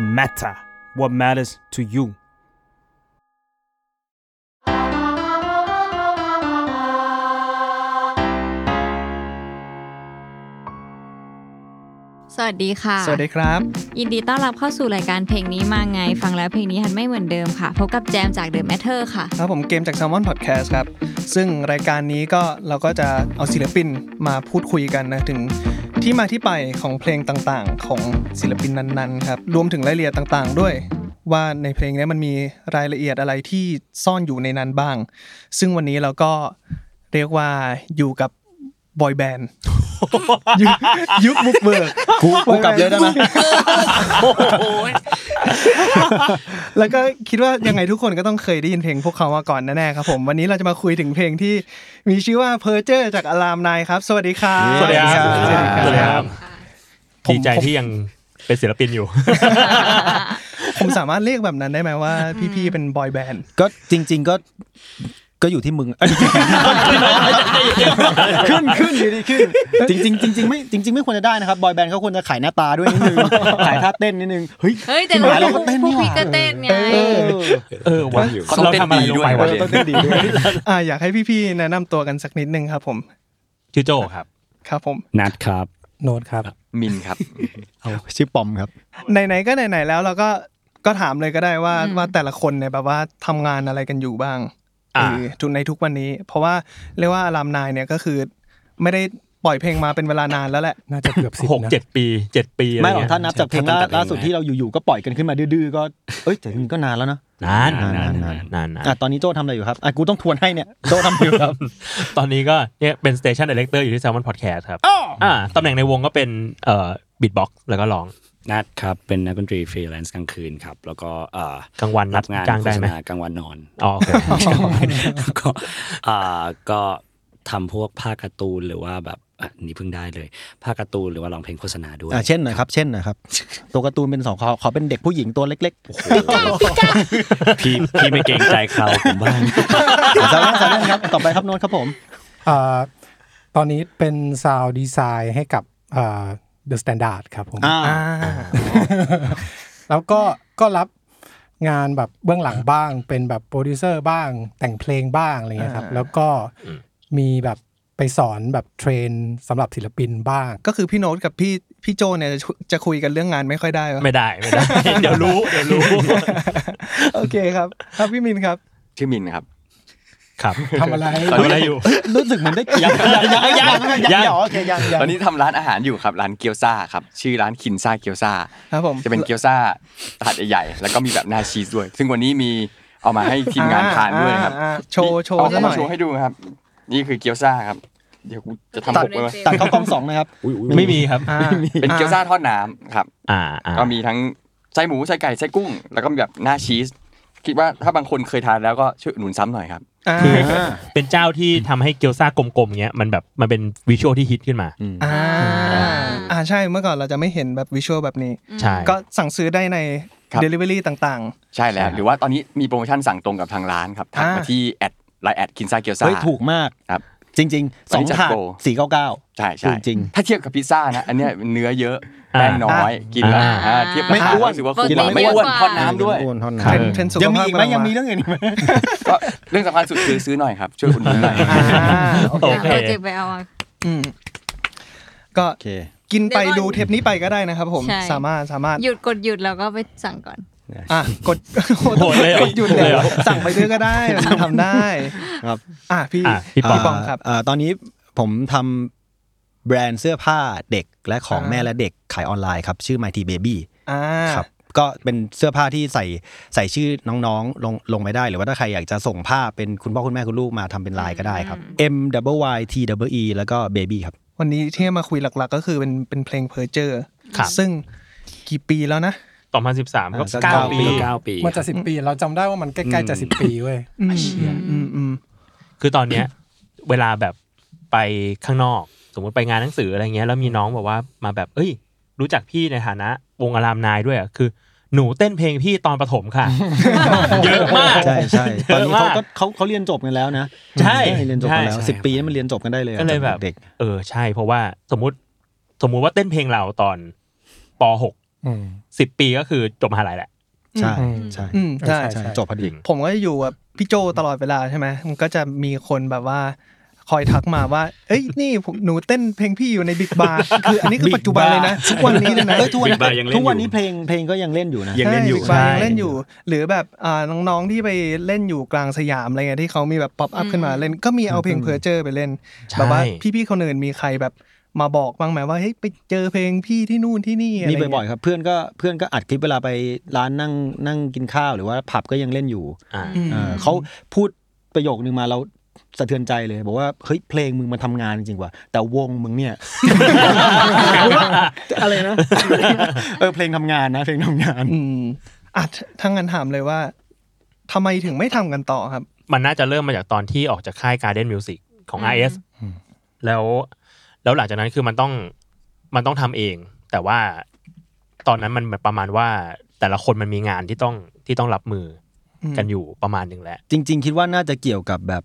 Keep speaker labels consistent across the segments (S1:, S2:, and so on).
S1: matter what matters to you
S2: สวัสดีค่ะ
S3: สวัสดีครับ
S2: ยินดีต้อนรับเข้าสู่รายการเพลงนี้มาไง ฟังแล้วเพลงนี้ฮันไม่เหมือนเดิมค่ะ พบกับแจมจาก The Matter ค่ะ
S3: ครับผมเกมจาก s ซ l m o n Podcast ครับ ซึ่งรายการนี้ก็เราก็จะเอาศิลปินมาพูดคุยกันนะ ถึงที่มาที่ไปของเพลงต่างๆ ของศิลปินนั้นๆครับ รวมถึงรายละเอียดต่างๆ ด้วย ว่าในเพลงนี้มันมีรายละเอียดอะไรที่ซ่อนอยู่ในนั้นบ้าง ซึ่งวันนี้เราก็เรียกว่าอยู่กับบอยแบนด์ ยุคยุคบุกเบิก
S4: กูกูกลับเลยได้ไหม
S3: แล้วก็คิดว่ายังไงทุกคนก็ต้องเคยได้ยินเพลงพวกเขามาก่อนแน่ๆครับผม วันนี้เราจะมาคุยถึงเพลงที่มีชื่อว่าเพอร์เจอร์จากอารามนายครับ สวัสดีครับ
S5: สวัสดีครับ
S3: สวัสดีครับ
S5: สวัสดีครับ
S3: ผม
S5: ดีใจที่ยังเป็นศิลปินอยู่
S3: ผมสามารถเรียกแบบนั้นได้ไหมว่าพี่ๆเป็นบอยแบนด์
S4: ก็จริง ๆก็ก็อยู่ที่มึง
S3: ขึ้นขึ้นดีดีขึ้น
S4: จริงๆจริงๆไม่จริง ๆ ไม่ควรจะได้นะครับบอยแบนด์เขาควรจะขายหน้าตาด้วยนิดนึงขายท่าเต้นนิดนึงเฮ้ย
S2: เฮ้ย แต่เรา
S4: เราก็เต้น
S2: พ
S4: นี่
S2: วก
S4: หว่า
S2: พี่ก็เต้นไง
S5: เออว่ะเราทำอะไรลงไปวะ
S4: ต้องเต้นดีด้วย
S3: อ่าอยากให้พี่ๆแนะนำตัวกันสักนิดนึงครับผม
S5: ชื่อโจครับ
S3: ครับผม
S6: นัดครับ
S7: โน้ตครับ
S4: มินครับชื่อปอมครับ
S3: ไหนๆก็ไหนๆแล้วเราก็ก็ถามเลยก็ได้ว่า
S2: อืม
S3: ว่าแต่ละคนเนี่ยแบบว่าทำงานอะไรกันอยู่บ้าง
S5: อ่า
S3: เออทุกในทุกวันนี้ เพราะว่าเรียกว่าอารามนายเนี่ยก็คือ ไม่ได้ปล่อยเพลงมาเป็นเวลานานแล้วแหละ
S7: น่าจะเกือบสิบ
S5: หก
S7: นะ
S5: เจ็ดปีเจ็ดปี
S4: ไม่ห
S5: ะ
S4: รอก
S5: เงี้ย
S4: ถ้านับจากเพลงล่าล่าสุดที่เราอยู่ๆก็ปล่อยกันขึ้นมาดื้อๆก็เอ้ยแต่จริงๆก็นานแล้วนะ
S5: นาน
S4: นาน
S5: นาน
S4: นาน
S5: นานนาน
S4: อ่ะตอนนี้โจทำอะไรอยู่ครับอ่ะกูต้องทวนให้เนี่ยโจทำอยู่ครับ
S5: ตอนนี้ก็เนี่ยเป็นสเตชันเด r เลกเตอร์อยู่ที่แซลมอนพอดแคสต์ครับอ่าตำแหน่งในวงก็เป็นเอ่อบิทบ็อกแล้วก็ร้อง
S6: นัดครับ เป็นนักดนตรีฟรีแลนซ์กลางคืนครับ แล้วก็เอ่อก
S5: ลางวันนั
S6: รั
S5: ด
S6: บงาน
S5: จ้างได้ไหม
S6: โฆษณกลางวันนอน
S5: อ๋อโอเค
S6: แล้วก็เอ่อก็ทำพวกภาคการ์ตูนหรือว่าแบบอ่ะนี่เพิ่งได้เลยภาคการ์ตูนหรือว่าร้องเพลงโฆษณาด้วย
S4: อ่ะเช่นหน่อยครับ เช่นหน่อยครับ ตัวการ์ตูนเป็นสองขอขอเป็นเด็กผู้หญิงตัวเล็กๆ
S6: พี่พี่ไม่เกรงใจเขาผมบ้าง
S4: สาระสาระครับต่อไปครับโน้ตครับผม
S7: อ่า ตอนนี้เป็นซาวดีไซน์ให้กับอ่า The Standard ครับผม
S4: อ่า
S7: แล้วก็ก็รับงานแบบเบื้องหลังบ้าง เป็นแบบโปรดิวเซอร์บ้าง แต่งเพลงบ้างอะไรเงี้ยครับ
S3: อ่า
S7: แล้วก็มีแบบไปสอนแบบเทรนสำหรับศิลปินบ้าง
S3: ก็คือพี่โน้ตกับพี่พี่โจเนี่ยจะจะคุยกันเรื่องงานไม่ค่อยได้วะ
S5: ไม่ได้ไม่ได้ เดี๋ยวรู้เดี๋ยวรู้
S3: โอเคครับครับพี่มินครับ
S8: ชื่อมินครับ
S5: ครับ
S7: ทำอะไร
S5: ทำอะไรอยู่
S4: รู้สึกเหมือนได้ยังยังยังยัง
S5: ยัง
S4: อ๋อโอเคยังยัง
S8: ตอนนี้ทำร้านอาหารอยู่ครับ ร้านเกี๊ยวซ่าครับ ชื่อร้านคินซ่าเกี๊ยวซ่า
S3: ครับผม
S8: จะเป็นเกี๊ยวซ่าถาดใหญ่ๆ แล้วก็มีแบบหน้าชีสด้วย ซึ่งวันนี้มีเอามาให้ทีมงานทานด้วยครับ
S3: อ่าอ่าโชว์โชว์
S8: เอา
S3: ซะ
S8: เอา
S3: หน่อ
S8: มา
S3: ย
S8: โชว์ให้ดูครับ นี่คือเกี๊ยวซ่าครับ เดี๋ยวกูจะทำหกไว้ไหม
S4: ตัดเข้ากล้องสองนะครับ
S5: ไม่มีครับ
S3: อ่า
S8: เป็นเกี๊ยวซ่าทอดน้ำครับ
S5: อ่าอ่า
S8: ก็มีทั้งไส้หมูไส้ไก่ไส้กุ้ง แล้วก็มีแบบหน้าชีส คิดว่าถ้าบางคนเคยทานแล้วก็ช่วยอุดหนุนซ้ำหน่อยครับ
S3: อ่า
S5: เป็นเจ้าที่ทำให้เกียวซ่ากลมๆเงี้ยมันแบบมันเป็นวิชวลที่ฮิตขึ้นมา
S3: อ่าอ่าใช่เมื่อก่อนเราจะไม่เห็นแบบวิชวลแบบนี้
S5: ใช่
S3: ก็สั่งซื้อได้ใน
S8: ครับ
S3: Delivery ต่าง
S8: ใช่แล้ว หรือว่าตอนนี้มีโปรโมชั่นสั่งตรงกับทางร้านครับทักมา
S3: อ่า
S8: ที่แอดไลน์แอดคินซ่าเกียวซ่า
S4: เฮ้ยถูกมาก
S8: ครับ
S4: จริงๆสองถาด
S8: วันนี้จัดโปร
S4: สี่เก้าเก้า
S8: ใช่ใช่
S4: จริง
S8: ถ้าเทียบกับพิซซ่านะ อันเนี้ยเนื้อเยอะแป้งน้อย กินแล้ว
S5: อ่า
S8: อ่าเทียบ
S4: ไม่
S8: ราคา
S4: อ้วน
S8: รู้สึกว่า
S2: ปกติ
S8: กินแล้วไม่อ้วน
S2: เยอะกว่า
S8: ทอดน้ำด้วย
S4: อ้วนท่อน
S3: ๆ
S4: น้ำ
S3: เป็นเทรนด์สุข
S4: ยังมี
S3: ภาพ
S4: อีกไหม
S3: กำลัา
S4: ยังมีเรื่องอื่นอีกไหม
S8: ก็เรื่องสำคัญสุดคือซื้อหน่อยครับ ช่วยอุดหนุนหน่อย
S3: อ่า
S5: โอเค
S2: โปรเจกต์ไปเอาอะ
S3: อืมก็
S4: โอเค
S3: กินไป
S2: เดี๋ยวก่อน
S3: ดูเทปนี้ไปก็ได้นะครับผม
S2: ใช่
S3: สามารถสามารถ
S2: หยุดกดหยุดแล้วก็ไปสั่งก่อน
S3: อ่ะกดโอ้โห
S5: โหดเลยเหรอก
S3: ดหยุดเลย
S5: โหดเลยเหรอ
S3: สั่งไปด้วยก็ได้มันทำได้
S4: ครับ
S3: อ่ะพี่
S5: อ่ะพี่ปอง
S3: ปองครับ
S4: เอ่อตอนนี้ผมทำแบรนด์เสื้อผ้าเด็กและของ
S3: อ่า
S4: แม่และเด็กขายออนไลน์ครับ ชื่อ Mighty Baby
S3: อ่า
S4: ครับก็เป็นเสื้อผ้าที่ใส่ใส่ชื่อน้องๆ ลงลงไปได้ หรือว่าถ้าใครอยากจะส่งผ้าเป็นคุณพ่อคุณแม่คุณลูกมาทำเป็นลายก็ได้ครับ M W Y T W E แล้วก็ Baby ครับ
S3: วันนี้ที่มาคุยหลักๆ ก็คือเป็นเป็นเพลงเพอร์เจอร์
S5: ครับ
S3: ซึ่งกี่ปีแล้วนะ
S5: สองพันสิบสามก็
S4: อ่าสัก
S5: เก้า
S4: เก้า
S5: ปี
S6: ปีเก้าปี
S7: มันจะสิบปี เราจำได้ว่ามันใกล้ๆจะสิบปีเว้ย
S3: อืมอืมอืม
S5: คือตอนเนี้ย เวลาแบบไปข้างนอก สมมติไปงานหนังสืออะไรเงี้ยแล้วมีน้องบอกว่ามาแบบ เอ้ย รู้จักพี่ในฐานะวงอารามนายด้วยอ่ะคือ หนูเต้นเพลงพี่ตอนประถมค่ะ เยอะมาก
S4: ใช่ใช่
S5: เย
S4: ตอน
S5: อะ
S4: นี้
S5: มาก
S4: เขาก็เขาเขาเรียนจบกันแล้วนะ
S5: ใช่
S4: เรียนจบกันแล้ว
S5: ใช่
S4: สิบปีนั้นมันเรียนจบกันได้เลย
S5: ก็เลยแบบ
S4: จากเด็ก
S5: เออใช่เพราะว่าสมมติสมมุติว่าเต้นเพลงเราตอนปหก
S7: อืม
S5: สิบปีก็คือจบมหาลัยแหละ
S4: ใช่
S7: อืม
S4: ใช่
S3: อืมใช่
S4: ใช่จบพอดี
S3: ผมก็จะอยู่กับพี่โจตลอดเวลาใช่ไหมมันก็จะมีคนแบบว่าคอยทักมาว่า เอ้ยนี่ผมหนูเต้นเพลงพี่อยู่ในบิ๊กบาร์ คืออันนี้คือ
S4: Big
S3: ปัจจุบันเลยนะ
S4: Bar
S3: ทุกวันนี้เลยนะ
S4: เอ้ยทุกวัน
S6: Big Bang ยังเล่นอยู่
S4: ทุกวันนี้เพลงเพลงก็ยังเล่นอยู่นะ
S3: ใช่ Big Bar
S4: ใช่
S3: ยังเล่นอยู่ หรือแบบอ่าน้องๆที่ไปเล่นอยู่กลางสยามอะไรเงี้ยที่เขามีแบบป๊อปอัพขึ้นมาเล่นก็มีเอาเพลงเพอเจอร์ไปเล่น
S5: ใช่
S3: แบบว่าพี่ๆคนอื่นมีใครแบบมาบอกบ้างไหมว่าเฮ้ยไปเจอเพลงพี่ที่นู่นที่นี่อะไร
S4: มี
S3: เงี้ย
S4: บ่อยๆครับเพื่อนก็เพื่อนก็อัดคลิปเวลาไปร้านนั่งนั่งกินข้าวหรือว่าผับก็ยังเล่นอยู่
S5: อ่า
S2: อืม
S4: เออเขาพูดประโยคนึงมาเราสะเทือนใจเลย บอกว่าเฮ้ยเพลงมึงมันทำงานจริงๆว่ะแต่วงมึงเนี่ย อะไรนะ เออเพลงทำงานนะ เพลงทำงาน
S3: อืมอ่ะทั้างนั้นถามเลยว่าทำไมถึงไม่ทำกันต่อครับ
S5: มันน่าจะเริ่มมาจากตอนที่ออกจากค่าย Garden Music ของ
S2: อืม
S5: IS แล้วแล้วหลังจากนั้นคือมันต้องมันต้องทำเอง แต่ว่าตอนนั้นมันประมาณว่าแต่ละคนมันมีงานที่ต้องที่ต้องรับมืออ
S3: ม
S5: กันอยู่ประมาณหนึ่งแหละ
S4: จริง ๆ คิดว่าน่าจะเกี่ยวกับแบบ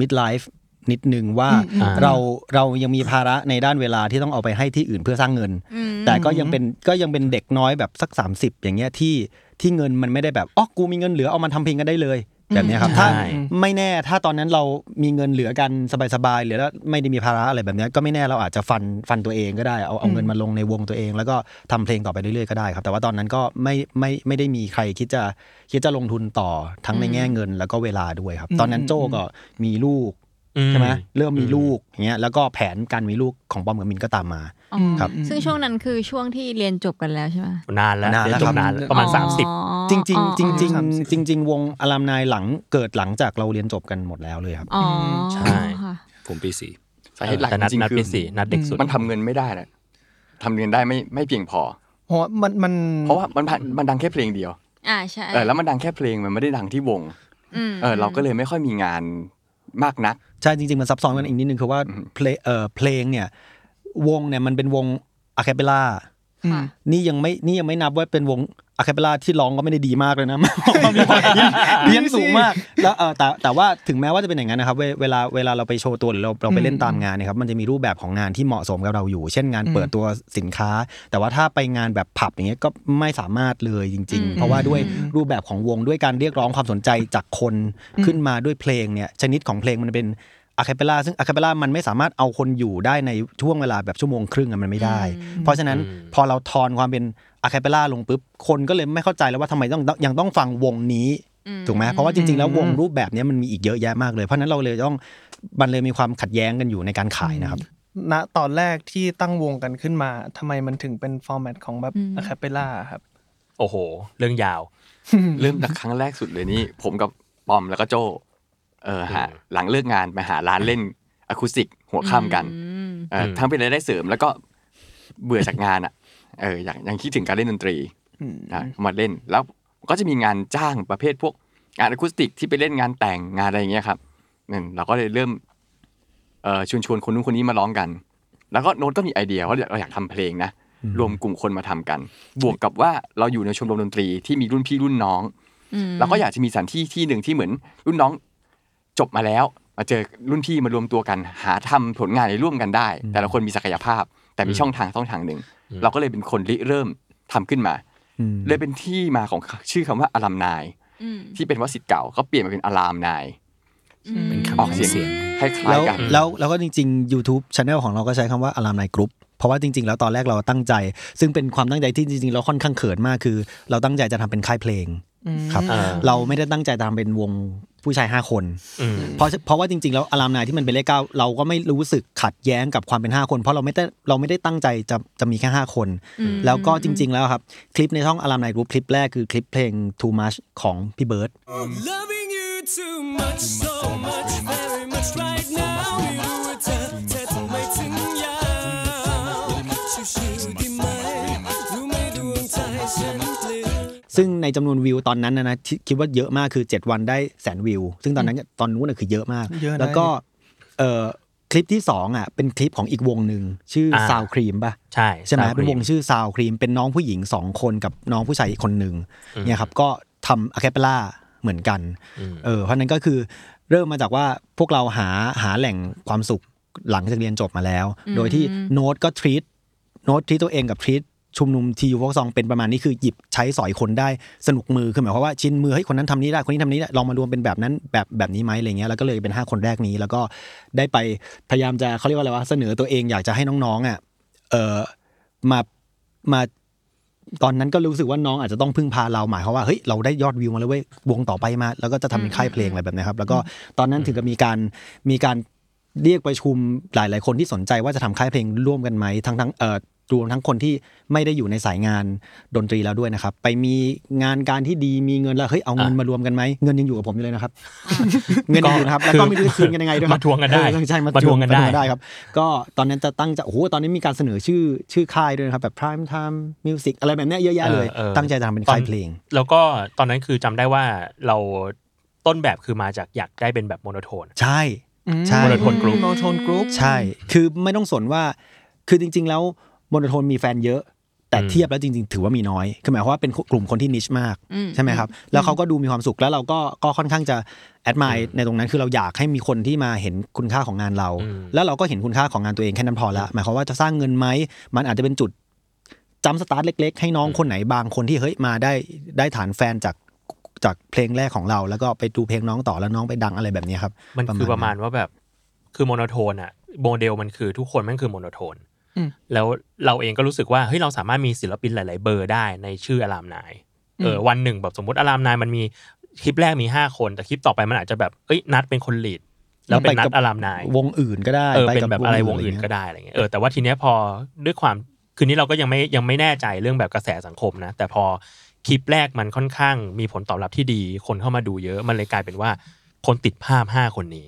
S4: midlife นิดนึงว่า
S5: อืม
S4: เราเรายังมีภาระในด้านเวลาที่ต้องเอาไปให้ที่อื่นเพื่อสร้างเงิน
S2: อืม
S4: แต่ก็ยังเป็นก็ยังเป็นเด็กน้อยแบบสัก 30 อย่างเงี้ยที่ที่เงินมันไม่ได้แบบอ๋อกูมีเงินเหลือเอามันทำเพลงกันได้เลยแบบเนี้ยครับถ้า
S5: ใช่
S4: ไม่แน่ถ้าตอนนั้นเรามีเงินเหลือกันสบายๆหรือแล้วไม่ได้มีภาระอะไรแบบเนี้ยก็ไม่แน่เราอาจจะฟันฟันตัวเองก็ได้เอาเอาเงินมาลงในวงตัวเอง แล้วก็ทำเพลงต่อไปเรื่อยๆก็ได้ครับ แต่ว่าตอนนั้นก็ไม่ไม่ไม่ได้มีใครคิดจะคิดจะลงทุนต่อทั้งในแง่เงินแล้วก็เวลาด้วยครับ ตอนนั้นโจก็มีลูกใช่ไหมเริ่มมีลูกอย่างเงี้ยแล้วก็แผนการมีลูกของปอมกับมินก็ตามมา
S2: อ๋อ
S4: ครับ
S2: ซึ่งช่วงนั้นคือช่วงที่เรียนจบกันแล้วใช่ไหม
S5: นานแล้ว
S4: นาน
S5: เรีย
S4: แล้ว
S5: นจ
S4: ครับ บ
S5: นานแล้วประมาณ
S2: อ๋อ
S5: 30
S4: จริงจริง
S2: อ๋อ
S4: จริงจริง
S3: สามสิบ
S4: จริงๆวงอลามนายหลังเกิดหลังจากเราเรียนจบกันหมดแล้วเลยครับ
S2: อ๋อ
S5: ใช่
S2: ค่ะ
S6: ผมปีสี่
S8: สาเหตุหลัก
S5: แต่นัด
S8: จริง
S5: นัด
S8: ๆคือ
S5: ปีสี่นัดเด็กสุด
S8: มันทำเงินไม่ได้นะทำเงินได้ไม่ไม่เพียงพอ
S3: เพราะว่ามันมัน
S8: เพราะว่ามันผ่านมันดังแค่เพลงเดียว
S2: อ่าใช่
S8: เออแล้วมันดังแค่เพลงมันไม่ได้ดังที่วง
S2: ม
S8: เออเราก็เลยไม่ค่อยมีงานมากนัก
S4: ใช่จริง ๆ มันซับซ้อนกันอีกนิดนึงคือว่าเพลงเอ่อเพลงเนี่ยวงเนี่ยมันเป็นวงอะคาเปล่า
S2: ค่ะ
S4: นี่ยังไม่นี่ยังไม่นับว่าเป็นวงอะคาเปล่าที่ร้องก็ไม่ได้ดีมากเลยนะ มีความเพี้ยน เพี้ยนสูงมากแล้วเอ่อแต่แต่ว่าถึงแม้ว่าจะเป็นอย่างนั้นนะครับเวเวลาเวลาเราไปโชว์ตัวหรือเราเราไปเล่นตามงานเนะครับมันจะมีรูปแบบของงานที่เหมาะสมกับเราอยู่ เช่นงานเปิดตัวสินค้า แต่ว่าถ้าไปงานแบบผับอย่างเงี้ยก็ไม่สามารถเลยจริง
S2: อืม
S4: ๆ เพราะว่าด้วย รูปแบบของวงด้วยการเรียกร้องความสนใจจากคนขึ้นมาด้วยเพลงเนี่ยชนิดของเพลงมันเป็นอะคาเปล่าซึ่งอะคาเปล่ามันไม่สามารถเอาคนอยู่ได้ในช่วงเวลาแบบชั่วโมงครึ่งอะมันไม่ได้ เพราะฉะนั้น
S5: อืม
S4: พอเราทอนความเป็นอะคาเปล่าลงปุ๊บคนก็เลยไม่เข้าใจแล้วว่าทำไมต้องยังต้องฟังวงนี้
S2: อืม
S4: ถูกไหมเพราะว่าจริงๆแล้ววงรูปแบบเนี้ยมันมีอีกเยอะแยะมากเลย เพราะฉะนั้นเราเลยต้องมันเลยมีความขัดแย้งกันอยู่ในการขายนะครับ
S3: ณตอนแรกที่ตั้งวงกันขึ้นมาทำไมมันถึงเป็นฟอร์แมตของแบบ
S2: อืม
S3: อะคาเปล่าครับ
S5: โอ้โห เรื่องยาว
S8: เริ่มจากครั้งแรกสุดเลยนี่ ผมกับปอมแล้วก็โจเออฮะหลังเลิกงานไปหาร้านเล่นอะคูสติกหัวข้ามกัน
S2: อืม
S8: เออทั้งเป็นรายได้เสริมแล้วก็เบื่อจากงานอ่ะเอออยากยังคิดถึงการเล่นดนตรีนะมาเล่นแล้วก็จะมีงานจ้างประเภทพวกงานอะคูสติกที่ไปเล่นงานแต่งงานอะไรอย่างเงี้ยครับนั่นเราก็เลยเริ่มเออชวนชวนคนนู้นคนนี้มาร้องกัน แล้วก็โน้ตก็มีไอเดียว่าเราอยากทำเพลงนะรวมกลุ่มคนมาทำกัน บวกกับว่าเราอยู่ในชมรมดนตรีที่มีรุ่นพี่รุ่นน้อง
S2: อืม
S8: เราก็อยากจะมีสถานที่ที่หนึ่งที่เหมือน รุ่นน้องจบมาแล้ว มาเจอรุ่นพี่มารวมตัวกัน หาทำผลงานในร่วมกันได้ แต่ละคนมีศักยภาพ แต่มีช่องทางต้องทางหนึ่ง เราก็เลยเป็นคนริเริ่มทำขึ้นมา เลยเป็นที่มาของชื่อคำว่าอลัมนาย
S2: อืม
S8: ที่เป็นว่าสิทธิ์เก่าเขาเปลี่ยนมาเป็นอลามนาย
S6: เป็น
S8: ออ
S6: คำ
S8: ก
S6: ขาน
S8: เสียง
S6: เสียง
S8: คล้าย
S4: แล้ว
S8: ๆกัน
S4: แล้วแล้วก็จริงๆ YouTube Channel ของเราก็ใช้คำว่า Alarm Night Group เพราะว่าจริงๆ แล้วตอนแรกเราตั้งใจ ซึ่งเป็นความตั้งใจที่จริงๆ เราค่อนข้างเขินมากคือ เราตั้งใจจะทำเป็นค่ายเพลงครับ
S5: อ่า
S4: เราไม่ได้ตั้งใจทำเป็นวงผู้ชาย 5 คน
S5: อืม
S4: เพราะเพราะว่าจริงๆ แล้วอารามนายที่มันเป็นเลขเก้าเราก็ไม่รู้สึกขัดแย้งกับความเป็น 5 คน เพราะเราไม่ได้เราไม่ได้ตั้งใจจะจะมีแค่ 5 คน แล้วก็จริง ๆ แล้วครับ คลิปในช่องอารามนายกรุ๊ปคลิปแรกคือคลิปเพลง Too Much ของพี่เบิร์ด
S9: Loving you too much, so much, very much right now. You were titillating, yeah.
S4: ซึ่งในจำนวนวิวตอนนั้นนะนะที่คิดว่าเยอะมากคือ 7 วันได้แสนวิว ซึ่งตอนนั้นตอนนู้นน่ะคือเยอะมาก
S3: เยอะนะ
S4: แล้วก็เอ่อคลิปที่2อ่ะเป็นคลิปของอีกวงหนึ่งชื่อ
S5: อ่า
S4: ซาวครีมป่ะ
S5: ใช่
S4: ใช่ไหม
S5: สาครี
S4: เป็นวงชื่อซาวครีมเป็นน้องผู้หญิง 2 คนกับน้องผู้ชายอีกคนหนึ่งเนี่ยครับก็ทำอะคาเปล่าเหมือนกัน
S5: อืม
S4: เออเพราะฉะนั้นก็คือเริ่มมาจากว่าพวกเราหาหาแหล่งความสุขหลังจากเรียนจบมาแล้ว โดยที่โน้ตก็ทรีตโน้ตทรีตตัวเองกับทรีต ชุมนุมทีวอกซองเป็นประมาณนี้คือหยิบใช้สอยคนได้สนุกมือคือหมายความว่าชิ้นมือเฮ้ยคนนั้นทำนี้ได้คนนี้ทำนี้ได้ลองมารวมเป็นแบบนั้นแบบแบบนี้ไหมอะไรเงี้ยแล้วก็เลยเป็น 5 คนแรกนี้ แล้วก็ได้ไปพยายามจะเขาเรียกว่าอะไรวะเสนอตัวเองอยากจะให้น้องๆอ่ะเออมามา ตอนนั้นก็รู้สึกว่าน้องอาจจะต้องพึ่งพาเราหมายความว่าเฮ้ยเราได้ยอดวิวมาแล้วเว้ยวงต่อไปมา แล้วก็จะทำเป็นค่ายเพลงอะไรแบบเนี้ยครับ แล้วก็ตอนนั้นถึงกับมีการมีการเรียกประชุมหลาย ๆ คนที่สนใจว่าจะทำค่ายเพลงร่วมกันไหมทั้งทั้งเอ่อรวมทั้งคนที่ไม่ได้อยู่ในสายงานดนตรีแล้วด้วยนะครับ ไปมีงานการที่ดีมีเงินแล้วเฮ้ยเอาเงินมารวมกันไหมเงินยังอยู่กับผมอยู่เลยนะครับ เงินยังอยู่นะครับแล้วก็ไม่รู้จะคืนกันยังไงด้วยครับ
S5: มาทวงกันได้
S4: เออใช่มา
S5: มา
S4: ท
S5: ท
S4: ว
S5: ว
S4: ง
S5: งกั
S4: กัน
S5: นได้
S4: ได้ ได้ครับก็ตอนนั้นจะตั้งใจะโอ้โหตอนนี้มีการเสนอชื่อชื่อค่ายด้วยนะครับแบบ prime time music อะไรแบบเนี้ยเยอะแยะเลย
S5: เออเออ
S4: ตั้งใจจะทำเป็นค่ายเพลง
S5: แล้วก็ตอนนั้นคือจำได้ว่าเราต้นแบบคือมาจากอยากได้เป็นแบบโมโนโทน
S4: ใช่ ใช่
S5: โมโนโทนกรุ๊ป
S3: โมโนโทนกรุ๊ป
S4: ใช่ คือไม่ต้องสนว่า คือจริง ๆ แล้วโมโนโทนมีแฟนเยอะ แต่
S5: อืม
S4: เทียบแล้วจริง ๆ ถือว่ามีน้อย คือหมายความว่าเป็นกลุ่มคนที่นิชมาก
S2: อืม
S4: ใช่ไหมครับ แล้วเขาก็ดูมีความสุข แล้วเราก็ก็ค่อนข้างจะแอดมายในตรงนั้น คือเราอยากให้มีคนที่มาเห็นคุณค่าของงานเรา แล้วเราก็เห็นคุณค่าของงานตัวเองแค่นั้นพอละ หมายความว่าจะสร้างเงินไหม มันอาจจะเป็นจุดจำสตาร์ทเล็ก ๆ ให้น้องคนไหนบางคนที่เฮ้ยมาได้ได้ฐานแฟนจากจากเพลงแรกของเรา แล้วก็ไปดูเพลงน้องต่อแล้วน้องไปดังอะไรแบบนี้ครับ
S5: มันคือ
S4: ป
S5: ประ ระ
S4: มา
S5: มา
S4: ณ
S5: ณว่าแบบคือโมโนโทนอะโมเดลมันคือทุกคนมันคือโมโนโทน
S3: อืม
S5: แล้วเราเองก็รู้สึกว่าเฮ้ยเราสามารถมีศิลปินหลาย ๆ เบอร์ได้ในชื่ออารามนายเอออวันหนึ่งแบบสมมติอารามนายมันมีคลิปแรกมี 5 คน แต่คลิปต่อไปมันอาจจะแบบเอ้ยนัดเป็นคนลีดแล้วเป็นนัด
S4: ไปกับ
S5: อารามนายว
S4: งอื่นก็ได้
S5: เออ
S4: ไป
S5: เป็น
S4: กั
S5: แบบอะไรวงอื่น
S4: เย
S5: ก็ได้อะไรเงี้ยเออแต่ว่าทีเนี้ยพอด้วยความคืนนี้เราก็ยังไม่ยังไม่แน่ใจเรื่องแบบกระแสสังคมนะ แต่พอคลิปแรกมันค่อนข้างมีผลตอบรับที่ดี คนเข้ามาดูเยอะมันเลยกลายเป็นว่าคนติดภาพห้าคนนี้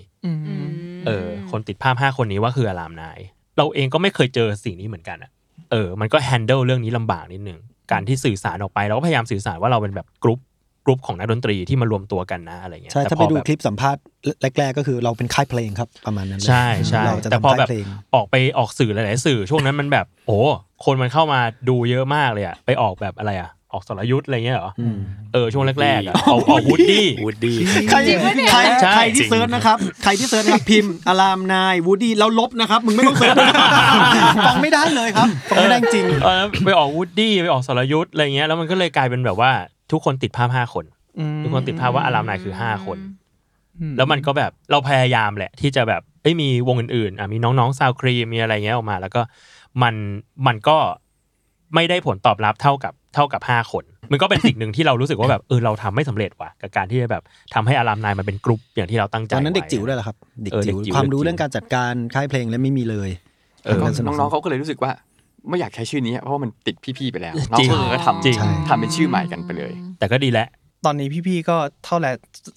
S5: เออคนติดภาพห้าคนนี้ว่าคืออารามนาย เราเองก็ไม่เคยเจอสิ่งนี้เหมือนกันอ่ะเออ มันก็แฮนเดิลเรื่องนี้ลำบากนิดนึงการที่สื่อสารออกไปเราก็พยายามสื่อสารว่าเราเป็นแบบกรุ๊ปกรุ๊ปของนักดนตรีที่มารวมตัวกันนะอะไรเงี้ย
S4: ใช่
S5: แต่
S4: ถ้า
S5: พ
S4: ไป
S5: อ
S4: ดู
S5: แบบ
S4: คลิปสัมภาษณ์แรก ๆ ก็คือเราเป็นค่ายเพลงครับประมาณนั้นเลย
S5: ใช่ใช่
S4: เราจะ
S5: แต่พอ
S4: ทำค่าย
S5: แบบ
S4: เพลง
S5: ออกไปออกสื่อหลาย ๆ สื่อช่วงนั้นมันแบบ โอ้คนมันเข้ามาดูเยอะมากเลยอ่ะไปออกแบบอะไรอ่ะออกสรยุทธ์อะไรเงี้ยเหรออเออช่วงแรกๆอะออกออกวูดดี้
S6: วูดดี้
S4: ใครใคร
S5: ใช่
S4: ใครที่เซิร์ชนะครับ ใครที่เซิร์ชนะครับพิมพ์อารามนายวูดี้แล้วลบนะครับ มึงไม่ต้องเซิร์ชฟังไม่ได้เลยครับฟังไม่ได้จริง
S5: เออไปออกวูดดี้ไปออกสรยุทธ์อะไรเงี้ยแล้วมันก็เลยกลายเป็นแบบว่าทุกคนติดภาพห้าคน ทุกคนติดภาพว่าอารามนายคือห้าคน แล้วมันก็แบบเราพยายามแหละ ที่จะแบบเอ้ยมีวงอื่นๆอ่ะมีน้องๆซาวครีมมีอะไรเงี้ยออกมา แล้วก็มันมันก็ไม่ได้ผลตอบรับเท่ากับเท่ากับห้าคน มันก็เป็นสิ่งหนึ่งที่เรารู้สึกว่าแบบเออเราทำไม่สำเร็จว่ะกับการที่จะแบบทำให้อารามนายมันเป็นกรุ๊ปอย่างที่เราตั้งใจ
S4: ตอนนั้นเด็ก
S5: ไว้
S4: จิ๋วด้วยเหรอครับเด็ก
S5: เออ
S4: จิ๋ว
S5: เด็กจิ๋ว
S4: ความรู้เรื่องการจัดการค่ายเพลงและไม่มีเลย
S5: เออ
S4: การสก
S8: น้องๆเขาก็เลยรู้สึกว่า ไม่อยากใช้ชื่อนี้ เพราะว่ามันติดพี่ๆไปแล้ว
S5: จริง
S8: น้อก็เลยก็ท
S5: จริง
S8: ำทำเป็นชื่อใหม่กันไปเลย
S5: แต่ก็ดีแหละ
S3: ตอนนี้พี่ๆก็เท่าไหร่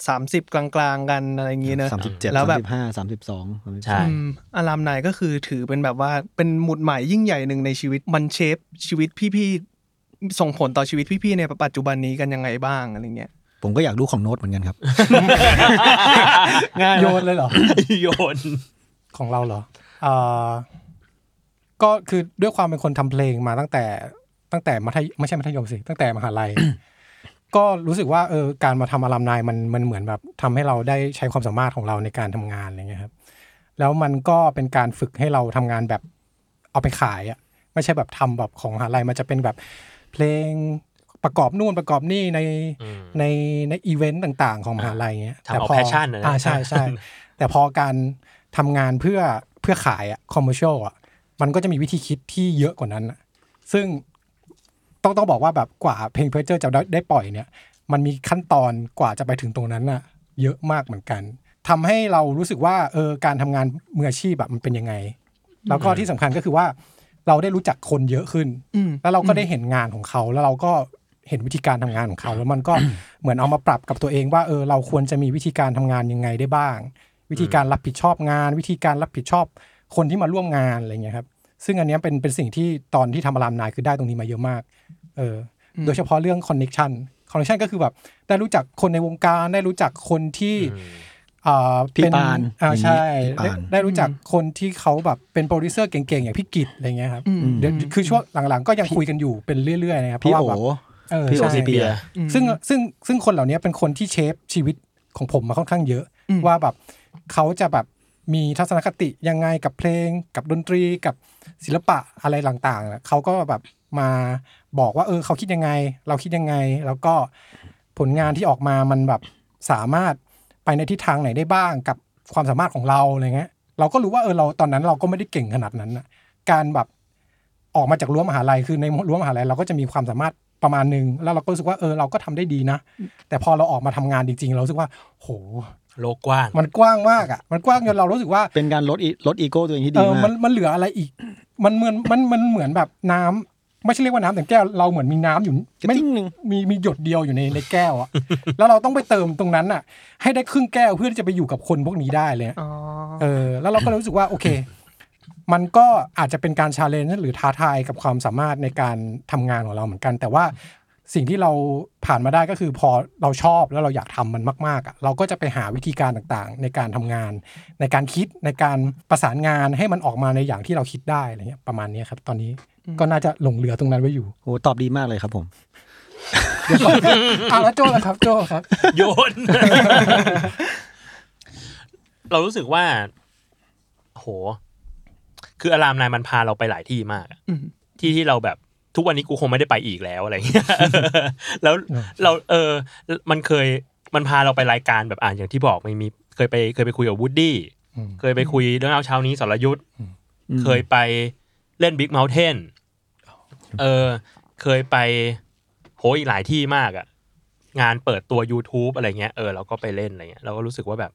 S3: สามสิบกลางๆกันอะไรอย่างงี้เนอะ
S4: สามสิบเจ็ด
S3: แล้
S4: สาว ม
S3: แบบ
S4: สิบห้าสามสิบสอง
S5: ใช่
S3: อืมอารามนายก็คือถือเป็นแบบว่าเป็นหมุดหมายยิ่งใหญ่หนึ่งในชีวิตมันเชฟชีวิตพี่ๆส่งผลต่อชีวิตพี่ๆในปัจจุบันนี้กันยังไงบ้างอะไรเงี้ย
S4: ผมก็อยากรู้ของโน้ตเหมือนกันครับ
S7: โยนเลยเหรอ
S5: โยน
S7: ของเราเหรอเอ่อก็คือด้วยความเป็นคนทำเพลงมาตั้งแต่ตั้งแต่มัธยไม่ใช่มัธยมสิ ตั้งแต่มหาลั ย ก็รู้สึกว่าเออการมาทำอารามนายมันมันเหมือนแบบทำให้เราได้ใช้ความสามารถของเราในการทำงานอะไรเงี้ยครับ แล้วมันก็เป็นการฝึกให้เราทำงานแบบเอาไปขายอะไม่ใช่แบบทำแบบของมหาลัยมันจะเป็นแบบเพลงประกอบนู่นประกอบนี่ใน
S5: อืม
S7: ในในอีเวนต์ต่าง ๆ ของมหาลัยเงี้ย
S5: ทำเอา
S7: แต่พอ
S5: passion อะนะ
S7: อ่าใช่ใช่ แต่พอการทำงานเพื่อเพื่อขายอะคอมเมอร์เชลอะมันก็จะมีวิธีคิดที่เยอะกว่านั้นอะซึ่งต้องต้องบอกว่าแบบกว่าเพลงเพอร์เจอร์จะได้ได้ปล่อยเนี่ย มันมีขั้นตอนกว่าจะไปถึงตรงนั้นอะเยอะมากเหมือนกันทำให้เรารู้สึกว่าเออการทำงานมืออาชีพแบบมันเป็นยังไง แล้วก็ที่สำคัญก็คือว่า เราได้รู้จักคนเยอะขึ้น
S3: อืม
S7: แล้วเราก็ได้เห็นงานของเขาแล้วเราก็เห็นวิธีการทำงานของเขา แล้วมันก็ เหมือนเอามาปรับกับตัวเองว่าเออเราควรจะมีวิธีการทำงานยังไงได้บ้าง วิธีการรับผิดชอบงาน วิธีการรับผิดชอบคนที่มาร่วมงานอะไรเงี้ยครับซึ่งอันเนี้ยเป็นเป็นสิ่งที่ตอนที่ทำอารามนายคือได้ตรงนี้มาเยอะมากเอออ
S3: ม
S7: โดยเฉพาะเรื่องคอนเน็ชันคอนเน็ชันก็คือแบบได้รู้จักคนในวงการได้รู้จักคนที่ อ่า
S4: พี่ปาน
S7: อ่าใช่
S4: พี่
S7: ได้
S4: ปาน
S7: ได้รู้จักคนที่เขาแบบเป็นโปรดิวเซอร์เก่งๆ อย่างพี่กิตอะไรเงี้ยครับเดี๋ยวคือช่วงหลังๆ ก็ยังคุยกันอยู่เป็นเรื่อยๆนะครับเพ
S4: พี่
S7: ราะว่า
S4: โอ
S7: แบบเออ
S4: พี่โอ
S7: ใช่
S4: ซีเปีย
S7: ซึ่งซึ่งซึ่งคนเหล่านี้เป็นคนที่เชฟชีวิตของผมมาค่อนข้างเยอะ ว่าแบบเขาจะแบบ มีทัศนคติยังไงกับเพลง กับดนตรีกับศิลปะอะไรต่างๆนะเขาก็แบบมาบอกว่า เออ เขาคิดยังไง เราคิดยังไง แล้วก็ผลงานที่ออกมามันแบบสามารถไปในทิศทางไหนได้บ้างกับความสามารถของเราอะไรเงี้ยเราก็รู้ว่าเออเราตอนนั้นเราก็ไม่ได้เก่งขนาดนั้นนะการแบบออกมาจากรั้วมหาลัยคือในรั้วมหาลัยเราก็จะมีความสามารถประมาณหนึ่งแล้วเราก็รู้สึกว่าเออเราก็ทำได้ดีนะ แต่พอเราออกมาทำงานจริง ๆ เรารู้สึกว่าโห
S5: โลกกว้าง
S7: มันกว้างมากอ่ะ มันกว้างจนเรารู้สึกว่า
S4: เป็นการลดอีลดอีโก้ตัวเองที่
S7: เอ
S4: ดี
S7: อ
S4: มา
S7: มั
S4: ก
S7: น มันเหลืออะไรอีก มันเหมือน มัน มันเหมือนแบบน้ำ ไม่ใช่เรียกว่าน้ำแต่แก้ว เราเหมือนมีน้ำอยู่ ไม่
S4: จิ้งหนึ่ง
S7: มี มีหยดเดียวอยู่ใน ในแก้วอ่ะ แล้วเราต้องไปเติมตรงนั้นอ่ะ ให้ได้ครึ่งแก้วเพื่อที่จะไปอยู่กับคนพวกนี้ได้เลยอะ
S3: อ๋อ
S7: เออแล้วเราก็รู้สึกว่า โอเค มันก็อาจจะเป็นการชาเลนจ์หรือท้าทายกับความสามารถในการทำงานของเราเหมือนกัน แต่ว่าสิ่งที่เราผ่านมาได้ก็คือพอเราชอบแล้วเราอยากทำมันมากๆอ่ะเราก็จะไปหาวิธีการต่างๆ ในการทำงาน ในการคิดในการประสานงานให้มันออกมาในอย่างที่เราคิดได้อะไรเงี้ยประมาณเนี้ยครับ ตอนนี้ก็น่าจะหลงเหลือตรงนั้นไว้อยู่
S4: โอ้ตอบดีมากเลยครับผม
S7: อ่ะแล้วโจ้ล่ะครับโจ้ครับ
S5: โย น เรารู้สึกว่า โห คืออารามนายมันพาเราไปหลายที่มากอะ
S3: อืม
S5: ที่ที่เราแบบทุกวันนี้กูคงไม่ได้ไปอีกแล้วอะไรเงี้ย แล้วเราเออ มันเคยมันพาเราไปรายการแบบอ่านอย่างที่บอกมันมีเคยไปเคยไปคุยกับวูดดี้
S7: อืม
S5: เคยไปคุยเรื่องเอาเช้านี้สรยุทธเคยไปเล่นบิ๊กเม t เทนเออ เคยไปโหอีกหลายที่มากอะ งานเปิดตัว YouTube อะไรเงี้ยเออเราก็ไปเล่นอะไรเงี้ยเราก็รู้สึกว่าแบบ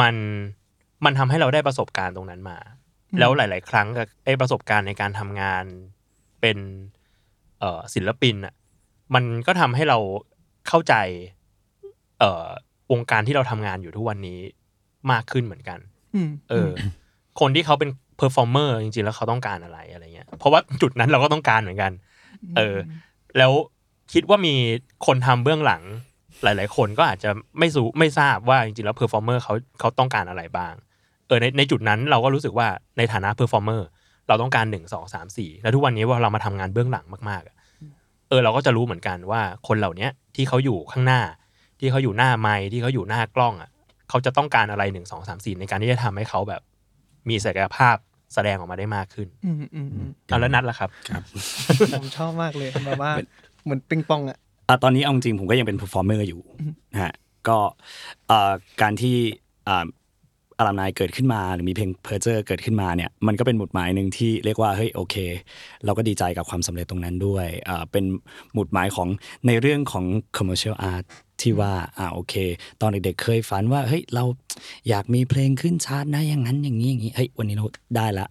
S5: มันมันทำให้เราได้ประสบการณ์ตรงนั้นมา แล้วหลาย ๆ ครั้งกับไอ้ประสบการณ์ในการทำงานเป็นเอ่อศิลปินอ่ะมันก็ทำให้เราเข้าใจ เอ่อวงการที่เราทำงานอยู่ทุกวันนี้มากขึ้นเหมือนกัน
S3: อืม
S5: เอออคนที่เขาเป็นเพอร์ฟอร์เมอร์จริง ๆ แล้วเขาต้องการอะไรอะไรเงี้ย เพราะว่าจุดนั้นเราก็ต้องการเหมือนกัน เออ แล้วคิดว่ามีคนทำเบื้องหลังหลาย ๆ คนก็อาจจะไม่สูไม่ทราบว่าจริง ๆ แล้วเพอร์ฟอร์เมอร์เขาเขาต้องการอะไรบ้าง เออในในจุดนั้นเราก็รู้สึกว่าในฐานะเพอร์ฟอร์เมอร์เราต้องการหนึ่งสองสามสี่แล้วทุกวันนี้ว่าเรามาทำงานเบื้องหลังมากๆอะเออเราก็จะรู้เหมือนกันว่าคนเหล่าเนี้ยที่เขาอยู่ข้างหน้า ที่เขาอยู่หน้าไมค์ที่เขาอยู่หน้ากล้องอ่ะ เขาจะต้องการอะไรหนึ่งสองสามสี่ในการที่จะทำให้เขาแบบ มีศักยภาพแสดงออกมาได้มากขึ้น
S3: อืมอืมอืม
S5: เอาแล้วนัดละครับ
S3: ผมชอบมากเลยแบบว่าเหมือนปิงปองอ่ะ
S6: อ่ะตอนนี้เอาจริงผมก็ยังเป็น p e r f o r m e r อยู่นะฮะก็เอ่อการที่อ่าอารามนายเกิดขึ้นมา หรือมีเพลงเพอร์เจอร์เกิดขึ้นมาเนี่ยมันก็เป็นหมุดหมายหนึ่งที่เรียกว่าเฮ้ยโอเค เราก็ดีใจกับความสำเร็จตรงนั้นด้วยอ่าเป็นหมุดหมายของในเรื่องของ commercial art ที่ว่าอ่าโอเค ตอนเด็กๆเคยฝันว่าเฮ้ยเราอยากมีเพลงขึ้นชาร์ตนะอย่างนั้นอย่างนี้อย่างนี้เฮ้ยวันนี้เราได้ละ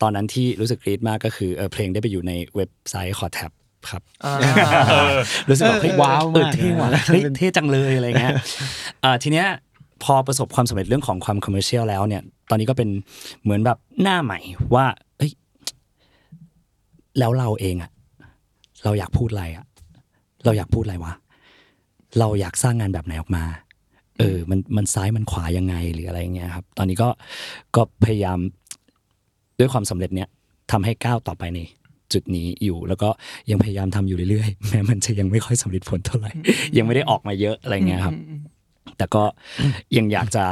S6: ตอนนั้นที่รู้สึกกรี๊ดมากก็คือเออเพลงได้ไปอยู่ในเว็บไซต์คอแท็บครับ รู้สึกแบบเฮ้ย
S3: เออ
S6: ว้าว
S4: เออ
S6: มาก
S4: เท่ว่ะ
S6: เฮ้ยเท่จังเลยอะไรเงี้ย อ่าทีเนี้ยพอประสบความสำเร็จเรื่องของความคอมเมอร์เชียลแล้วเนี่ย ตอนนี้ก็เป็นเหมือนแบบหน้าใหม่ว่าเอ้ยแล้วเราเองอะเราอยากพูดอะไรอะเราอยากพูดอะไรวะ เราอยากสร้างงานแบบไหนออกมา เออ มันมันซ้ายมันขวายังไงหรืออะไรเงี้ยครับ ตอนนี้ก็ก็พยายามด้วยความสำเร็จเนี้ยทำให้ก้าวต่อไปในจุดนี้อยู่ แล้วก็ยังพยายามทำอยู่เรื่อยๆ แม้มันจะยังไม่ค่อยสำเร็จผลเท่าไหร่ ยังไม่ได้ออกมาเยอะอะไรเงี้ยครับ แต่ก็ยังอยากจะ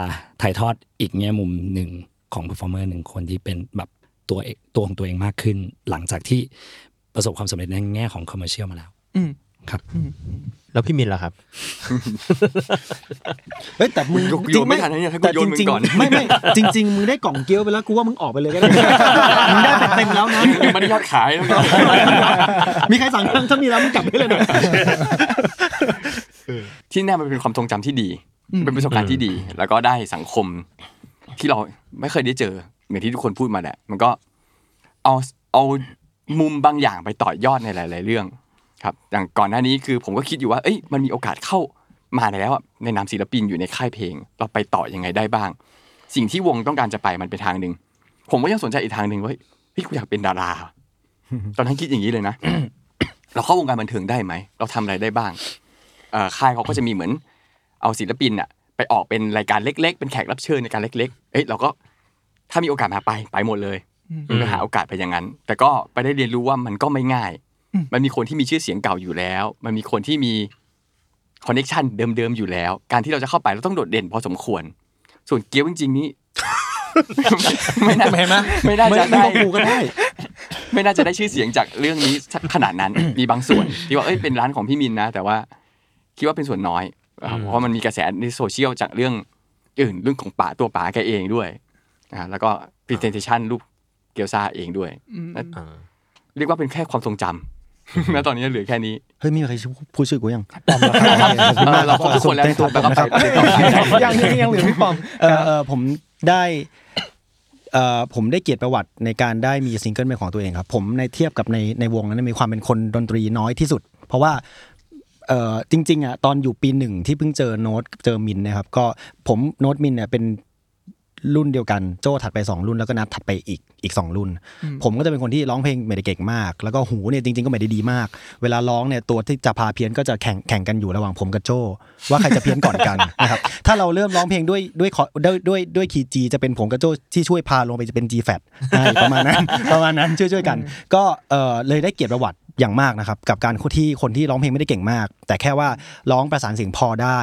S6: ถ่ายทอดอีกแง่มุมหนึ่งของ p e r f o r m e r หนึ่งคนที่เป็นแบบตัวเองตัวของตัวเองมากขึ้น หลังจากที่ประสบความสำเร็จในแง่ของคอมเมอร์เชียลมาแล้ว
S3: อืม
S6: ครับ
S5: แล้วพี่มินล่ะครับ
S4: เฮ้ยแต่มึง
S8: ยกโยนไม่ทันนะเนี่ยถ้ากู
S4: แต่
S8: โยนมึง
S4: จริ
S8: ก่อน
S4: ๆไม่ไม่จริง ๆ มึงได้กล่องเกี๊ยวไปแล้วกูว่ามึงออกไป เลยก็ได้ มึงได้ไปเต็มแล้วนะ
S8: เดี๋ยว มันยอดขายแล้วไง
S4: มีใครสั่งยังถ้ามีแล้วมึงกลับได้เลยนะ
S8: ที่แน่มันเป็นความทรงจำที่ดี เป็นประสบการณ์ที่ดี แล้วก็ได้สังคมที่เราไม่เคยได้เจอ เหมือนที่ทุกคนพูดมาแหละ มันก็เอาเอามุมบางอย่างไปต่อยอดในหลาย ๆ เรื่อง ครับ อย่างก่อนหน้านี้คือผมก็คิดอยู่ว่า เอ้ย มันมีโอกาสเข้ามาแล้วอะในนามศิลปินอยู่ในค่ายเพลง เราไปต่อยังไงได้บ้าง สิ่งที่วงต้องการจะไปมันเป็นทางหนึ่ง ผมก็ยังสนใจอีกทางหนึ่งว่าเฮ้ยกูอยากเป็นดารา ตอนนั้นคิดอย่างนี้เลยนะ เราเข้าวงการบันเทิงได้ไหม เราทำอะไรได้บ้าง เอ่อค่ายเขาก็จะมีเหมือนเอาศิลปินอะไปออกเป็นรายการเล็ก ๆ เป็นแขกรับเชิญในการเล็ก ๆ เอ้ยเราก็ถ้ามีโอกาสมาไปไปหมดเลยไปหาโอกาสไปอย่างนั้น แต่ก็ไปได้เรียนรู้ว่ามันก็ไม่ง่าย มันมีคนที่มีชื่อเสียงเก่าอยู่แล้ว มันมีคนที่มีคอนเน็ชันเดิมๆอยู่แล้ว การที่เราจะเข้าไปเราต้องโดดเด่นพอสมควร ส่ วนเกี๊ยวจริงๆนี้ ไม่น่า
S4: เห็นไหม
S8: ไม่น่าจะ
S4: ไม่
S8: ได้
S4: ต้องกูก็ได้
S8: ไม่น่าจะได้ชื่อเสียงจากเรื่องนี้ขนาดนั้น มีบางส่วนที่ว่าเอ้ยเป็นร้านของพี่มินนะ แต่ว่าคิดว่าเป็นส่วนน้อยนะครับเพราะมันมีกระแสในโซเชียลจากเรื่องอื่นเรื่องของป๋าตัวป๋าแกเองด้วยนะแล้วก็ presentation รูปเกียวซาเองด้วย
S5: อ่า
S8: เรียกว่าเป็นแค่ความทรงจำ แล้วตอนนี้เหลือแค่นี้
S4: เฮ้ยมีใครพูดชื่อกูยัง
S7: ปอมนะครั
S4: ขอบ
S7: บ
S4: คุณมาก
S8: เราครบทุกคนแล้ว
S4: ในตัวผมนะครับ
S8: แต่ก็ไป
S4: ยังยังยังเหลือพี่ปอมเออเออผมได้เอ่อผมได้เกียรติประวัติในการได้มีซิงเกิลเป็นของตัวเองครับ ผมในเทียบกับในในวงนั้นมีความเป็นคนดนตรีน้อยที่สุด เพราะว่า เอ่อจริงๆอ่ะตอนอยู่ปีหนึ่งที่เพิ่งเจอโน้ตเจอมินนะครับ ก็ผมโน้ตมินเนี่ยเป็นรุ่นเดียวกันโจ้ถัดไป 2 รุ่นแล้วก็นัดถัดไปอีกอีก 2 รุ่น ผมก็จะเป็นคนที่ร้องเพลงไม่ได้เก่งมาก แล้วก็หูเนี่ยจริงๆก็ไม่ได้ดีมาก เวลาร้องเนี่ยตัวที่จะพาเพี้ยนก็จะแข่งแข่งกันอยู่ระหว่างผมกับโจ้ว่าใครจะเพี้ยนก่อนกัน นะครับ ถ้าเราเริ่มร้องเพลงด้วยด้วยคอด้วยด้วยด้วยคีย์จีจะเป็นผมกับโจ้ที่ช่วยพาลงไปจะเป็น G f a t ประมาณนั้น ประมาณนั้นช่วยๆกัน ก็เออเลยได้เกียรติประวัติ อย่างมากนะครับกับการที่คนที่ร้องเพลงไม่ได้เก่งมาก แต่แค่ว่าร้องประสานเสียงพอได้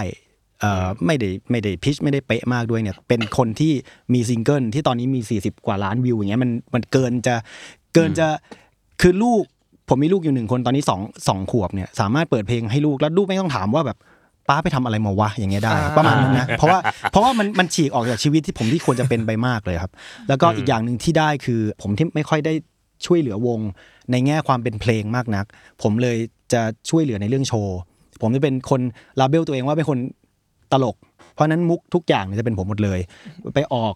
S4: เอ่อไม่ได้ไม่ได้พิชไม่ได้เป๊ะมากด้วยเนี่ยเป็นคนที่มีซิงเกิลที่ตอนนี้มี 40 กว่าล้านวิวอย่างเงี้ยมันมันเกินจะเกินจะคือลูกผมมีลูกอยู่หนึ่งคนตอนนี้สองสองขวบเนี่ยสามารถเปิดเพลงให้ลูกแล้วลูกไม่ต้องถามว่าแบบป้าไปทำอะไรมาวะอย่างเงี้ยได้
S3: อ่า
S4: ประมาณนั้นนะเพราะว่าเพราะว่ามันมันฉีกออกจากชีวิตที่ผมที่ควรจะเป็นไปมากเลยครับ แล้วก็อีกอย่างหนึ่งที่ได้คือผมที่ไม่ค่อยได้ช่วยเหลือวง ในแง่ความเป็นเพลงมากนัก ผมเลยจะช่วยเหลือในเรื่องโชว์ ผมจะเป็นคนลาเบลตัวเองว่าเป็นคนตลก เพราะฉะนั้นมุกทุกอย่างเนี่ยจะเป็นผมหมดเลย ไปออก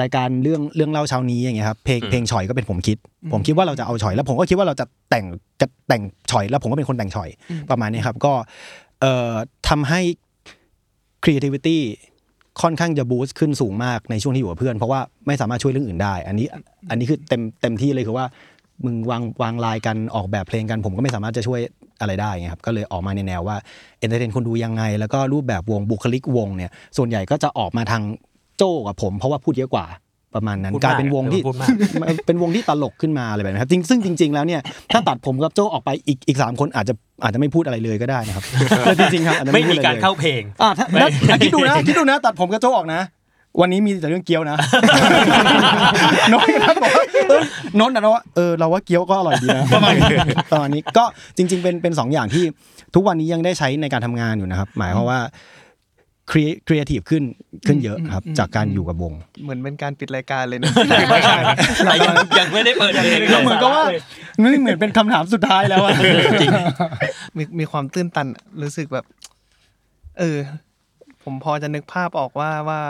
S4: รายการเรื่องเรื่องเล่าเช้านี้อย่างเงี้ยครับเพลงเพลงฉอยก็เป็นผมคิด ผมคิดว่าเราจะเอาฉอย แล้วผมก็คิดว่าเราจะแต่งจะแต่งฉอย แล้วผมก็เป็นคนแต่งฉอยประมาณนี้ครับ ก็เอ่อทำให้ creativity ค่อนข้างจะบูสต์ขึ้นสูงมากในช่วงที่อยู่กับเพื่อน เพราะว่าไม่สามารถช่วยเรื่องอื่นได้ อันนี้อันนี้คือเต็มเต็มที่เลยคือว่า มึงวางวางลายกันออกแบบเพลงกัน ผมก็ไม่สามารถจะช่วยอะไรได้ไงครับก็เลยออกมาในแนวว่าเอนเตอร์เทนคนดูยังไง แล้วก็รูปแบบวงบุคลิกวงเนี่ย ส่วนใหญ่ก็จะออกมาทางโจ้กับผม เพราะว่าพูดเยอะกว่าประมาณนั้น
S5: พูดมาก
S4: กลายเป็นวงที่
S5: เออพูดมาก
S4: เป็นวงที่ตลกขึ้นมาอะไรแบบนี้ครับจริงซึ่งจริง ๆ แล้วเนี่ยถ้าตัดผมกับโจ้ออกไปอีกอีกสามคนอาจจะอาจจะไม่พูดอะไรเลยก็ได้นะครับ จริงๆครับอาจจะ
S5: ไม่
S4: ไม่พูด
S5: มี
S4: อะ
S5: การ
S4: เลย
S5: เข้าเพลง
S4: อ่ะถ้าถ้าอ่ะคิด ดูนะ คิดดูนะ ตัดผมกับโจออกนะ วันนี้มีแต่เรื่องเกี๊ยว นะ โน้ตนะบอกว่าเออโน้ตนะว่าเออเราว่าเกี๊ยวก็อร่อยดีนะ ประมาณนี้ประมาณนี้ก็จริง ๆ เป็นเป็นสองอย่างที่ทุกวันนี้ยังได้ใช้ในการทำงานอยู่นะครับ หมายความว่าครีครีเอทีฟขึ้นขึ้นเยอะครับ จากการอยู่กับวง
S3: เหมือนเป็นการปิดรายการเลยนะ
S5: ยังไม่ได้เปิดเพลง
S4: ก็เหมือนกับว่านี่เหมือน เป็นคำถามสุดท้ายแล้วอะ
S3: มีมีความตื้นตันอะรู้สึกแบบ เออ ผมพอจะนึกภาพออกว่าว่า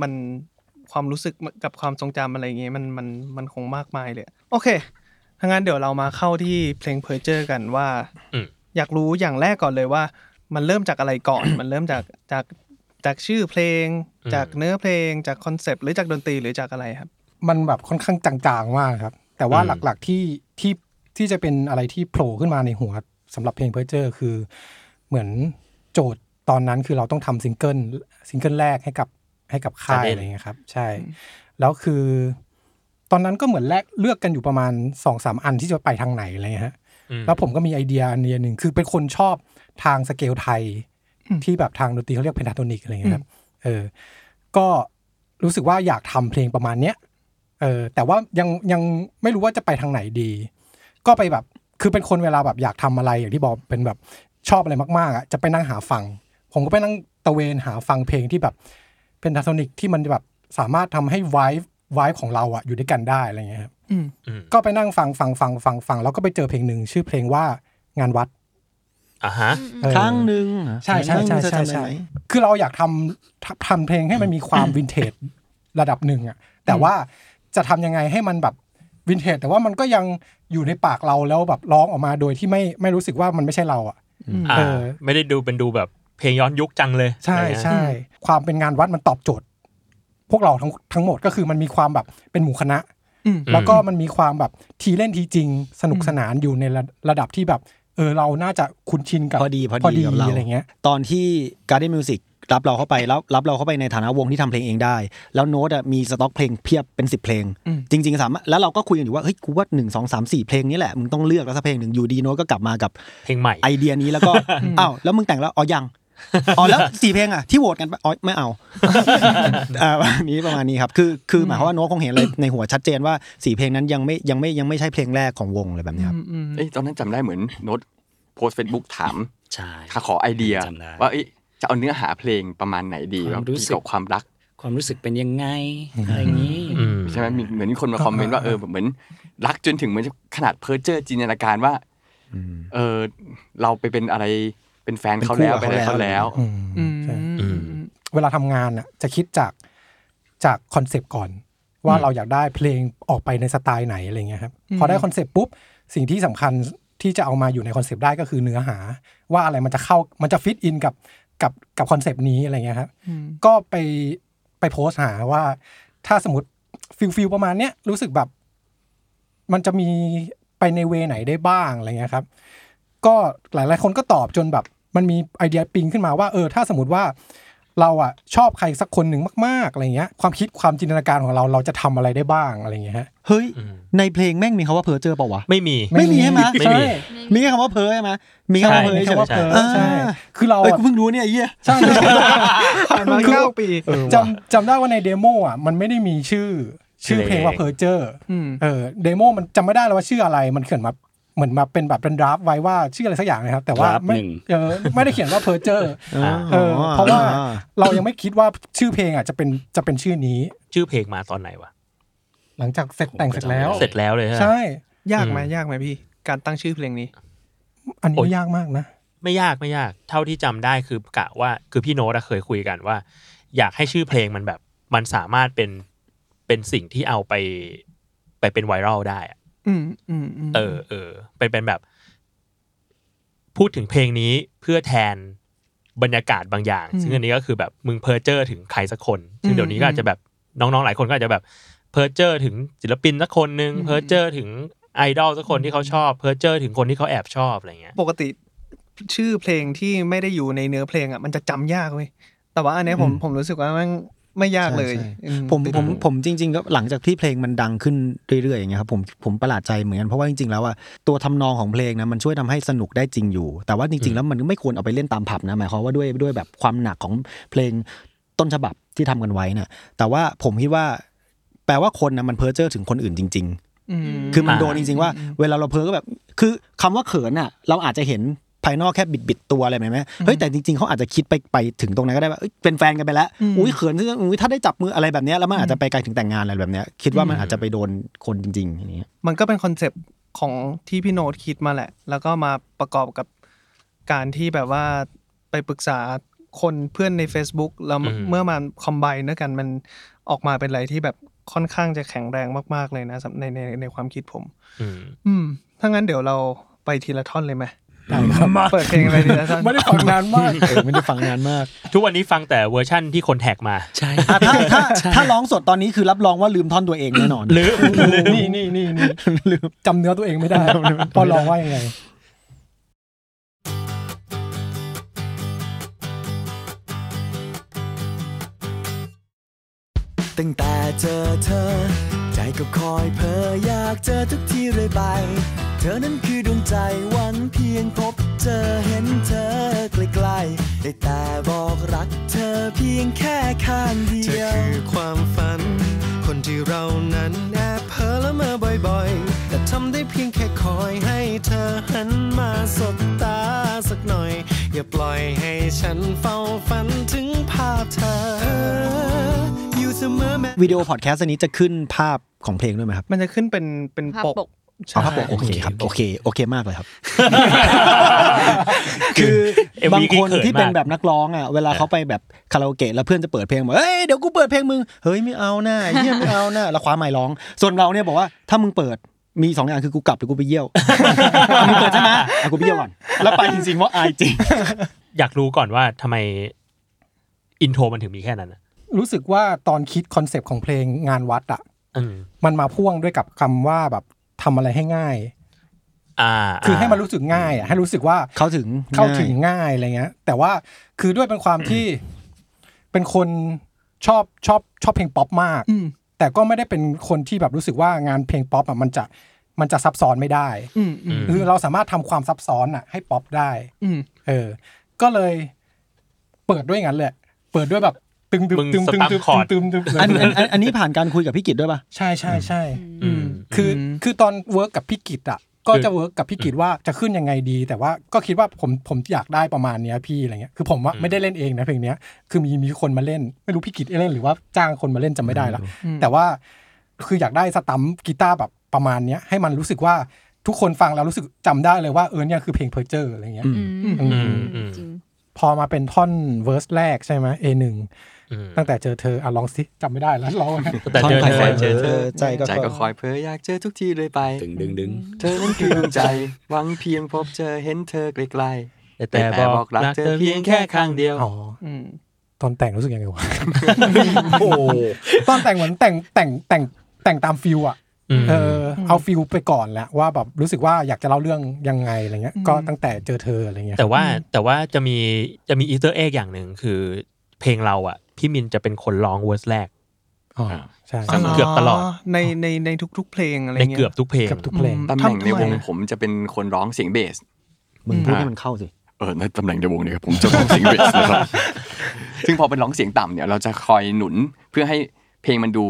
S3: มันความรู้สึกกับความทรงจำอะไรอย่างเงี้ยมันมันมันคงมากมายเลยอะโอเคถ้างั้นเดี๋ยวเรามาเข้าที่เพลงเพอร์เจอร์กันว่าอยากรู้อย่างแรกก่อนเลยว่า มันเริ่มจากอะไรก่อน มันเริ่มจากจากจากชื่อเพลง จากเนื้อเพลง จากคอนเซปต์หรือจากดนตรีหรือจากอะไรครับ
S7: มันแบบค่อนข้างจางๆมากครับ แต่ว่า
S5: อืม
S7: หลักๆที่ที่ที่จะเป็นอะไรที่โผล่ขึ้นมาในหัวสำหรับเพลงเพอร์เจอร์คือ เหมือนโจทย์ตอนนั้นคือเราต้องทำซิงเกิลซิงเกิลแรกให้กับให้กับค่ายอะไรเงี้ยครับ ใช่ แล้วคือ ตอนนั้นก็เหมือนแลกเลือกกันอยู่ประมาณสองสามอันที่จะไปทางไหนอะไรเงี้ยฮะ แล้วผมก็มีไอเดียอันเดียหนึ่งคือเป็นคนชอบทางสเกลไทย ที่แบบทางดนตรีเขาเรียกเพนทาโทนิกอะไรอย่างเงี้ยครับเออ ก็รู้สึกว่าอยากทำเพลงประมาณเนี้ยเออแต่ว่ายังยังไม่รู้ว่าจะไปทางไหนดี ก็ไปแบบคือเป็นคนเวลาแบบอยากทำอะไรอย่างที่บอกเป็นแบบชอบอะไรมากๆอ่ะจะไปนั่งหาฟัง ผมก็ไปนั่งตะเวนหาฟังเพลงที่แบบเพนทาโทนิกที่มันแบบสามารถทำให้ไวฟ์ไวฟ์ของเราอ่ะอยู่ด้วยกันได้อะไรอย่างเงี้ยครับ ก็ไปนั่งฟังฟังฟังฟังฟังแล้วก็ไปเจอเพลงหนึ่งชื่อเพลงว่างานวัด
S5: อ่ะฮะ
S7: เออ
S4: ครั้งหนึ่ง
S7: ใช่ใช่ใช่ใช่ใช่ คือเราอยากทำทำทำเพลงให้มันมีความ วินเทจระดับหนึ่งอะแต่ว่าจะทำยังไงให้มันแบบวินเทจแต่ว่ามันก็ยังอยู่ในปากเราแล้วแบบร้องออกมาโดยที่ไม่ไม่รู้สึกว่ามันไม่ใช่เราอะ
S5: อ่า
S7: เออ
S5: ไม่ได้ดูเป็นดูแบบเพลงย้อนยุคจังเลย
S7: ใช่
S5: อะไรเงี้ย
S7: ใช่ความเป็นงานวัดมันตอบโจทย์ พวกเราทั้งทั้งหมดก็คือมันมีความแบบเป็นหมู่คณะ
S3: อืม
S7: แล้วก็มันมีความแบบทีเล่นทีจริง สนุกสนานอยู่ในระระดับที่แบบ เออเราน่าจะคุ้นชินกับ
S4: พอดีพอ
S7: พอ
S4: ดี
S7: ดี
S4: กับเรา
S7: อะไรเงี้ย
S4: ตอนที่ Garden Music รับเราเข้าไปแล้วรับเราเข้าไปในฐานะวงที่ทำเพลงเองได้ แล้วโน้ตอะมีสต็อกเพลงเพียบเป็น 10 เพลง
S3: อืม
S4: จริง ๆ สามารถแล้วเราก็คุยกันอยู่ว่าเฮ้ยกูว่า1 2 3 4 เพลงนี้แหละ มึงต้องเลือกแล้วสักเพลงหนึ่งอยู่ดีโน้ตก็กลับมากับ
S5: เพลงใหม่
S4: ไอเดียนี้แล้วก็ อ้าวแล้วมึงแต่งแล้วอ๋อยัง อ๋อแล้วสี่เพลงอ่ะที่โหวตกันปะอ๋อไม่เอา อ่าประมาณนี้ประมาณนี้ครับคือคือหมายความว่าโน้ตคงเห็นเลยในหัวชัดเจนว่าสี่เพลงนั้นยังไม่ยังไม่ยังไม่ใช่เพลงแรกของวงเลยแบบเนี้ยครับ
S8: เอ้ยตอนนั้นจำได้เหมือนโน้ตโพสเฟซบุ๊กถาม
S6: ใช่
S8: ขอไอเดีย
S6: จำได้
S8: ว่าเอ้ยจะเอาเนื้อหาเพลงประมาณไหนดี
S6: ความรู้สึก
S8: เกี่ยวกับความรัก
S6: ความรู้สึกเป็นยังไงอะไรอย่างนี้
S5: อืม
S8: ใช่ไหมมีเหมือนมีคนมาคอมเมนต์ว่าเออแบบเหมือนรักจนถึงเหมือนขนาดเพ้อเจ้อจินตนาการว่าเออเราไปเป็นอะไรเป็นแฟนเขาแล้ว
S4: เป็
S8: เป็
S4: นคู่
S8: นอะ
S4: กับ
S8: ไรเขา
S4: เขาแล้
S8: แล้ว
S4: ว
S3: อืม
S7: ใช่ เวลาทำงานน่ะจะคิดจากจากคอนเซปต์ก่อน ว่าเราอยากได้เพลงออกไปในสไตล์ไหนอะไรเงี้ยครับพอได้คอนเซปต์ปุ๊บ สิ่งที่สำคัญที่จะเอามาอยู่ในคอนเซปต์ได้ก็คือเนื้อหา ว่าอะไรมันจะเข้ามันจะฟิตอินกับกับกับคอนเซปต์นี้อะไรเงี้ยครับก็ไปไปโพสต์หาว่า ถ้าสมมติฟิลฟิลประมาณเนี้ยรู้สึกแบบ มันจะมีไปในเวไหนได้บ้างอะไรเงี้ยครับ ก็หลาย ๆ คนก็ตอบจนแบบมันมีไอเดียปิงขึ้นมาว่าเออถ้าสมมติว่า เราอ่ะชอบใครสักคนหนึ่งมาก ๆ อะไรเงี้ย ความคิดความจินตนาการของเราเราจะทำอะไรได้บ้างอะไรเงี้ยฮะ
S4: เฮ้ยในเพลงแม่งมีคำว่าเพอเจอเปล่าวะ
S5: ไม่มี
S4: ไม่มีใช่ไหม
S5: ไม่มี
S4: ใช่มีแค่คำว่าเพอใช่ไหมมี
S5: ใช่
S4: คำ
S5: มีคำ
S4: ว่าเพอใช่ไหม
S5: ว่าเพอ
S4: อ่า
S7: ใช่ คือเรา
S4: เอ้ย
S7: อะ
S4: กูเพิ่งรู้เนี่ยไอ้เหี้ย
S7: ใช่
S3: ผ่านมาเก้าปี
S7: จำจำได้ว่าในเดโมอ่ะมันไม่ได้มีชื่อ ชื่อเพลงว่าเพอเจอร์
S3: อืม
S7: เออเดโมมันจำไม่ได้แล้วว่าชื่ออะไรมันเขียนมาเหมือนมาเป็นแบบเป็นดราฟไว้ว่าชื่ออะไรสักอย่างนะครับ แต่ว่า
S6: draft
S7: ไม่
S6: หนึ่ง
S7: เออไม่ได้เขียนว่าเพอเจอ ร์
S5: อ่า
S7: เออเพราะว่า
S4: อ่า
S7: เรายังไม่คิดว่าชื่อเพลงอ่ะจะเป็นจะเป็นชื่อนี้
S5: ชื่อเพลงมาตอนไหนวะ
S7: หลังจากเสร็จแต่งเสร็จแล้ว
S5: เสร็จแล้วเลยใช่ไหม
S7: ใช่
S3: ยากไหม
S5: อืม
S3: ยากไหมพี่ การตั้งชื่อเพลงนี้
S7: อันนี้
S5: โอ๊ย
S7: ยากมากนะ
S5: ไม่ยากไม่ยาก เท่าที่จำได้คือกะว่าคือพี่โน้ตอะเคยคุยกันว่า อยากให้ชื่อเพลงมันแบบ มันสามารถเป็นเป็นสิ่งที่เอาไป ไปเป็นไวรัลได้อะ
S3: อืมอืมอืม
S5: เออเออเป็นเป็นแบบ พูดถึงเพลงนี้เพื่อแทนบรรยากาศบางอย่าง ซึ่งอันนี้ก็คือแบบมึงเพอเจอร์ถึงใครสักคน ซึ่งเดี๋ยวนี้ก็อาจจะแบบน้องๆหลายคนก็อาจจะแบบเพอเจอร์ถึงศิลปินสักคนหนึ่งเพอเจอร์ถึงไอดอลสักคนที่เขาชอบเพอเจอร์ถึงคนที่เขาแอบชอบอะไรเงี้ย
S3: ปกติชื่อเพลงที่ไม่ได้อยู่ในเนื้อเพลงอ่ะมันจะจำยากเว้ยแต่ว่าอันเนี้ยผมผมรู้สึกว่ามันไม่ยากเลย
S4: ใช่ใช่
S3: อื
S4: ผม
S3: ติด
S4: ผม
S3: หู
S4: ผมจริงๆก็หลังจากที่เพลงมันดังขึ้นเรื่อยๆอย่างเงี้ยครับผมผมประหลาดใจเหมือนกันเพราะว่าจริงๆแล้วอะตัวทำนองของเพลงนะมันช่วยทำให้สนุกได้จริงอยู่ แต่ว่าจริงๆแล้วมันไม่ควรเอาไปเล่นตามผับนะหมายความว่าด้วยด้วยแบบความหนักของเพลงต้นฉบับที่ทำกันไว้น่ะแต่ว่าผมคิดว่า แปลว่าคนนะมันเพ้อเจ้อถึงคนอื่นจริง ๆ คือมัน
S5: อ่า
S4: โดนจริงๆว่าเวลาเราเพ้อก็แบบ คือคำว่าเขินอ่ะ เราอาจจะเห็นภายนอกแค่บิดบิดๆตัวอะไรไหมไหมเฮ้ยแต่จริงๆเขาอาจจะคิดไปไปถึงตรงนั้นก็ได้ว่าเอ้ยเป็นแฟนกันไปแล้วอุ้ยเขินซึ่งอุ้ยถ้าได้จับมืออะไรแบบเนี้ยแล้วมันอาจจะไปไกลถึงแต่งงานอะไรแบบเนี้ยคิดว่ามันอาจจะไปโดนคนจริงๆอย่างเงี้ย
S3: มันก็เป็นคอนเซปต์ของที่พี่โน้ตคิดมาแหละ แล้วก็มาประกอบกับการที่แบบว่าไปปรึกษาคนเพื่อนใน Facebook แล้ว
S5: อืม
S3: เมื่อมันคอมไบน์ด้วยกันมันออกมาเป็นอะไรที่แบบค่อนข้างจะแข็งแรงมากๆเลยนะสำในในในความคิดผม
S5: อืม
S3: อืม ถ้างั้นเดี๋ยวเราไปทีละท่อนเลยไหมเปิดเพลงอะไรทีละท่อน
S7: ไม่ได้ฟังนานมาก
S4: เออไม่ได้ ฟังงานมาก
S5: ทุกวันนี้ฟังแต่เวอร์ชั่นที่คนแท็กมา
S6: ใช่
S4: อ่ะถ้าถ้าถ้าร้องสดตอนนี้คือรับรองว่าลืมท่อนตัวเองแน่นอน
S5: หรือ
S7: นี่นี่นี่นี่จำเนื้อตัวเองไม่ ได้ พอลองว่ายังไง
S9: ตั้งแต่เจอเธอ ใจก็คอยเพ้ออยากเจอทุกทีเลยไป เธอนั้นคือดวงใจหวังเพียงพบเจอเห็นเธอไกลๆได้แต่บอกรักเธอเพียงแค่ข้างเดียว เธอคือความฝัน คนที่เรานั้นแอบเพ้อและเมื่อบ่อยๆ แต่ทำได้เพียงแค่คอยให้เธอหันมาสบตาสักหน่อย อย่าปล่อยให้ฉันเฝ้าฝันถึงภาพเธอ อยู่เสมอแม้
S4: วิดีโอพอดแคสต์อันนี้จะขึ้นภาพของเพลงด้วยไหมครับ
S3: มันจะขึ้นเป็นเป็น
S2: ภาพ
S3: ป
S2: ป
S3: ก
S2: ก
S3: ใช่
S4: เอาภาพปกโอเคครับโอเคโอเคมากเลยครับ คือ
S5: MV
S4: บางคน
S5: ขิ
S4: ที่เป็น
S5: มาก
S4: แบบนักร้องอ่ะเวลาเขาไปแบบคาราโอเกะแล้วเพื่อนจะเปิดเพลงบอกเอ้ยเดี๋ยวกูเปิดเพลงมึงเฮ้ยไม่เอาหน้าเยี่ยไม่เอาหน้าแล้วคว้าไมค์ร้อง ส่วนเราเนี่ยบอกว่าถ้ามึงเปิดมีสองอย่างคือกูกลับหรือกูไปเยี่ยว มึงเปิดใช่ไหมอ่ะกูไปเยี่ยวก่อนแล้วไปจริงๆว่าะอายจริง
S5: อยากรู้ก่อนว่าทำไมอินโทรมันถึงมีแค่นั้นอะ
S7: รู้สึกว่าตอนคิดคอนเซปต์ของเพลงงานวัดอ่ะ
S5: อืม
S7: มันมาพ่วงด้วยกับคำว่าแบบทำอะไรให้ง่าย
S5: อ่าา
S7: คือให้มันรู้สึกง่ายอ่ะให้รู้สึกว่า
S4: เข้าถึง
S7: เข้าถึงง่ายอะไรเงี้ย แต่ว่าคือด้วยเป็นความที่เป็นคนชอบชอบชอบเพลงป๊อปมาก
S3: อืม
S7: แต่ก็ไม่ได้เป็นคนที่แบบรู้สึกว่างานเพลงป๊อปอ่ะมันจะมันจะซับซ้อนไม่ได้
S3: อืมอืม
S5: ม
S7: คือเราสามารถทำความซับซ้อนอ่ะให้ป๊อปได้
S3: อืม
S7: เออ ก็เลย เปิดด้วยอย่างนั้นแหละ เปิดด้วยแบบตึงตึง
S5: มึง
S7: ตึงตึง
S5: สตาร์
S7: ตึง
S5: ทคอร์ด
S7: ตึงตึงตึง
S4: อันอันอันอันนี้ผ่านการคุยกับพี่กิจด้วยปะ
S7: ใช่ใช่ใช่
S5: อืม
S7: คือ
S3: อืม
S7: คือตอนเวิร์กกับพี่กิตอ่ะ ก็
S5: คือ
S7: จะเวิร์กกับพี่กิตว่าจะขึ้นยังไงดี แต่ว่าก็คิดว่าผมผมอยากได้ประมาณเนี้ยพี่อะไรเงี้ยคือผมว่า
S5: อืม
S7: ไม่ได้เล่นเองนะเพลงเนี้ยคือมีมีคนมาเล่น ไม่รู้พี่กิตเล่นหรือว่าจ้างคนมาเล่นจำไม่ได้ละแต่ว่าคืออยากได้สตัมป์กีตาร์แบบประมาณเนี้ยให้มันรู้สึกว่าทุกคนฟังแล้วรู้สึกจำได้เลยว่าเออเนี่ยคือเพลงเพอร์เจอร์อะไรเงี้ย
S4: อื
S2: อืม
S7: อื
S5: อื
S7: ม
S5: มอืม
S2: จริง
S7: พอมาเป็นท่อนเวอร์สแรกใช่ไหม A1
S5: อืม
S7: ตั้งแต่เจอเธออ่ะลองสิจำไม่ได้แล้ว ร้องนะ
S5: แต่เจอ
S4: ท่น
S5: เธ
S4: ใคร
S5: อเจอเธอ
S4: ใจก็
S8: ใจก็คอยเพ้ออยากเจอทุกทีเลยไป
S6: ดึงดึงดึง
S8: เธอนั้นคือดวงใจ หวังเพียงพบเจอเห็นเธอไกลๆ
S5: แต่บอกรักเธอเพียงแค่ครั้งเดียว
S7: อ๋ออตอนแต่งรู้สึกยังไงวะ
S6: โอ้
S7: ตอนแต่งเหมือนแต่งแต่งแต่งแต่งตามฟิลอะเอออเอาฟิลไปก่อนแหละว่าแบบรู้สึกว่าอยากจะเล่าเรื่องยังไงอะไรเงี้ย ก็ตั้งแต่เจอเธออะไรเงี้ย
S5: แต่ว่าแต่ว่าจะมีจะมีอีสเตอร์เอ็กอย่างหนึ่งคือ เพลงเราอ่ะ พี่มินจะเป็นคนร้องเวอร์สแรก
S7: อ๋อใช่
S5: สำหรับเกือบตลอด
S3: ในในในทุก ๆ เพลงอะไร
S5: ใน
S3: เงี้ย
S5: เกือบทุกเพลง
S7: เกับทุกเพลง
S8: ตำแหน่งในวง
S3: ทำไมอะ
S8: ผมจะเป็นคนร้องเสียงเบส
S4: มึงพูดให้มันเข้าสิ
S8: เออในตำแหน่งในวงเนี่ยครับผมจะร้องเสียงเบสนะครับ ซึ่งพอเป็นร้องเสียงต่ำเนี่ยเราจะคอยหนุนเพื่อให้เพลงมันดู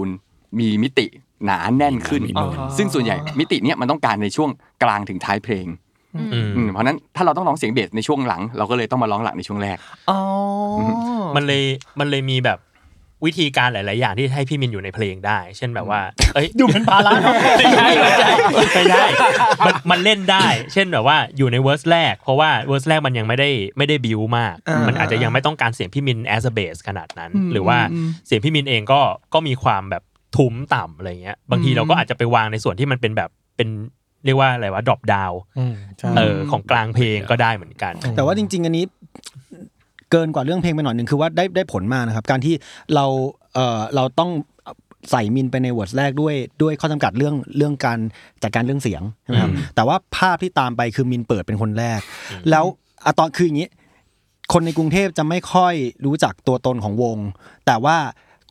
S8: มีมิติหนาแน่นขึ้น
S3: อ๋อ
S8: ซึ่งส่วนใหญ่มิติเนี้ยมันต้องการในช่วงกลางถึงท้ายเพลง
S5: อืม
S8: อืมเพราะฉะนั้นถ้าเราต้องร้องเสียงเบสในช่วงหลัง เราก็เลยต้องมาร้องหลังในช่วงแรก
S3: อ๋อ
S5: มันเลยมันเลยมีแบบวิธีการหลาย ๆ อย่างที่ให้พี่มินอยู่ในเพลงได้ เช่นแบบว่า เอ้ยดูเป็นภาระไม่ใช่ไม่ใช่ไม่ได้ มันมันเล่นได้ เช่นแบบว่าอยู่ในเวอร์สแรก เพราะว่าเวอร์สแรกมันยังไม่ได้ไม่ได้บิวมาก
S3: ามั
S5: มันอาจจะยังไม่ต้องการเสียงพี่มิน as a base ขนาดนั้น หรือว่าเสียงพี่มินเองก็ก็มีความแบบทุ้มต่ำอะไรเงี้ยบางทีเราก็อาจจะไปวางในส่วนที่มันเป็นแบบเป็นเรียกว่าอะไรว่าดรอปดาว
S7: อืมใช่
S5: เออของกลางเพลงก็ได้เหมือนกัน
S4: แต่ว่าจริง ๆ อันนี้เกินกว่าเรื่องเพลงไปหน่อยหนึ่งคือว่าได้ได้ผลมากนะครับ การที่เราเอ่อเราต้องใส่มินไปในเวอร์ดแรกด้วยด้วยข้อจำกัดเรื่องเรื่องการจัดการเรื่องเสียงใช่ไหมครับแต่ว่าภาพที่ตามไปคือมินเปิดเป็นคนแรก แล้วอะตอนคืออย่างนี้ คนในกรุงเทพจะไม่ค่อยรู้จักตัวตนของวง แต่ว่า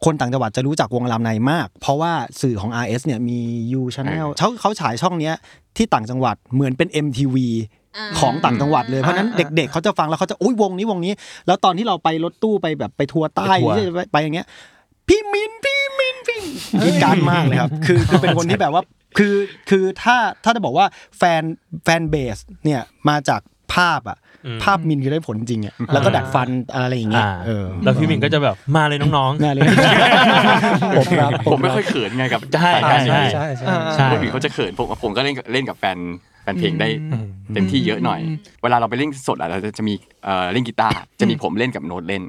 S4: คนต่างจังหวัดจะรู้จักวงอลามไนมาก เพราะว่าสื่อของ RS เนี่ยมี U Channel เขาเขาฉายช่องเนี้ยที่ต่างจังหวัดเหมือนเป็น MTV
S2: อ่า
S4: ของต่างจังหวัดเลย เพราะฉะนั้นเด็กๆเขาจะฟังแล้วเขาจะโอ้ยวงนี้วงนี้ แล้วตอนที่เราไปรถตู้ไปแบบไปทัวร์ใต้
S5: ไปทัวร์
S4: ไปไปอย่างเงี้ย พี่มินพี่มินพี่ยิดการมากเลยครับ คือคือเป็นคนที่แบบว่า คือคือถ้าถ้าจะบอกว่าแฟนแฟนเบสเนี่ยมาจากภาพอ่ะ ภาพมินคือได้ผลจริงอ่ะแล้วก็ดัดฟันอะไรอย่างเงี้ย
S5: อ่า
S4: เออ
S5: แล้วพี่มินก็จะแบบมาเลยน้องๆ
S4: น่าเลยผมรับ
S8: ผมไม่ค่อยเขินไงกับ
S5: ใช่
S8: สายการ
S5: ใช่
S8: นี้
S7: ใช่ใช่
S5: ใช่
S8: คนอื่นเขาจะเขินผมผมก็เล่นเล่นกับแฟนแฟนเพลงได้เต็มที่เยอะหน่อย เวลาเราไปเล่นสดอะเราจะมีเอ่อเล่นกีตาร์จะมีผมเล่นกับโน้ตเล่น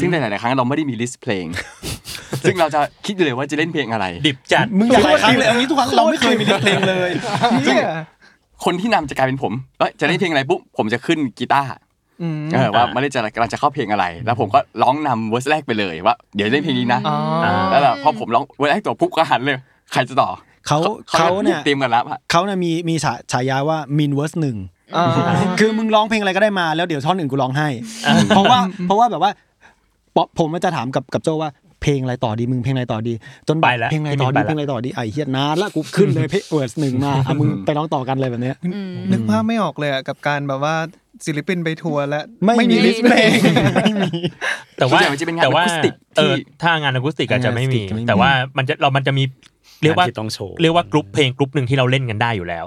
S8: ซึ่งในหลายๆครั้งเราไม่ได้มีลิสต์เพลง ซึ่งเราจะคิดเลยว่าจะเล่นเพลงอะไร
S5: ดิบจัด
S4: มึงอย่าหลายครั้งเลยเอางี้ทุกครั้งเราไม่เคยมีเพลงเลย
S8: ซึ่งคนที่นำจะกลายเป็นผมเอ้ยจะเล่นเพลงอะไรปุ๊บผมจะขึ้นกีตาร์เออว่ามาเล่นจะกำลังจะเข้าเพลงอะไร แล้วผมก็ร้องนำเวอร์สแรกไปเลยว่าเดี๋ยวเล่นเพลงนี้นะแล้วแบบพอผมร้องเวอร์สแรกตัวปุ๊บก็หันเลย ใครจะต่อ
S4: เขาเขาเนี่ย
S8: เตรียมกันแล้วอะ
S4: เขาเนี่ยมีมีฉาฉายาว่ามินเวอร์สหนึ่ง คือมึงร้องเพลงอะไรก็ได้มาแล้วเดี๋ยวท่อนอื่นกูร้องให้ เพราะว่าเพราะว่าแบบว่าปอผมมันจะถามกับกับโจว่าเพลงอะไรต่อดีมึงเพลงอะไรต่อดี จนแบบ
S5: ไปแล้ว
S4: เพลงอะไรต่อ
S5: ไป
S4: ดี
S5: แล้ว
S4: เพลงอะไรต่อดีไอ้เฮียนานละกูขึ้นเลยเพลงเวิร์สหนึ่งมาอ่ะมึงไปร้องต่อกันเลยแบบเนี้ย
S3: นึกภาพไม่ออกเลยอะกับการแบบว่าศิลปินไปทัวร์และ
S4: ไม่
S3: ไม่มี
S4: มี
S3: ลิสต์เพลง
S5: แต่ว่า
S8: ส่นใหญ่มันจะเป็นงาน
S5: แต่
S8: อะ
S5: ว่า
S8: คูสติก
S5: เอ
S8: ที่
S5: อถ้างานอะคูสติกอาจจะไม่มี
S4: งานอะคูสติกจะไม่มี
S5: แต่ว่ามันจะเรามันจะมีเรียกว่า
S6: อันที่ต้องโชว์
S5: เรียกว่ากรุ๊ปเพลงกรุ๊ปหนึ่งที่เราเล่นกันได้อยู่แล้ว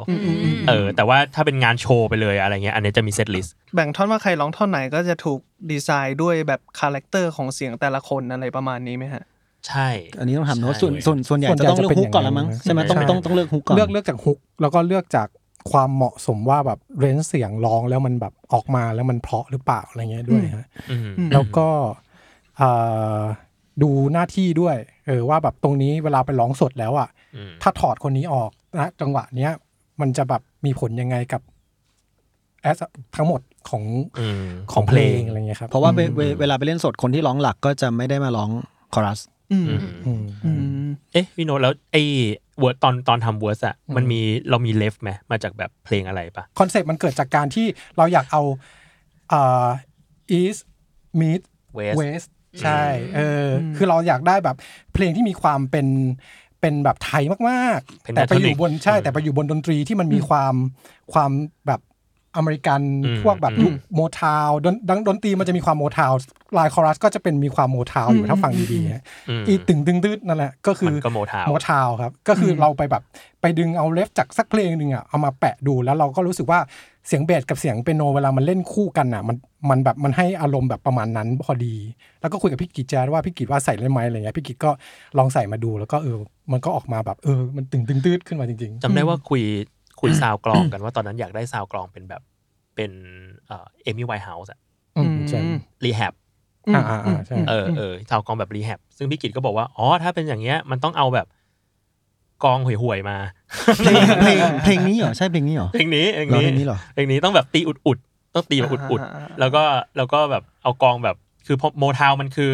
S5: เออแต่ว่าถ้าเป็นงานโชว์ไปเลยอะไรเงี้ยอันนี้จะมีเซตลิสต์
S3: แบ่งท่อนว่าใครร้องท่อนไหนก็จะถูกดีไซน์ด้วยแบบคาแรคเตอร์ของเสียงแต่ละคนอะไรประมาณนี้ไหมฮะ
S5: ใช่
S4: อันนี้ต้องทำเนาะส่วนส่วนส่วนใหญ่
S7: ส่วนใหญ่
S4: จะต้องเลือก
S7: จะเป็น
S4: ฮุกก่อนละมั้ง
S7: อย่างนั้น
S4: ใช่ไหมต้อง
S7: ใช่
S4: ต้องต้องเลือกฮุกก่อน
S7: เลือกเลือกจากฮุกแล้วก็เลือกจากความเหมาะสมว่าแบบเรนจ์เสียงร้องแล้วมันแบบออกมาแล้วมันเพราะหรือเปล่าอะไรเงี้ยด้วยฮะ
S5: อืม
S7: แล้วก็เอ่อดูหน้าที่ด้วย เออว่าแบบตรงนี้เวลาไปร้องสดแล้วอ่ะ
S5: อืม
S7: ถ้าถอดคนนี้ออกนะจังหวะเนี้ย มันจะแบบมีผลยังไงกับแอสทั้งหมดของ
S5: อืม
S7: ของเพลงอะไรเงี้ยครับ
S4: เพราะว่าเวเวเวลาไปเล่นสดคนที่ร้องหลักก็จะไม่ได้มาร้องคอรัส
S3: อืม
S5: อืม
S7: อืม
S5: เอ๊ะพี่โนตแล้วไอ้เวิร์ดตอนตอนทำเวิร์ดอะมันมีเรามีเลฟไหมมาจากแบบเพลงอะไรปะ
S7: คอนเซปต์มันเกิดจากการที่เราอยากเอาเอ่อ east meet
S5: เว
S7: เวสใช่เอออคือเราอยากได้แบบเพลงที่มีความเป็นเป็นแบบไทยมาก
S5: เป็น
S7: ๆ แต่ไปอยู่
S5: Ethnic
S7: บนใช่ แต่ไปอยู่บนดนตรีที่มันมีความความแบบ อเมริกัน
S5: อืม
S7: พวกแบบ
S5: อืม
S7: ยุคโมทาวดนดังดนตรีมันจะมีความโมทาวลายคอรัสก็จะเป็นมีความโมทาวอยู่ถ้าฟังดีๆฮะ
S5: ม
S7: อีตึงตึงตืดนั่นแหละก็คื
S5: มั
S7: อ
S5: นก็โมทาวน์
S7: โมทาวน์ครับ ก็คือเราไปแบบไปดึงเอาเลฟจากสักเพลงหนึ่งอ่ะเอามาแปะดูแล้วเราก็รู้สึกว่าเสียงเบสกับเสียงเปียโนเวลามันเล่นคู่กันอ่ะมันมันแบบมันให้อารมณ์แบบประมาณนั้นพอดี แล้วก็คุยกับพี่กิจแจ๊ดว่าพี่กิจว่าใส่ได้ไหมอะไรเงี้ยพี่กิจก็ลองใส่มาดูแล้วก็เออ มันก็ออกมาแบบเออ มันตึงตึงตืดขึ้นมาจริง
S5: จำได้ว่าคุยคุยซาวกลองกันว่าตอนนั้นอยากได้ซาวกลองเป็นแบบเป็นเอ่อเอมี่ไวท์เฮาส์อะ
S7: ๆ อืมใช่
S5: รีแฮบ
S7: อ่าอ่าอ่าใช่
S5: เออเออซาวกลองแบบรีแฮบซึ่งพี่กิตก็บอกว่า อ๋อ ถ้าเป็นอย่างเงี้ยมันต้องเอาแบบกลองห่วยๆมา
S4: เพลงเพลงเพลงนี้เหรอใช่เพลงนี้เหรอ
S5: เพลงนี้เพลง
S4: เหรอ
S5: นี้
S4: เพลงนี้เหรอ
S5: เพลงนี้ต้องแบบตีอุดๆต้องตีแบบอุด
S3: อ่าอ่าอ่า
S5: ๆแล้วก็แล้วก็แบบเอากลองแบบคือโมทาวมันคือ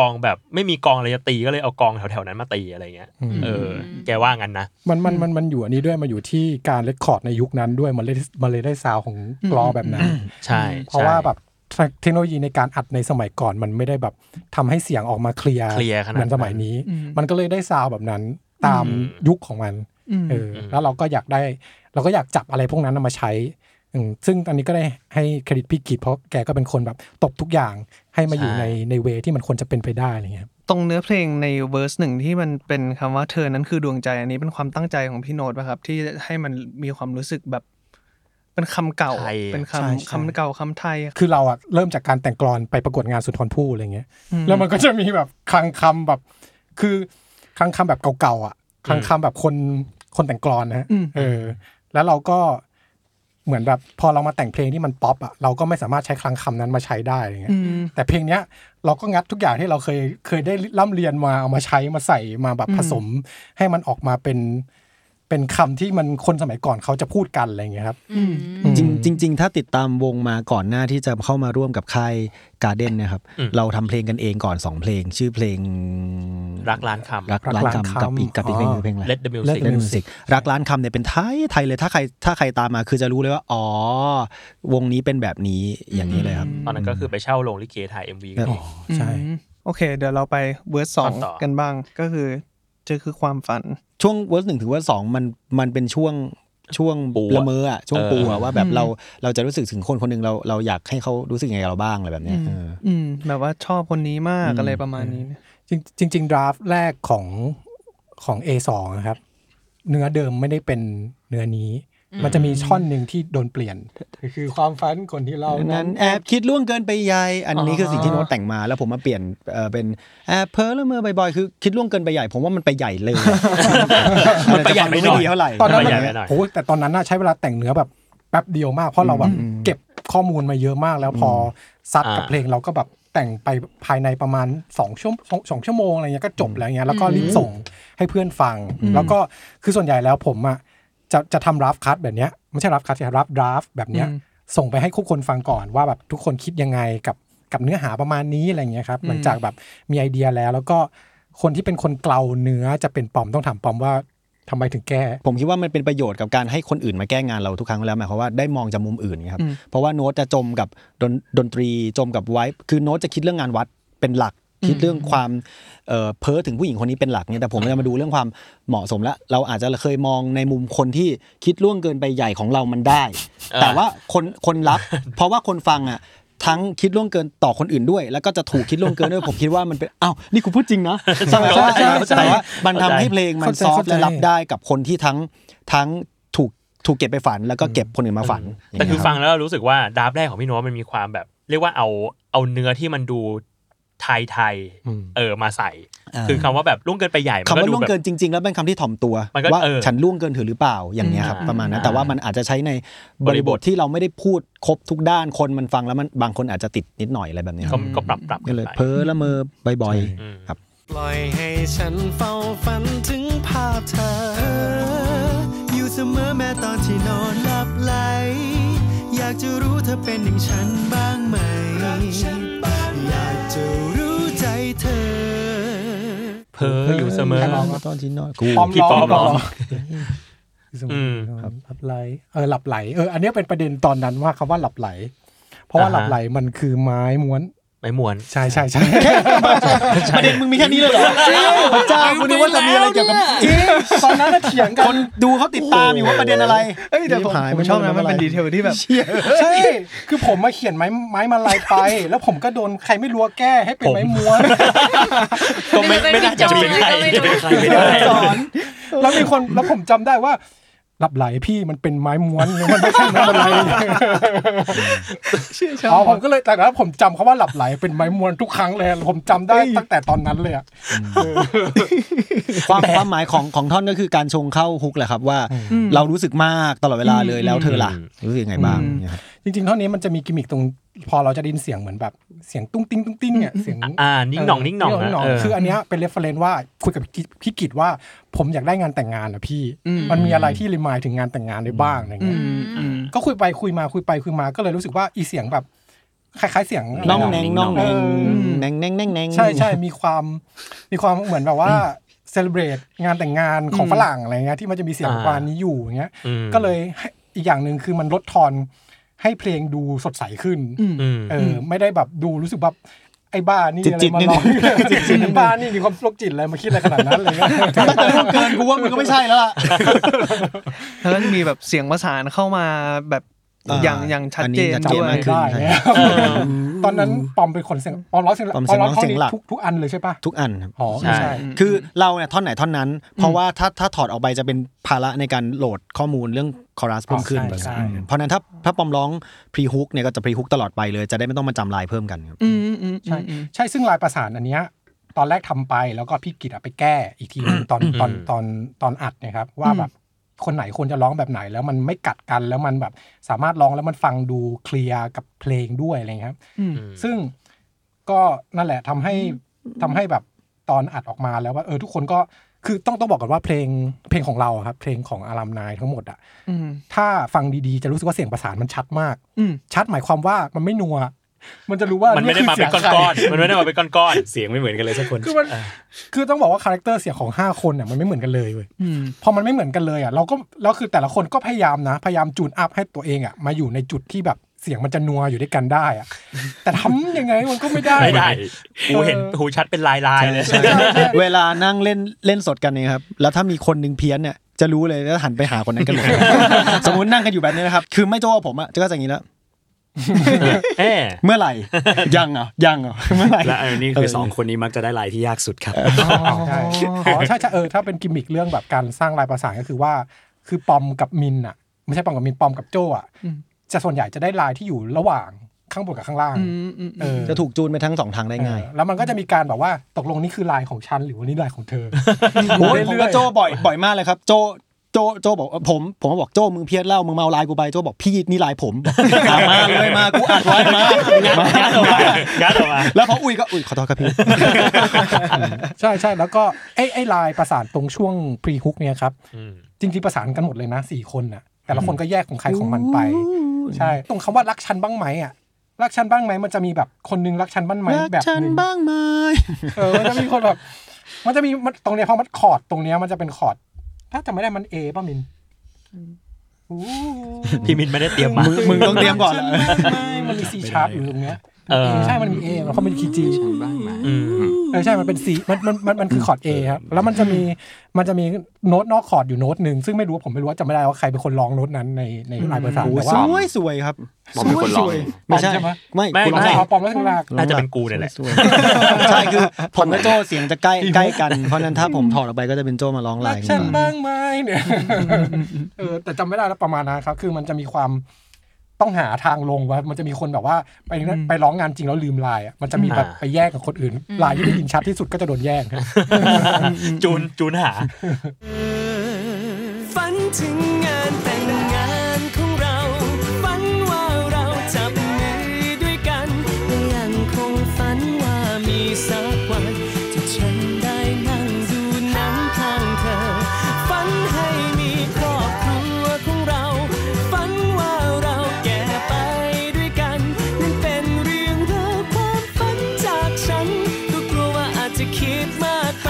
S5: กลองแบบไม่มีกลองอะไรจะตีก็เลยเอากลองแถวๆนั้นมาตีอะไรเงี้ย
S7: อืม
S5: เออ แกว่างั้นนะ
S7: มันมันมันมันอยู่อันนี้ด้วยมันอยู่ที่การเลคคอร์ดในยุคนั้นด้วยมันเลยมันเลยได้ซาวด์ของกลอแบบนั้น
S5: ใช่
S7: เพราะ
S5: ใช่
S7: ว่าแบบเทคโนโลยีในการอัดในสมัยก่อนมันไม่ได้แบบทำให้เสียงออกมาเคลียร์
S5: เคลียร์ขนาด
S7: เหมือนสมัยนี้ มันก็เลยได้ซาวด์แบบนั้นตาม
S5: อืม
S7: ยุคของมันเอออ
S5: ม
S7: แล้วเราก็อยากได้ เราก็อยากจับอะไรพวกนั้นเอามาใช้อืมซึ่งอันนี้ก็ได้ให้เครดิตพี่กิจเพราะแกก็เป็นคนแบบตบทุกอย่างให้มาอยู่ในในเวที่มันควรจะเป็นไปได้อะไรเงี้ย
S3: ตรงเนื้อเพลงในเวอร์สหนึ่งที่มันเป็นคำว่าเธอนั้นคือดวงใจอันนี้เป็นความตั้งใจของพี่โน้ตป่ะครับ ที่ให้มันมีความรู้สึกแบบ เป็นคำเก่า
S5: ไทย
S3: เป็น
S4: ใช่
S3: คำ
S4: ใช่
S3: คำเก่าคำไทย
S7: คือเราอะเริ่มจากการแต่งกลอนไปประกวดงานสุนทรภู่อะไรเงี้ย แล้วมันก็จะมีแบบคลังคำแบบ คือคลังคำแบบเก่าๆอะคลังคำแบบคนคนแต่งกลอนนะฮะ
S3: อืม
S7: เออ แล้วเราก็เหมือนแบบพอเรามาแต่งเพลงที่มันป๊อปอะเราก็ไม่สามารถใช้คลังคำนั้นมาใช้ได้อะไรเงี้
S3: อื
S7: ย
S3: ม
S7: แต่เพลงเนี้ยเราก็งัดทุกอย่างที่เราเคยเคยได้ร่ำเรียนมาเอามาใช้มาใส่มาแบบผสม ให้มันออกมาเป็นเป็นคำที่มันคนสมัยก่อนเขาจะพูดกันอะไรเงี้ยครับ
S2: อืม
S4: จริงจริง ๆ ถ้าติดตามวงมาก่อนหน้าที่จะเข้ามาร่วมกับค่ายการ์เด้นนะครับ
S5: อืม
S4: เราทำเพลงกันเองก่อน 2 เพลง ชื่อเพลง
S5: รักล้านคำ
S4: รัก
S7: รั
S4: ร้าก น
S7: ร้านคำ
S4: คำกับอีกกับอีกเพลงหนึ่งเพลงอะไร
S5: Let the music
S4: Let the music รักร้านคำเนี่ยเป็นไทยไทยเลยถ้าใครถ้าใครตามมาคือจะรู้เลยว่า อ๋อ วงนี้เป็นแบบนี้อย่างนี้เลยครับ
S5: ตอนนั้นก็คือไปเช่าโรงลิเกถ่าย MV กันเอง
S7: ใช่
S3: โอเค เดี๋ยวเราไปเวอร์สสอง
S5: ตอนต่อ
S3: กันบ้างก็คือเจอคือความฝัน
S4: ช่วงเวิร์สหนึ่งถึงเวิร์สสองมันมันเป็นช่วงช่วง
S5: ปูอะ
S4: ละเมออะช่วงปูอะว่าแบบ
S3: อืม
S4: เราเราจะรู้สึกถึงคนคนหนึ่งเราเราอยากให้เขารู้สึกยังไงกับเราบ้างอะไรแบบเนี้ยเออ
S3: อืมแบบว่าชอบคนนี้มาก
S4: อืม
S3: อะไรประมาณนี้เนี่ย
S7: จริงจริงจริงดราฟแรกของของ A2 นะครับ เนื้อเดิมไม่ได้เป็นเนื้อนี้ มันจะมีช่อนหนึ่งที่โดนเปลี่ยน คือความฝันคนที่เรานั้
S4: นั้น นแอบคิดล่วงเกินไปใหญ่อันนี้คือสิ่งที่โน้ตแต่งมาแล้วผมมาเปลี่ยนเอ่อเป็นแอบเพ้อละเมอบ่อยๆคือคิดล่วงเกินไปใหญ่ ผมว่ามันไปใหญ่เลย
S5: มันไปใหญ่
S4: อาจจะ
S5: ไปห
S4: ฟังดูไม่
S5: น่อย
S4: ดีเท่าไหร่
S7: ตอนนั้น
S5: ป
S7: มัน
S5: ระหยัดไปหน่อย
S7: โอ้ยแต่ตอนนั้นน่ะใช้เวลาแต่งเนื้อแบบแป๊บเดียวมาก เพราะเราแบบเก็บข้อมูลมาเยอะมากแล้วพอซัดกับ
S5: อ่า
S7: เพลงเราก็แบบแต่งไปภายในประมาณ2ชั่วโมงสองชั่วโมงอะไรเงี้ยก็จบแล้วเงี้ยแล้วก็รีบส่งให้เพื่อนฟัง แล้วก็คือส่วนใหญ่แล้วผมอ่ะจะจะทำรัฟคัทแบบเนี้ยไม่ใช่รัฟคัทจะรัฟดราฟแบบเนี้ยส่งไปให้ทุกคนฟังก่อนว่าแบบทุกคนคิดยังไงกับกับเนื้อหาประมาณนี้อะไรเงี้ยครับหลังจากแบบมีไอเดียแล้ว แล้วก็คนที่เป็นคนเกลาเนื้อจะเป็นปอมต้องถามปอมว่าทำไมถึงแก้
S4: ผมคิดว่ามันเป็นประโยชน์กับการให้คนอื่นมาแก้งานเราทุกครั้งแล้วหมายความว่าได้มองจากมุมอื่นไงครับเพราะว่าโน้ตจะจมกับดนดนตรีจมกับไวบ์คือโน้ตจะคิดเรื่องงานวัดเป็นหลักคิดเรื่องความเอ่อเพ้อถึงผู้หญิงคนนี้เป็นหลักเนี่ยแต่ผมจะมาดูเรื่องความเหมาะสมแล้วเราอาจจะเคยมองในมุมคนที่คิดล่วงเกินไปใหญ่ของเรามันได้
S5: อ่า
S4: แต่ว่าคนคน รับ เพราะว่าคนฟังอ่ะทั้งคิดล่วงเกินต่อคนอื่นด้วย แล้วก็จะถูกคิดล่วงเกินด้วย ผมคิดว่ามันเป็นอ้าวนี่คุณพูดจริง นะใช่ไหมว่า
S7: ใช่ใช่
S4: แต่ว่ามันทำให้เพลงมันซ
S7: เข้าใจ
S4: อฟต์
S7: เข้าใจ
S4: และรับได้กับคนที่ทั้งทั้งถูกถูกเก็บไปฝันแล้วก็เก็บคนอื่นมาฝัน
S5: แต่คือ
S4: เยรับ
S5: ฟังแล้วเรารู้สึกว่าดราฟแรกของพี่โน้ตมันมีความแบบ เรียกว่าเอาเอาเนื้อที่มันดูไทยไทยๆเออมาใส่ คือคำว่าแบบล่วงเกินไปใหญ่มัน
S4: คำ
S5: ก็
S4: ว่า
S5: ดู
S4: ล่วง
S5: แบบ
S4: เกินจริง ๆ แล้วเป็นคำที่ถ่อมตัว
S5: มันก็
S4: ว่า
S5: เออ
S4: ฉันล่วงเกินถือหรือเปล่าอย่างเงี้ยครับ
S5: อ่า
S4: ประมาณนั้น
S5: อ่า
S4: แต่ว่ามันอาจจะใช้ใน
S5: บบ ริ
S4: ริ
S5: บบ ท
S4: ทที่เราไม่ได้พูดครบทุกด้านคนมันฟังแล้วมันบางคนอาจจะติดนิดหน่อยอะไรแบบเนี้ยค
S5: ก็ก็ปรั
S4: รับ
S5: บปรับๆ
S4: ก็
S5: กัน
S4: เลย
S5: ไป
S4: เพ้อละเมอบ่อย
S5: อืม
S4: ๆครับ
S9: ปล่อยให้ฉันเฝ้าฝันถึงภาพเธอ อยู่เสมอแม้ตอนที่นอนหลับไหล อยากจะรู้เธอเป็นอย่างฉันบ้างไหม อยากจะรู้ใจเธอ
S5: เพ้ออยู่เสมอ
S4: ตอนที่นอน
S7: ปอม
S5: พี่
S7: ร้อง
S5: ปอมร้
S7: พี่ปอมร้
S5: อ
S7: อง ง
S5: อืม
S7: ครับหลับไหลเออหลับไหลเอออันเนี้ยเป็นประเด็นตอนนั้นว่าคำว่าหลับไหล เพราะว่า
S5: อ่าฮะ
S7: หลับไหลมันคือไม้ม้วน
S5: ไม้มวน
S7: ใช่ใช่ใช่
S4: ประเด็นมึงมีแค่นี้เลยเหรอพระเจ้าคุณนึกว่าจะมีอะไรเกี่ยวกับจริงตอนนั้นน่ะเถียงกันคนดูเขาติดตามอยู่ว่าประเด็นอะไร
S3: เอ้ยแต่ผม
S4: หาย
S3: ผมชอบนะมันเป็นดีเทลที่แบบ
S7: ใช่ คือผมมาเขียนไม้ไม้มาลายไป แล้วผมก็โดนใครไม่รู้ว่าแก้ให้เป็น
S5: ผม
S7: ไม้ม้วน
S5: ก็ไม่ไม่น่าจะเป็นใคร
S2: ไม่รู้
S6: สอน
S7: แล้วมีคนแล้วผมจำได้ว่าหลับไหลพี่มันเป็นไม้ม้วนมันไม่ใช่ไม้มาลายอ๋อผมก็เลยแต่แล้วผมจำเขาว่าหลับไหลเป็นไม้ม้วนทุกครั้งเลย ผมจำได้ตั้งแต่ตอนนั้นเลยอะ
S4: ความความหมายของของท่อนก็คือการชงเข้าฮุกแหละครับว่า เรารู้สึกมากตลอดเวลาเลยแล้วเธอล่ะรู้สึกยังไงบ้าง
S3: อืม
S4: เนี่ยครับ
S7: จริงๆเท่านี้มันจะมีกิมมิคตรงพอเราจะได้ยินเสียงเหมือนแบบเสียงตุ้งติ้งตุ้งติ้งเนี่ยเสียง
S5: อ่านิ่งหน่องนิ่งหน่องนะเออ
S7: คืออันเนี้ยเป็นเรฟเฟรนว่าคุยกับพี่พี่กิจว่าผมอยากได้งานแต่งงานนะพี่
S3: อืม
S7: มันมีอะไรที่รีมายถึงงานแต่งงานได้บ้างอะไร
S3: อื
S7: เงี้ย
S3: มอืม
S7: ก็คุยไปคุยมาคุยไปคุยมาก็เลยรู้สึกว่าอีเสียงแบบคล้ายๆเสียง
S4: น้องแนงน้องแนง
S3: ม
S4: แนงแนงแนงแนง
S7: ใช่ใช่มีความมีความเหมือนแบบว่าเซเลบรตงานแต่งงานของฝรั่งอะไรเงี้ยที่มันจะมีเสียง
S5: อ่า
S7: ประมาณนี้อยู่อย่างเงี้ย
S5: อืม
S7: ก็เลยให้อีกอย่างหนึ่งคือมันลดทอนให้เพลงดูสดใสขึ้น
S5: อืม
S7: เออไม่ได้แบบดูรู้สึกแบบไอ้บ้านี่
S4: จิตจิต
S7: อะไรมา
S4: นิดนึ
S7: ลอง ง จิตจิตไอ้บ้านี่มีความโรคจิตอะไรมาคิดอะไรขนาดนั้นอะไรเงี้ย
S4: ตั้งแต่ล่วงเกินกูว่ามึงก็ไม่ใช่แล้วล่ะ
S3: แล้วก็จะมีแบบเสียงประสานเข้ามาแบบ
S4: อ่า
S3: อย่างอย่างชัดเจน
S4: อันนี้ชัด
S3: ด้
S4: เจน
S3: ว
S4: มายกขึ้น
S7: ได้เนี่ยตอนนั้นปอมเป็นคนเสียงปอมร้องเสียง
S4: ปอม
S7: ปอมร้อ
S4: เสี
S7: ง
S4: ยง
S7: ท่อน
S4: เสีย
S7: นี้
S4: งหลัก
S7: ทุกทุกอันเลยใช่ปะ
S4: ทุกอันครับ
S7: อ๋อ
S5: ใช่
S7: ใช่
S4: คือเราเนี่ยท่อนไหนท่อนนั้น เพราะว่าถ้าถ้าถอดออกไปจะเป็นภาระในการโหลดข้อมูลเรื่องคอรัสเพิ่มขึ้น
S7: อ๋อใช่ใช่
S4: อืมเพราะฉะนั้นถ้าถ้าปอมร้องพรีฮุกเนี่ยก็จะพรีฮุกตลอดไปเลยจะได้ไม่ต้องมาจำลายเพิ่มกันครับ
S3: อืมอืมอืม
S7: ใช่ใช่ซึ่งลายประสานอันเนี้ยตอนแรกทำไปแล้วก็พี่กิตอะไปแก้อีกทีหนึงตอนตอนตอนตอนอัดเนะครับว่าแบบคนไหนควรจะร้องแบบไหนแล้วมันไม่กัดกันแล้วมันแบบสามารถร้องแล้วมันฟังดูเคลียร์กับเพลงด้วยอะไรเงี้ยครับ
S3: อืม
S7: ซึ่งก็นั่นแหละทำให้ทำให้แบบตอนอัดออกมาแล้วว่าเออทุกคนก็คือต้องต้องบอกก่อนว่าเพลงเพลงของเราอะครับเพลงของอารามนายทั้งหมดอะ
S3: อืม
S7: ถ้าฟังดีๆ จะรู้สึกว่าเสียงประสานมันชัดมาก
S3: อืม
S7: ชัดหมายความว่ามันไม่นัว มันจะรู้ว่า
S5: มันไม่ได้มาเป็น
S7: คื
S5: ก้
S7: สียงใคร
S5: อนๆมันไม่ได้มาเป็นก้อน
S6: เสียงไม่เหมือนกันเลยสักคน
S7: คือมันคือต้องบอกว่าคาแรคเตอร์เสียงของห้าคนเนี่ยมันไม่เหมือนกันเลยเว้ย
S3: อืม
S7: พอมันไม่เหมือนกันเลยอ่ะเราก็แล้วคือแต่ละคนก็พยายามนะ พยายามจูนอัพให้ตัวเองอ่ะมาอยู่ในจุดที่แบบเสียงมันจะนัวอยู่ด้วยกันได้อ่ะแต่ทำยังไงมันก็ไม่ได้
S5: ๆไม่ได้หูเห็นหูชัดเป็นลายลายๆเลย
S4: เวลานั่งเล่นเล่นสดกันเนี่ยครับแล้วถ้ามีคนหนึ่งเพี้ยนเนี่ยจะรู้เลยแล้วหันไปหาคนนั้นกันหมด สมมตินั่งกันอยู่แบบนี้นะครับคือไม่โจ้ผมอะจะก็จะอย่างนี้แล้ว
S5: เอ๊ะ
S4: เมื่อไหร่ยังเหรอยังเหรอเมื่อไหร่
S6: และอันนี้คือ
S4: เออ
S6: สองคนนี้มักจะได้ลายที่ยากสุดครับ
S7: ใช่อ๋อใช่ใช่เออถ้าเป็นกิมมิคเรื่องแบบการสร้างลายประสานก็คือว่า คือปอมกับมินอ่ะ ไม่ใช่ปอมกับมินปอมกับโจอ่ะ
S3: อืม
S7: จะส่วนใหญ่จะได้ลายที่อยู่ระหว่างข้างบนกับข้างล่าง
S3: อืมอืม
S7: เอ
S3: อืม
S7: อ
S4: จะถูกจูนไปทั้งสองทางได้ง่าย
S7: เออแล้วมันก็จะมีการแบบว่าตกลงนี่คือลายของฉันหรือว่านี่ลายของเธอ
S4: โอ้ยผม
S7: เรื่
S4: ก็
S7: อยๆ
S4: โจ้บ่อยบ่อยมากเลยครับ โจ้โจโจบอกว่าผมผมก็บอกโจมึงเพี้ยนเล่ามึงมาเอาไลน์กูไปโจบอกพี่นี่ไลน์ผมบอกอ่ะมาเลยมากูอัดไว้มามา
S5: งัดออกมางัดออกมา
S4: แล้วพออุ้ยก็อุ้ยขอโทษครับพี่
S7: ใช่ใช่แล้วก็ไอ้ไอ้ลายประสานตรงช่วงพรีฮุกเนี่ยครับจริงๆประสานกันหมดเลยนะสี่คนน่ะแต่ละคนก็แยกของใครของมันไป ใช่ ตรงคำว่ารักฉันบ้างไหมอ่ะรักฉันบ้างไหมมันจะมีแบบคนนึงรักฉันบ้างไหม
S4: รัก
S7: แบบ
S4: ฉัน
S7: หนึง
S4: บ้างไหม
S7: เออมันจะมีคนแบบ มันจะมีมันตรงเนี้ยเพราะมันคอร์ดตรงเนี้ยมันจะเป็นคอร์ดถ้าจำไม่ได้มันเอป่ะมินอู้
S5: พี่มินไม่ได้เตรียมมา
S4: มึงมึงต้องเตรียมก่อนแห
S7: ฉั
S4: ละ
S7: นไม่ไม่มันมีซีชาร์ปอยู่ตรงเนี้ย
S5: เออ
S7: ใช่มันมีเอเพราะมันคีย์จี
S8: ฉันบ้างไหม
S5: อืม
S7: เออใช่มันเป็นซีมันมันมันมันคือคอร์ดเอครับแล้วมันจะมีมันจะมีโน้ตนอกคอร์ดอยู่โน้ตหนึ่งซึ่งไม่รู้ว่าผมไม่รู้ว่าจำไม่ได้ว่าใครเป็นคนร้องโน้ตนั้นในในลายภาษา
S4: โอ้ย
S7: แต่
S4: ส
S7: ว่า
S4: วยสวยครับ
S8: บอมเป็นคนร้อง
S4: ไม่ใช่
S7: ใช่ไหม
S4: ไม่
S5: ไม่
S4: คุณ
S7: ร้อง
S4: ไม่
S7: เอาปอมแล้วถึงลาก
S5: น่าจะเป็นกูเนี่ยแหละ
S4: สวยใช่คือผมกับโจเสียงจะใกล้ใกล้กันเพราะฉะนั้นถ้าผมถอดออกไปก็จะเป็นโจมาร้องไล
S7: รัก
S4: น์
S7: ฉัน
S4: กัน
S7: บ้างไหมเนี่ยเออแต่จำไม่ได้แล้วประมาณนั้นครับ คือมันจะมีความต้องหาทางลงว่ามันจะมีคนแบบว่าไปนั่นไปร้องงานจริงแล้วลืมลายอะมันจะมีแบบ
S5: อ่า
S7: ไปแยกกับคนอื่น ลายที่ได้ยินชัดที่สุดก็จะโดนแย่งครับ
S5: จูนจูนหา
S9: ฝันถึงงานแต่งงานของเรา ฝันว่าเราจับมือด้วยกันและยังคงฝันว่ามีสักวันที่ฉันได้นั่งดูหนังข้างเธอ ฝันให้มีครอบครัวของเรา ฝันว่าเราแก่ไปด้วยกันนั่นเป็นเรื่องราวความฝันจากฉันก็กลัวว่าอาจจะคิดมากไป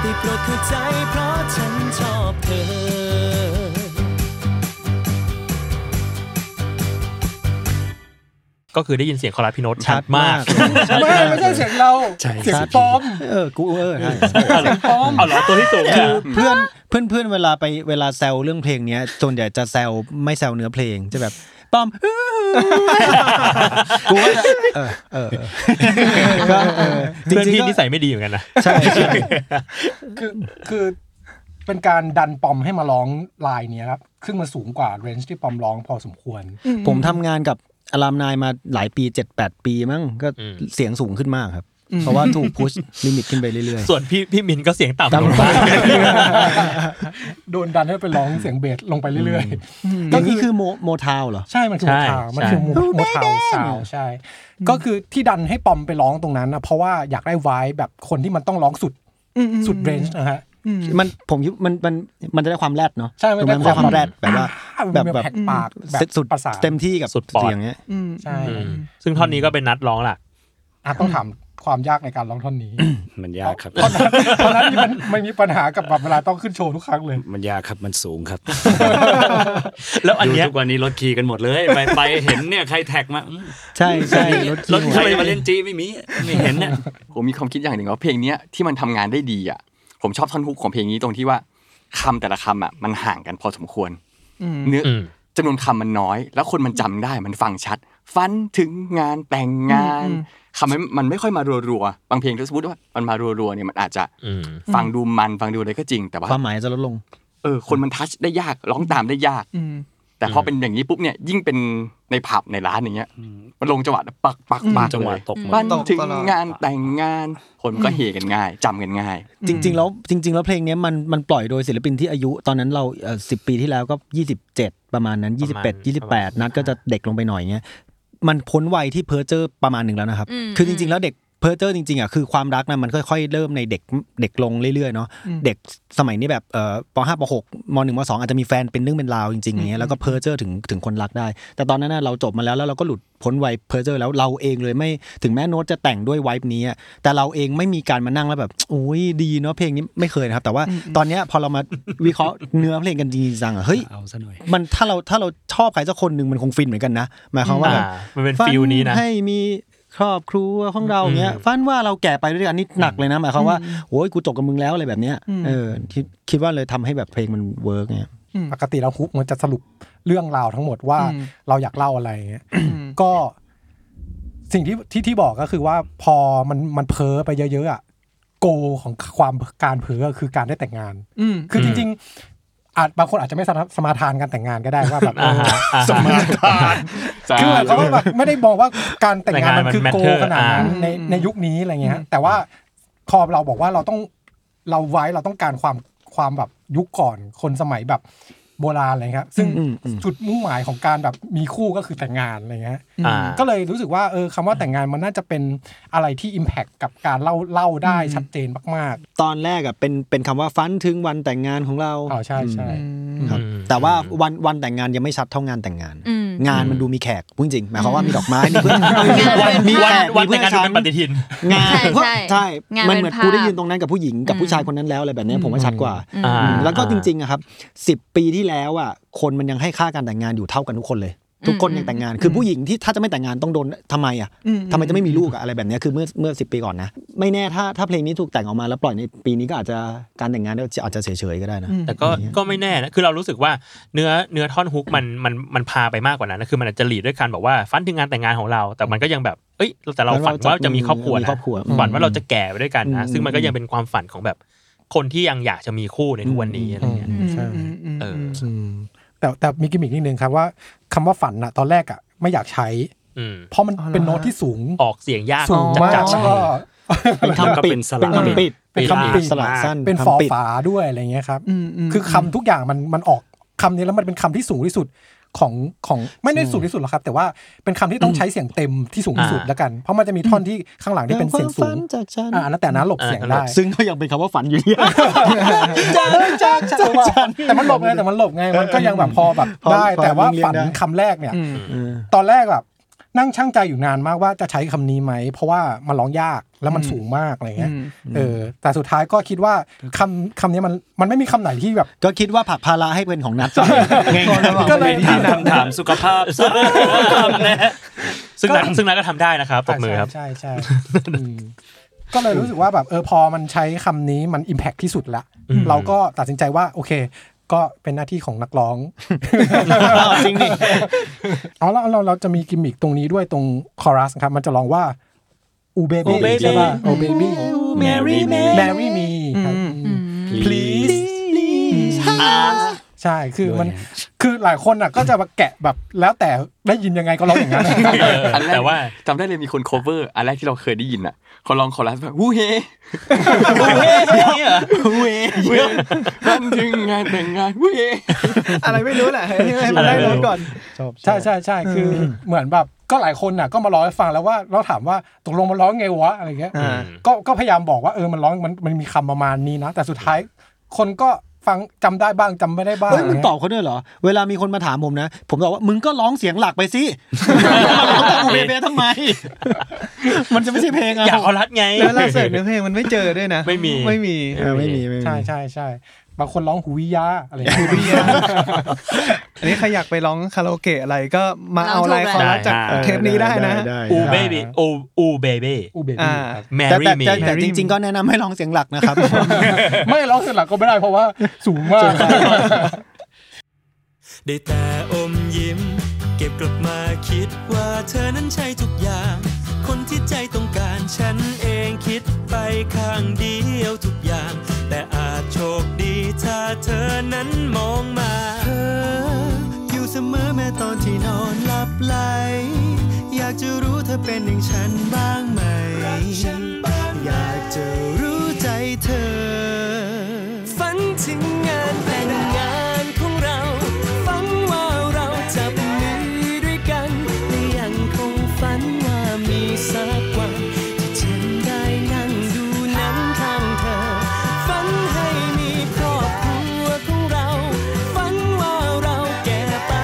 S9: ได้โปรดเข้าใจเพราะฉันชอบเธอ
S5: ก็คือได้ยินเสียงคอรัสพี่โน้ต
S4: ชั
S5: ชัด
S4: ดมาม
S5: าก ก
S7: ไม่ไม่ใช่เสียงเรา
S6: ใช่
S7: เสียงปลอม
S4: เออกูเออใช่
S5: เอาเหรอเอาเหรอตัวที่สูง
S4: คือ
S5: อะ
S4: เพื่อนเพื่อนเพื่อนเวลาไปเวลาแซวเรื่องเพลงเนี้ยส่วนใหญ่จะแซวไม่แซวเนื้อเพลงจะแบบป้อม กูว่าจะเออเออก็เออจ
S5: เพื่อน
S4: ริง
S5: พี่
S4: ๆ
S5: นิ
S4: ก็
S5: สัยไม่ดีเหมือนกันนะ
S4: ใช่ใช่
S7: คือคือเป็นการดันปอมให้มาร้องลายเนี้ยครับซึ่งมันสูงกว่าเรนจ์ที่ปอมร้องพอสมควร
S4: ผมทำงานกับอารามนายมาหลายปี 7 8 ปีมั้งก็
S5: อืม
S4: เสียงสูงขึ้นมากครับ เพราะว่าถูกพุชลิมิตขึ้นไปเรื่อยๆ
S5: ส่วนพี่พี่มินก็เสียงต่ำ
S4: ตา
S5: ล
S4: ม
S5: ง
S4: ไป
S5: มาก
S7: โดนดันให้ไปร้องเสียงเบสลงไปเรื่อยๆ
S4: อ
S7: ก็
S4: ย่าง
S7: คื
S4: นี้
S7: อ
S4: คือโมโมทาวเหรอ
S7: ใช่มันคือโมทาวน์มันคือโมโมทาวน์ซาวด์ใช่ ก็คือที่ดันให้ปอมไปร้องตรงนั้นนะเพราะว่าอยากได้ไวท์แบบคนที่มันต้องร้องสุดสุดเรนจ์นะฮะ
S4: มันผมคิดมันมันมันจะได้ความแรดเนาะ
S7: ใช่มันได้
S4: มันจะได้ความแรดแบบว่า
S7: อ่า
S4: แบบแบบ
S7: แหกปากแบบ
S4: สุด
S7: ประสาน
S4: เต็มที่กับเสียงเนี้ย
S7: ใช่
S5: อืมซึ่งท่อนนี้ก็เป็นนัดร้องล่ะ
S7: อ่ะต้องถามความยากในการร้องท่อนนี้
S6: มันยากครับ
S7: เพราะนั้นเพราะนั้นนี่มันไม่มีปัญหากับแบบเวลาต้องขึ้นโชว์ทุกครั้งเลย
S6: มันยากครับมันสูงครับ
S5: แล้วอัน
S6: ดู
S5: เนี้ย
S6: ทุกวันนี้รถขี่กันหมดเลย ไปไปเห็นเนี่ยใครแท็กมาอืม
S4: ใช่ ใช่รถ
S6: ร
S4: ที่หั
S6: ถ
S4: ว
S6: ใครมาเล่นจีไม่มีไม่เห็นเนี่ย
S8: ผมมีความคิดอย่างหนึ่งว่าเพลงเนี้ยที่มันทำงานได้ดีอ่ะผมชอบท่อนฮุกของเพลงนี้ตรงที่ว่าคำแต่ละคำอ่ะมันห่างกันพอสมควรเนื้ออ
S5: อืม
S8: จำนวนคำมันน้อย แล้วคนมันจำได้มันฟังชัด ฟันถึงงานแต่งงานคำมันมันไม่ค่อยมารัวๆบางเพลงถ้าสมมติว่ามันมารัวๆเนี่ยมันอาจจะ
S5: อืม
S8: ฟังดูมันฟังดูอะไรก็จริง แต่ว่า
S4: ความหมายจะลดลง
S8: เออคนมันทัชได้ยากร้องตามได้ยากแต่พอเป็นอย่างนี้ปุ๊บเนี่ยยิ่งเป็นในผับในร้านอย่างเงี้ยมันลงจังหวะปักปักปัก
S6: จังหวะ
S8: เลย
S6: ตกหมด
S8: บ้านถึง
S3: ตลอด
S8: งานแต่งงานคนก็เฮกันง่ายจำกันง่าย
S4: จริง ๆ แล้วจริง ๆ แล้วเพลงเนี้ยมันมันปล่อยโดยศิลปินที่อายุตอนนั้นเราสิบปีที่แล้วก็ 27 ประมาณนั้น
S5: ประมาณ
S4: 21
S5: ประมาณ
S4: 28 นัดก็จะเด็กลงไปหน่อยเงี้ยมันพ้นวัยที่เพอเจอร์ประมาณหนึ่งแล้วนะครับ
S2: อืม
S4: คือจริง ๆ แล้วเด็กเพอเจอร์จริงๆอ่ะคือความรักนะมันค่อย ๆ เริ่มในเด็กเด็กลงเรื่อยๆเนาะเด็กสมัยนี้แบบเอ่อปห้าปหกมหนึ่งมสองอาจจะมีแฟนเป็นเรื่องเป็นราวจริงๆอย่างเงี้ยแล้วก็เพอเจอร์ถึงถึงคนรักได้ แต่ตอนนั้นน่ะเราจบมาแล้วแล้วเราก็หลุดพ้นวัยเพอเจอร์แล้วเราเองเลยไม่ถึงแม้โน้ตจะแต่งด้วยไวบ์นี้อะแต่เราเองไม่มีการมานั่งแล้วแบบโอ้ยดีเนาะเพลงนี้ไม่เคยนะครับ แต่ว่าตอนเนี้ยพอเรามา วิเคราะห์เนื้อเพลงกันจริงๆจังอะเฮ้ย
S6: เอาซะหน่อย
S4: มันถ้าเราถ้าเราชอบใครสักคนหนึ่งมันคงฟินเหมือนกันนะหมายความว่าแบบ
S5: อ่ามันเป็นฟิลนี้นะ
S4: ฝัให้มีครอบครัวของเราเนี้ย
S5: อืม
S4: ฟันว่าเราแก่ไปด้วยกันนี่หนักเลยนะหมายความว่าโอ้ยกูจบกับมึงแล้วอะไรแบบเนี้ยเออคิดคิดว่าเลยทำให้แบบเพลงมันเวิร์กเนี่ย
S7: ปกติแล้วฮุกมันจะสรุปเรื่องราวทั้งหมดว่าเราอยากเล่าอะไรเงี้ยก็สิ่งที่ที่ที่บอกก็คือว่าพอมันมันเพ้อไปเยอะๆอ่ะโกของความการเพ้อคือการได้แต่งงานคือจริง ๆ อาจบางคนอาจจะไม่สนับสมาทานการแต่งงานก็ได้ว่าแบบ
S5: อ่าฮะอ่าฮะ
S7: คือหมายความว่าแบบไม่ได้มองว่าการแต่ง
S5: แต่ง
S7: งาน
S5: งาน
S7: มันคือ
S5: มัน
S7: โก
S5: matter
S7: ขนาดนั้น
S5: อ่า
S7: ในในยุคนี้อะไรเงี้ยแต่ว่าคอเราบอกว่าเราต้องเราไว้เราต้องการความความแบบยุคก่อนคนสมัยแบบโบราณอะไรเงี้ยซึ่ง
S4: อืมอืม
S7: จุดมุ่งหมายของการแบบมีคู่ก็คือแต่งงานอะไรเงี้ย
S5: อ่า
S7: ก็เลยรู้สึกว่าเออคำว่าแต่งงานมันน่าจะเป็นอะไรที่ Impact กับการเล่าเล่าได้ชัดเจนมาก
S4: ตอนแรกอ่ะเป็นเป็นคำว่าฟันถึงวันแต่งงานของเรา
S7: ๆอ๋อใช่ใช่
S4: ครับแต่ว่าวันวันแต่งงานยังไม่ชัดเท่างานแต่งงาน
S2: อืม
S4: งานมันดูมีแขกพูดจริงหมายความว่ามีดอกไม้ มีเพื่อน
S2: วัน
S4: มี
S5: วัน
S4: แขก
S5: วัน
S4: มี
S5: แต่
S4: เพื่อ
S5: งาน น
S4: ง
S5: ดู
S4: ฉั
S5: เป็น นปฏิทิน
S4: งาน
S2: ใช่
S4: เพราะ
S2: ใช่
S4: ใช่
S2: งาน
S4: มันเหมือน
S2: เป็นภาพ
S4: กูได้ยืนตรงนั้นกับผู้หญิงกับ
S2: อืม
S4: ผู้ชายคนนั้นแล้วอะไรแบบเนี้ยผมว่าชัดกว่า
S5: อืมอ่า
S4: อืมแล้วก็
S5: อ่า
S4: จริงๆอะครับสิบปีที่แล้วอ่ะคนมันยังให้ค่าการแต่งงานอยู่เท่ากันทุกคนเลย ทุกคนยังแต่งงาน คือผู้หญิงที่ถ้าจะไม่แต่งงานต้องโดนทำไมอ่ะทำไมจะไม่มีลูกอะอะไรแบบเนี้ยคือเมื่อเมื่อสิปีก่อนนะ ไม่แน่ถ้าถ้าเพลงนี้ถูกแต่งออกมาแล้วปล่อยในปีนี้ก็อาจจะการแต่งงานก็อาจจะเฉยๆก็ได้นะ
S5: แต่ก็ก็ไม่แน่นะคือเรารู้สึกว่าเนื้อเนื้อท่อนฮุกมันมันมันพาไปมากกว่านั้นนะคือมันอาจจะหลีดด้วยการบอกว่าฝันถึงงานแต่งงานของเรา แต่มันก็ยังแบบเอ้ยแต่เราฝันว่าจะมีครอบครัว
S4: มี
S5: นะ
S4: ครอบครัวอืม
S5: ฝันว่าเราจะแก่ไปด้วยกันนะ
S4: อืม
S5: ซึ่งมันก็ยังเป็นความฝันของแบบ คนที่ยังอยากจะมีคู่ในทุกวันนี้อะไรเงี้ย
S7: ใช่
S5: เออ
S7: อืมแต่แต่มีกิมมิกนิดนึงครับว่าคำว่าฝันอะตอนแรกอะไม่อยากใช้
S5: อืม
S7: เพราะมันเป็นโน้ตที่สูง
S5: ออกเสียงยาก
S7: สูงมาก
S5: จัด
S7: แล้ว
S5: ๆ
S7: ก็
S4: เป็นคำปิด
S6: เป็นสลับ
S4: เป็นคำปิด
S5: เป็นคำปิด
S4: สลับสั้น
S7: เป็นฟอ
S4: คำปิด
S7: ฝาด้วยอะไรเงี้ยครับคือคำทุกอย่างมันมันออกคำนี้แล้วมันเป็นคำที่สูงที่สุดของของไม่ได้สูงที่สุดหรอกครับ แต่ว่าเป็นคำที่ต้องใช้เสียงเต็มที่สูงที่สุดแล้วกัน เพราะมันจะมีท่อนที่ข้างหลังที่เป็นเสียงสู
S4: ความ
S7: ง
S4: ฝันจากฉัน
S7: อ่าแล้วแต่นั้นหลบเสียงได้
S4: ซึ่งก็ยังเป็นคำว่าฝันอยู่ดี
S7: จากจากจากแต่มันหลบไงแต่มันหลบไงมันก็ยังแบบพอแบบ
S4: พอ
S7: ได้
S4: พอ
S7: แต่ว่า
S4: เลี่ยงๆ
S7: ฝัน
S4: ได้
S7: คำแรกเนี่ย ตอนแรกแบบนั่งช่างใจอยู่นานมากว่าจะใช้คำนี้ไหม เพราะว่ามันร้องยากแล้วมันสูงมากอะไรเงี้ยเออแต่สุดท้ายก็คิดว่าคำคำนี้มันมันไม่มีคำไหนที่แบบ
S4: ก็คิดว่าผลักภาระให้เป็นของนัด
S6: ก็เลยถามคำถามสุขภาพซะคำนะ
S5: ซึ่งนัทซึ่งนัทก็ทำได้นะครับตบมือครับ
S7: ใช่ใช่ใช่อืมก็เลยรู้สึกว่าแบบเออพอมันใช้คำนี้มัน Impact ที่สุดละ
S5: อืม
S7: เราก็ตัดสินใจว่าโอเค ก็เป็นหน้าที่ของนักร้อง
S4: จริงดิ
S7: เอาแล้วเราเราจะมีกิมมิคตรงนี้ด้วยตรงคอรัสครับ มันจะร้องว่า อูเบ
S5: Oh
S7: บี้
S5: baby
S7: ใช่ป่ะโอเบบี้
S5: Mary Mary
S7: แมรี่มีครับ
S6: please
S7: please ใช่คือมันคือหลายคนอ่ะก็จะมาแกะแบบแล้วแต่ได้ยินยังไงก็ร้องอย่างนั้น
S8: อันแรก
S5: แต่ว่า
S8: จำได้เลยมีคน cover อันแรกที่เราเคยได้ยินอ่ะเขาลองคอรัสแบบวูเฮวูเฮวูเฮนั่นถึงงานแต่งงานวูเฮ
S3: อะไรไม่รู้แหละให้ให้มันได้รู้ก่อน
S7: ใช่ใช่ใช่คืออเหมือนแบบก็หลายคนน่ะ ก็มาร้องให้ฟังแล้วว่าเราถามว่าตกลงมันร้องไงวะอะไรเงี้ย
S3: อ่า
S7: ก็ก็พยายามบอกว่าเออมันร้องมันมันมีคำประมาณนี้นะ แต่สุดท้ายคนก็ฟังจำได้บ้างจำไม่ได้บ้าง
S4: เฮ้ยมึงตอบเขาด้วยเหรอ เวลามีคนมาถามผมนะ ผมตอบว่ามึงก็ร้องเสียงหลักไปสิ มาร้องแต่กูเบเบ้ทำไม มันจะไม่ใช่เพลงอะ
S5: อยากเอารัดไง
S3: แล้วเวลาเสิร์ชเนื้อเพลงมันไม่เจอด้วยนะ
S5: ไม่มี
S3: ไม่มี
S4: เออไม่มีไม่มี
S7: ใช่ใช่ใช่บางคนร้องหูวิยาอะไรเงี้ย
S3: อันนี้ใครอยากไปร้องคาราโอเกะอะไรก็มาเอาไลน์คอรัสจาก
S5: ได้
S3: เทปนี้ได้นะ
S4: ได้
S5: อู
S4: ได้
S5: เบบี้อูอูเบบี้
S7: อูเบบี้
S3: อ่า
S7: ครับ
S5: แม
S4: แต่
S5: รี่
S4: แต่
S5: มี
S4: แต่แต่จริง ๆ ก็แนะนำให้ร้องเสียงหลักนะครับ
S7: ไม่ร้องเสร็จหลังก็ไม่ได้เพราะว่าสูงมาก
S9: ได้แต่อมยิ้ม เก็บกลับมาคิดว่าเธอนั้นใช่ทุกอย่าง คนที่ใจต้องการฉันเองคิดไปข้างเดียวทุกอย่าง แต่อาจโชคดีถ้าเธอนั้นมองมาเธออยู่เสมอแม้ตอนที่นอนหลับไหล อยากจะรู้เธอเป็นอย่างฉันบ้างไหม อยากจะรู้ใจเธอ ฝันถึงงานแต่งงานของเรา ฝันว่าเราจะเป็นมือด้วยกันและยังคงฝันว่ามีสักวัน ที่ฉันได้นั่งดูหนังข้างเธอ ฝันให้มีครอบครัวของเรา ฝันว่าเราแก่ไป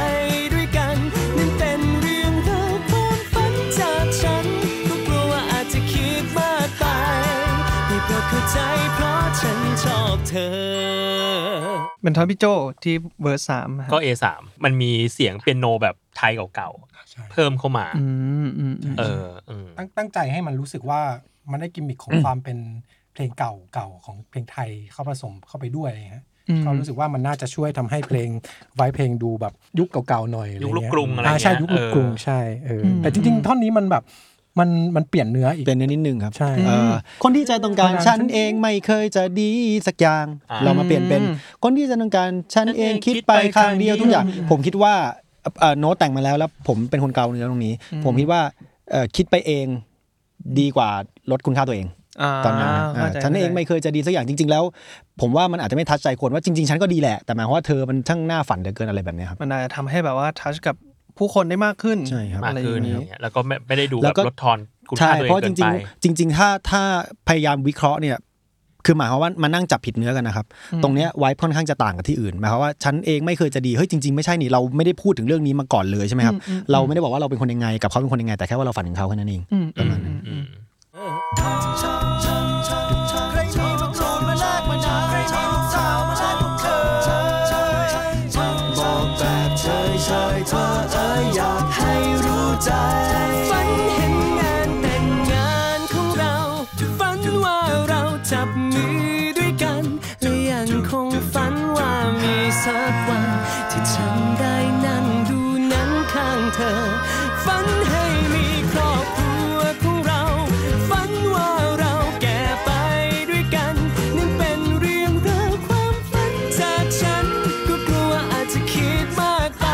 S9: ด้วยกันนั่นเป็นเรื่องราวความฝันจากฉันก็กลัวว่าอาจจะคิดมากไปให้เธอเข้าใจเพราะฉันชอบเธอ
S3: เป็นท่อนพี่โจที่เวอร์สามอะ
S5: ก็ A3 มันมีเสียงเปียโนแบบไทยเก่า
S7: ใช่
S5: ๆ เพิ่มเข้ามา
S3: อืมอืมอืม
S5: เอออืม
S7: ตั้งตั้งใจให้มันรู้สึกว่ามันได้กิมมิคของความเป็นเพลงเก่าเก่าของเพลงไทยเข้าผสมเข้าไปด้วยอะไรเงี้ย
S3: อืม
S7: ก็รู้สึกว่ามันน่าจะช่วยทำให้เพลงไว้เพลงดูแบบยุคเก่าๆหน่อยอะไ
S5: ยุคลูกกรุงอะไร
S7: า
S5: เงี้ย
S7: ใช่ยุคลูกกรุง
S5: เออ
S7: ใช่เอออแต่จริงๆ ท่อนนี้มันแบบมันมันเปลี่ยนเนื้ออีก
S4: เป็นนิดนึงครับ
S7: ใช่
S4: เอ่อคนที่ใจต้องการฉันเองไม่เคยจะดีสักอย่าง เรามาเปลี่ยนเป็นคนที่ใจต้องการฉันเองคิดไปข้างเดียวทุกอย่าง ผมคิดว่าเอ่อโน้ตแต่งมาแล้วแล้ว ผมเป็นคนเกาเนื้อตรงนี้ ผมคิดว่าเอ่อคิดไปเองดีกว่าลดคุณค่าตัวเอง
S3: า
S4: ตอนนั้นนะ
S3: ข้าใจ
S4: อ่าฉันเองไม่เคยจะดีสักอย่างจริง ๆ แล้ว ผมว่ามันอาจจะไม่ทัชใจคนว่าจริง ๆ ฉันก็ดีแหละ แต่หมายความว่าเธอมันช่างหน้าฝันเหลือเกินอะไรแบบเนี้ยครับ
S3: มันอาจจะทำให้แบบว่าทัชกับผู้คนได้มากขึ้น
S4: ใช่ครับ
S5: มาก
S3: อะไรอ
S5: ขึ้น
S3: ย่าง
S5: อะไร
S3: นี้
S5: เงี้ยแล้วก็ไม่ไม่ได้ดูแบ
S4: แล้ว
S5: บ
S4: ก็
S5: ลดทอนคุณค่า
S4: ใช่
S5: ตัวเอง
S4: เพราะจ
S5: เกิน
S4: ริ
S5: ไป
S4: ง ๆ จริง ๆ ถ้าถ้าพยายามวิเคราะห์เนี่ยคือหมายความว่ามานั่งจับผิดเนื้อกันนะครับ ตรงเนี้ยไว้ค่อนข้างจะต่างกับที่อื่นหมายความว่าฉันเองไม่เคยจะดีเฮ้ยจริง ๆ ไม่ใช่นี่เราไม่ได้พูดถึงเรื่องนี้มาก่อนเลยใช่ไหมครับเราไม่ได้บอกว่าเราเป็นคนยังไงกับเขาเป็นคนยังไงแต่แค่ว่าเราฝันถึงเขาแค่นั้นเองประมาณนั้น
S9: ใครมีพวกโกรธมาแลกมานาใครมีพวกสาวมาแลกพวกเธอบอกแบบเฉยเฉยๆเธอเอ้ยอยากให้รู้ใจ ฝันเห็นงานแต่งงานของเรา ฝันว่าเราจับมือด้วยกันและยังคงฝันว่ามีสักวัน ที่ฉันได้นั่งดูหนังข้างเธอ ฝันให้มีครอบครัวของเรา ฝันว่าเราแก่ไปด้วยกันนั่นเป็นเรื่องราวความฝันจากฉัน ก็กลัวว่าอาจจะคิดมากไป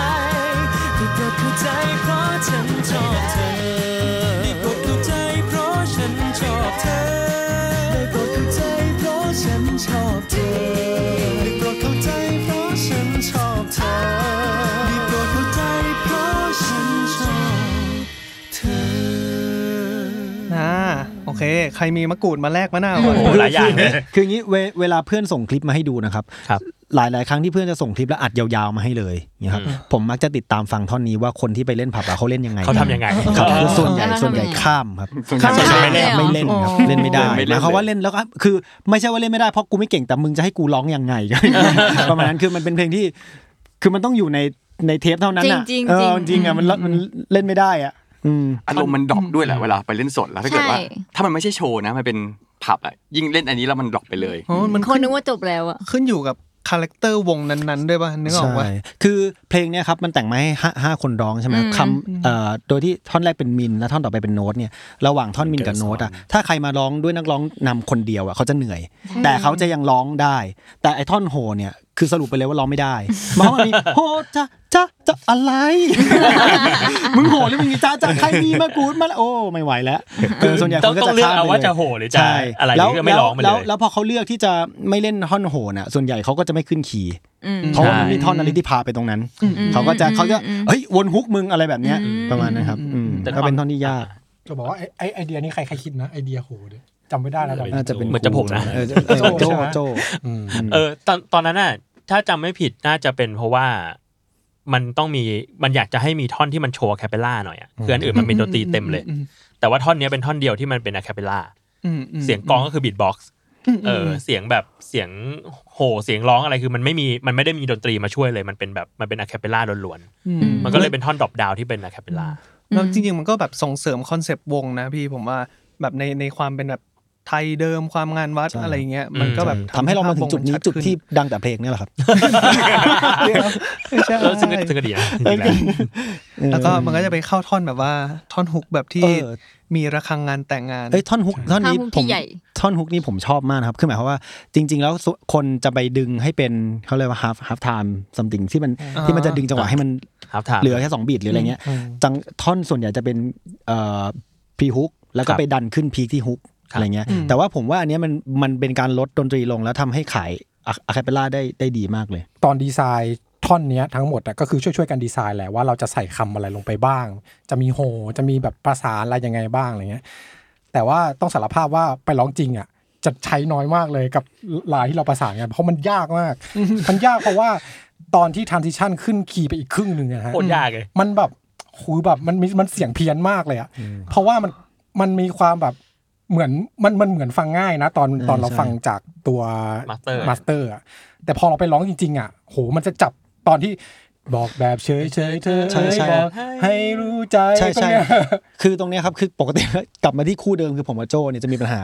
S9: แต่เธอเข้าใจเพราะฉันชอบเธอได้โปรดเข้าใจเพราะฉันชอบเธอได้โปรดเข้าใจเพราะฉันชอบเธอได้โปรดเข้าใจเพราะฉันชอบเธอได้โปรดเข้าใจเพราะฉันชอบเธอ
S3: อ่าโอเค ใครมีมะกรูดมาแลกมะนาวก่อน
S5: โอ้หลายอย่างเลย
S4: คืออย่างนี้เวเวลาเพื่อนส่งคลิปมาให้ดูนะครับ
S5: ครับ
S4: หลาย ๆ ครั้งที่เพื่อนจะส่งคลิปแล้วอัดยาวๆมาให้เลยเนี่ยครับผมมักจะติดตามฟังท่อนนี้ว่าคนที่ไปเล่นผับอะเขาเล่นยังไง
S5: เขาทำยังไง
S4: ครับคือส่วนใหญ่
S2: เออ
S4: ส่วนให
S2: ทำยั
S4: ญ่
S2: งไง
S4: ข้ามครับ
S8: ข้าม
S2: ข้าม
S4: ไม่เล่น
S2: เลยเหรอ
S4: ไม่เล่นครับเล่นไม่ได้หมายความว่าเล่นแล้วก็คือ ไม่ใช่ว่าเล่นไม่ได้เพราะกูไม่เก่งแต่มึงจะให้กูร้องยัง ไง ประมาณนั้นคือมันเป็นเพลงที่ คือมันต้องอยู่ในในเทปเท่านั้นอะ
S2: จริงๆ
S4: เออ
S2: จริง
S4: จริงอะมันละมันเล่นไม่ได้อะ อืม
S8: อารมณ์มันดรอปด้วยแหละเวลาไปเล่นสดแล้วถ้าเกิดว่า
S2: ใช่
S8: ถ้ามันไม่ใช่โชว์นะมันเป็นผับอะยิ่งเล่นอันนี้แล้วมันดรอปไปเลย
S3: อ๋อมัน
S2: คน
S3: ขึ้น
S2: นึกว่าจบแล้วอะ
S3: ขึ้นอยู่กับคาแรคเตอร์วงนั้นๆด้วยป่ะนึกออกว่า
S4: ใช่คือเพลงเนี้ยครับมันแต่งมาให้ห้าห้าคนร้องใช่ไหม
S2: อืม
S4: คำเอ่อโดยที่ท่อนแรกเป็นมิน และท่อนต่อไปเป็นโน้ตเนี่ยระหว่างท่อนมินกับโน้ตอ่ะถ้าใครมาร้องด้วยนักร้องนำคนเดียวอ่ะเขาจะเหนื่อย แต่เขาจะยังร้องได้ แต่ไอ้ท่อนโฮเนี่ยคือสรุปไปเลยว่าร้องไม่ได้เพราะมันมี โฮจะจะจะอะไร มึงโหหรือมึงมีจ้าจะใครมีมากูดมาโอ้ไม่ไหวแล้วเออส่วนใหญ่
S5: ต้อง
S4: คนก็
S5: ต้อง
S4: จะ
S5: เลือก
S4: ข้าม
S5: เอา
S4: ไป
S5: ว่า
S4: เลย
S5: จะโหหรือจะอะไรหรือก็ไม่ร้องไปเล
S4: แวย แล้วพอเขาเลือกที่จะไม่เล่นท่อนโหนอ่ะ ส่วนใหญ่เขาก็จะไม่ขึ้นคีย์
S2: อืม
S4: เพราะว่ามันมีท่อนอะไรที่พาไปตรงนั้น เขาก็จะเขาจะเฮ้ยวนฮุกมึงอะไรแบบเนี้ยประมาณนะครับอืม
S5: แต่
S4: ก็เป็นท่อนที่ยาก
S7: จะบอกว่าไอไอ้ไอเดียนี้ใครใครคิดนะไอเดียโหเนี่ยจำไม่ได้แล้วแบบ
S4: น่าจะเป็น
S5: เหมือนจะผมนะ
S4: เออเออ
S7: โจ้
S4: โจ
S7: ใช่ไหม
S4: โจ
S7: อืม
S5: เออตอนตอนนั้นน่ะถ้าจำไม่ผิดน่าจะเป็นเพราะว่ามันต้องมีมันอยากจะให้มีท่อนที่มันโชว์แคปเปล่าหน่อยอ่ะคืออันอื่นมันเป็นดนตรีเต็มเลย
S3: อืม
S5: แต่ว่าท่อนเนี้ยเป็นท่อนเดียวที่มันเป็นอะแคปเปล่า
S3: อืมม
S5: เสียงกลองก็คือบีทบ็อกซ์เออเสียงแบบเสียงโห่เสียงร้องอะไรคือมันไม่มีมันไม่ได้มีดนตรีมาช่วยเลยมันเป็นแบบมันเป็นอะแคปเปล่าล้วน
S3: อืม
S5: ๆมันก็เลยเป็นท่อนดรอปดาวที่เป็นอะแคปเปล่า
S3: แล้วจริงๆ มันก็แบบส่งเสริมคอนเซปต์วงนะพี่ผมว่าแบบในในความเป็นแบบไทยเดิมความงานวัดอะไรเงี้ย มันก็แบบ
S4: ทำให้เรามาถึงจุดนี้จุดที่
S3: ภ
S4: ดังแต่เพลงเนี่ยแหละครับ
S3: าพวงมันชัด
S5: เอ
S3: ขึ้
S5: อน ซึ่งก็
S3: ใช่
S5: ซึ่งก็ดีนะจริงๆแล้ว
S3: แล้วก็มันก็จะไปเข้าท่อนแบบว่าท่อนฮุกแบบ
S4: เอ
S3: ที่
S4: อ
S3: มีระฆังงานแต่งงาน
S4: เอ้ยท่อนฮุกท่อนนี้
S2: ท่าฮุกที่
S4: ผม
S2: ใหญ่
S4: ท่อนฮุกนี้ผมชอบมากนะครับ คือหมายความว่าจริง ๆ แล้วสุคนจะไปดึงให้เป็นเขาเรียกว่า half half time something ที่มัน
S3: อ่า
S4: ที่มันจะดึงจังหวะให้มัน
S5: ครับถาม
S4: เหลือแค่สองบีทหรืออะไรเงี้ยจังท่อนส่วนใหญ่จะเป็นพีฮุกแล้ว
S5: ค
S4: ก็
S5: รับ
S4: ไปดันขึ้นพีคที่ฮุก
S5: ครับ
S4: อะไรเงี้ย แต่ว่าผมว่าอันเนี้ยมันมันเป็นการลดดนตรีลงแล้วทำให้ขายอะคาเปล่าได้ได้ดีมากเลย
S7: ตอนดีไซน์ท่อนเนี้ยทั้งหมดอะก็คือช่วยๆกันดีไซน์แหละว่าเราจะใส่คำอะไรลงไปบ้าง จะมีโหจะมีแบบประสานอะไรยังไงบ้างอะไรเงี้ยแต่ว่าต้องสารภาพว่าไปร้องจริงอะจะใช้น้อยมากเลยกับลายที่เราประสานกันเพราะมันยากมาก มันยากเพราะว่าตอนที่ทรานซิชันขึ้นคีย์ไปอีกครึ่งหนึ่งอะฮะ
S5: โคตรยากเลย
S7: มันแบบหูแบบมันมีมันเสียงเพี้ยนมากเลยอะเพราะว่ามันมันมีความแบบเหมือนมันมันเหมือนฟังง่ายนะ ตอนตอนเรา
S4: ใช่
S7: ฟังจากตัว
S5: Master
S7: มาสเตอร์อะแต่พอเราไปร้องจริง ๆอะโหมันจะจับตอนที่บอกแบบเฉยเฉยๆเธอ
S4: ใช่ใช่
S7: บอกให้รู้ใจ
S4: ใช่
S7: ตร
S4: ใช่
S7: งเนี้ย
S4: คือตรงเนี้ยครับคือปกติ กลับมาที่คู่เดิมคือผมกับโจเนี่ยจะมีปัญหา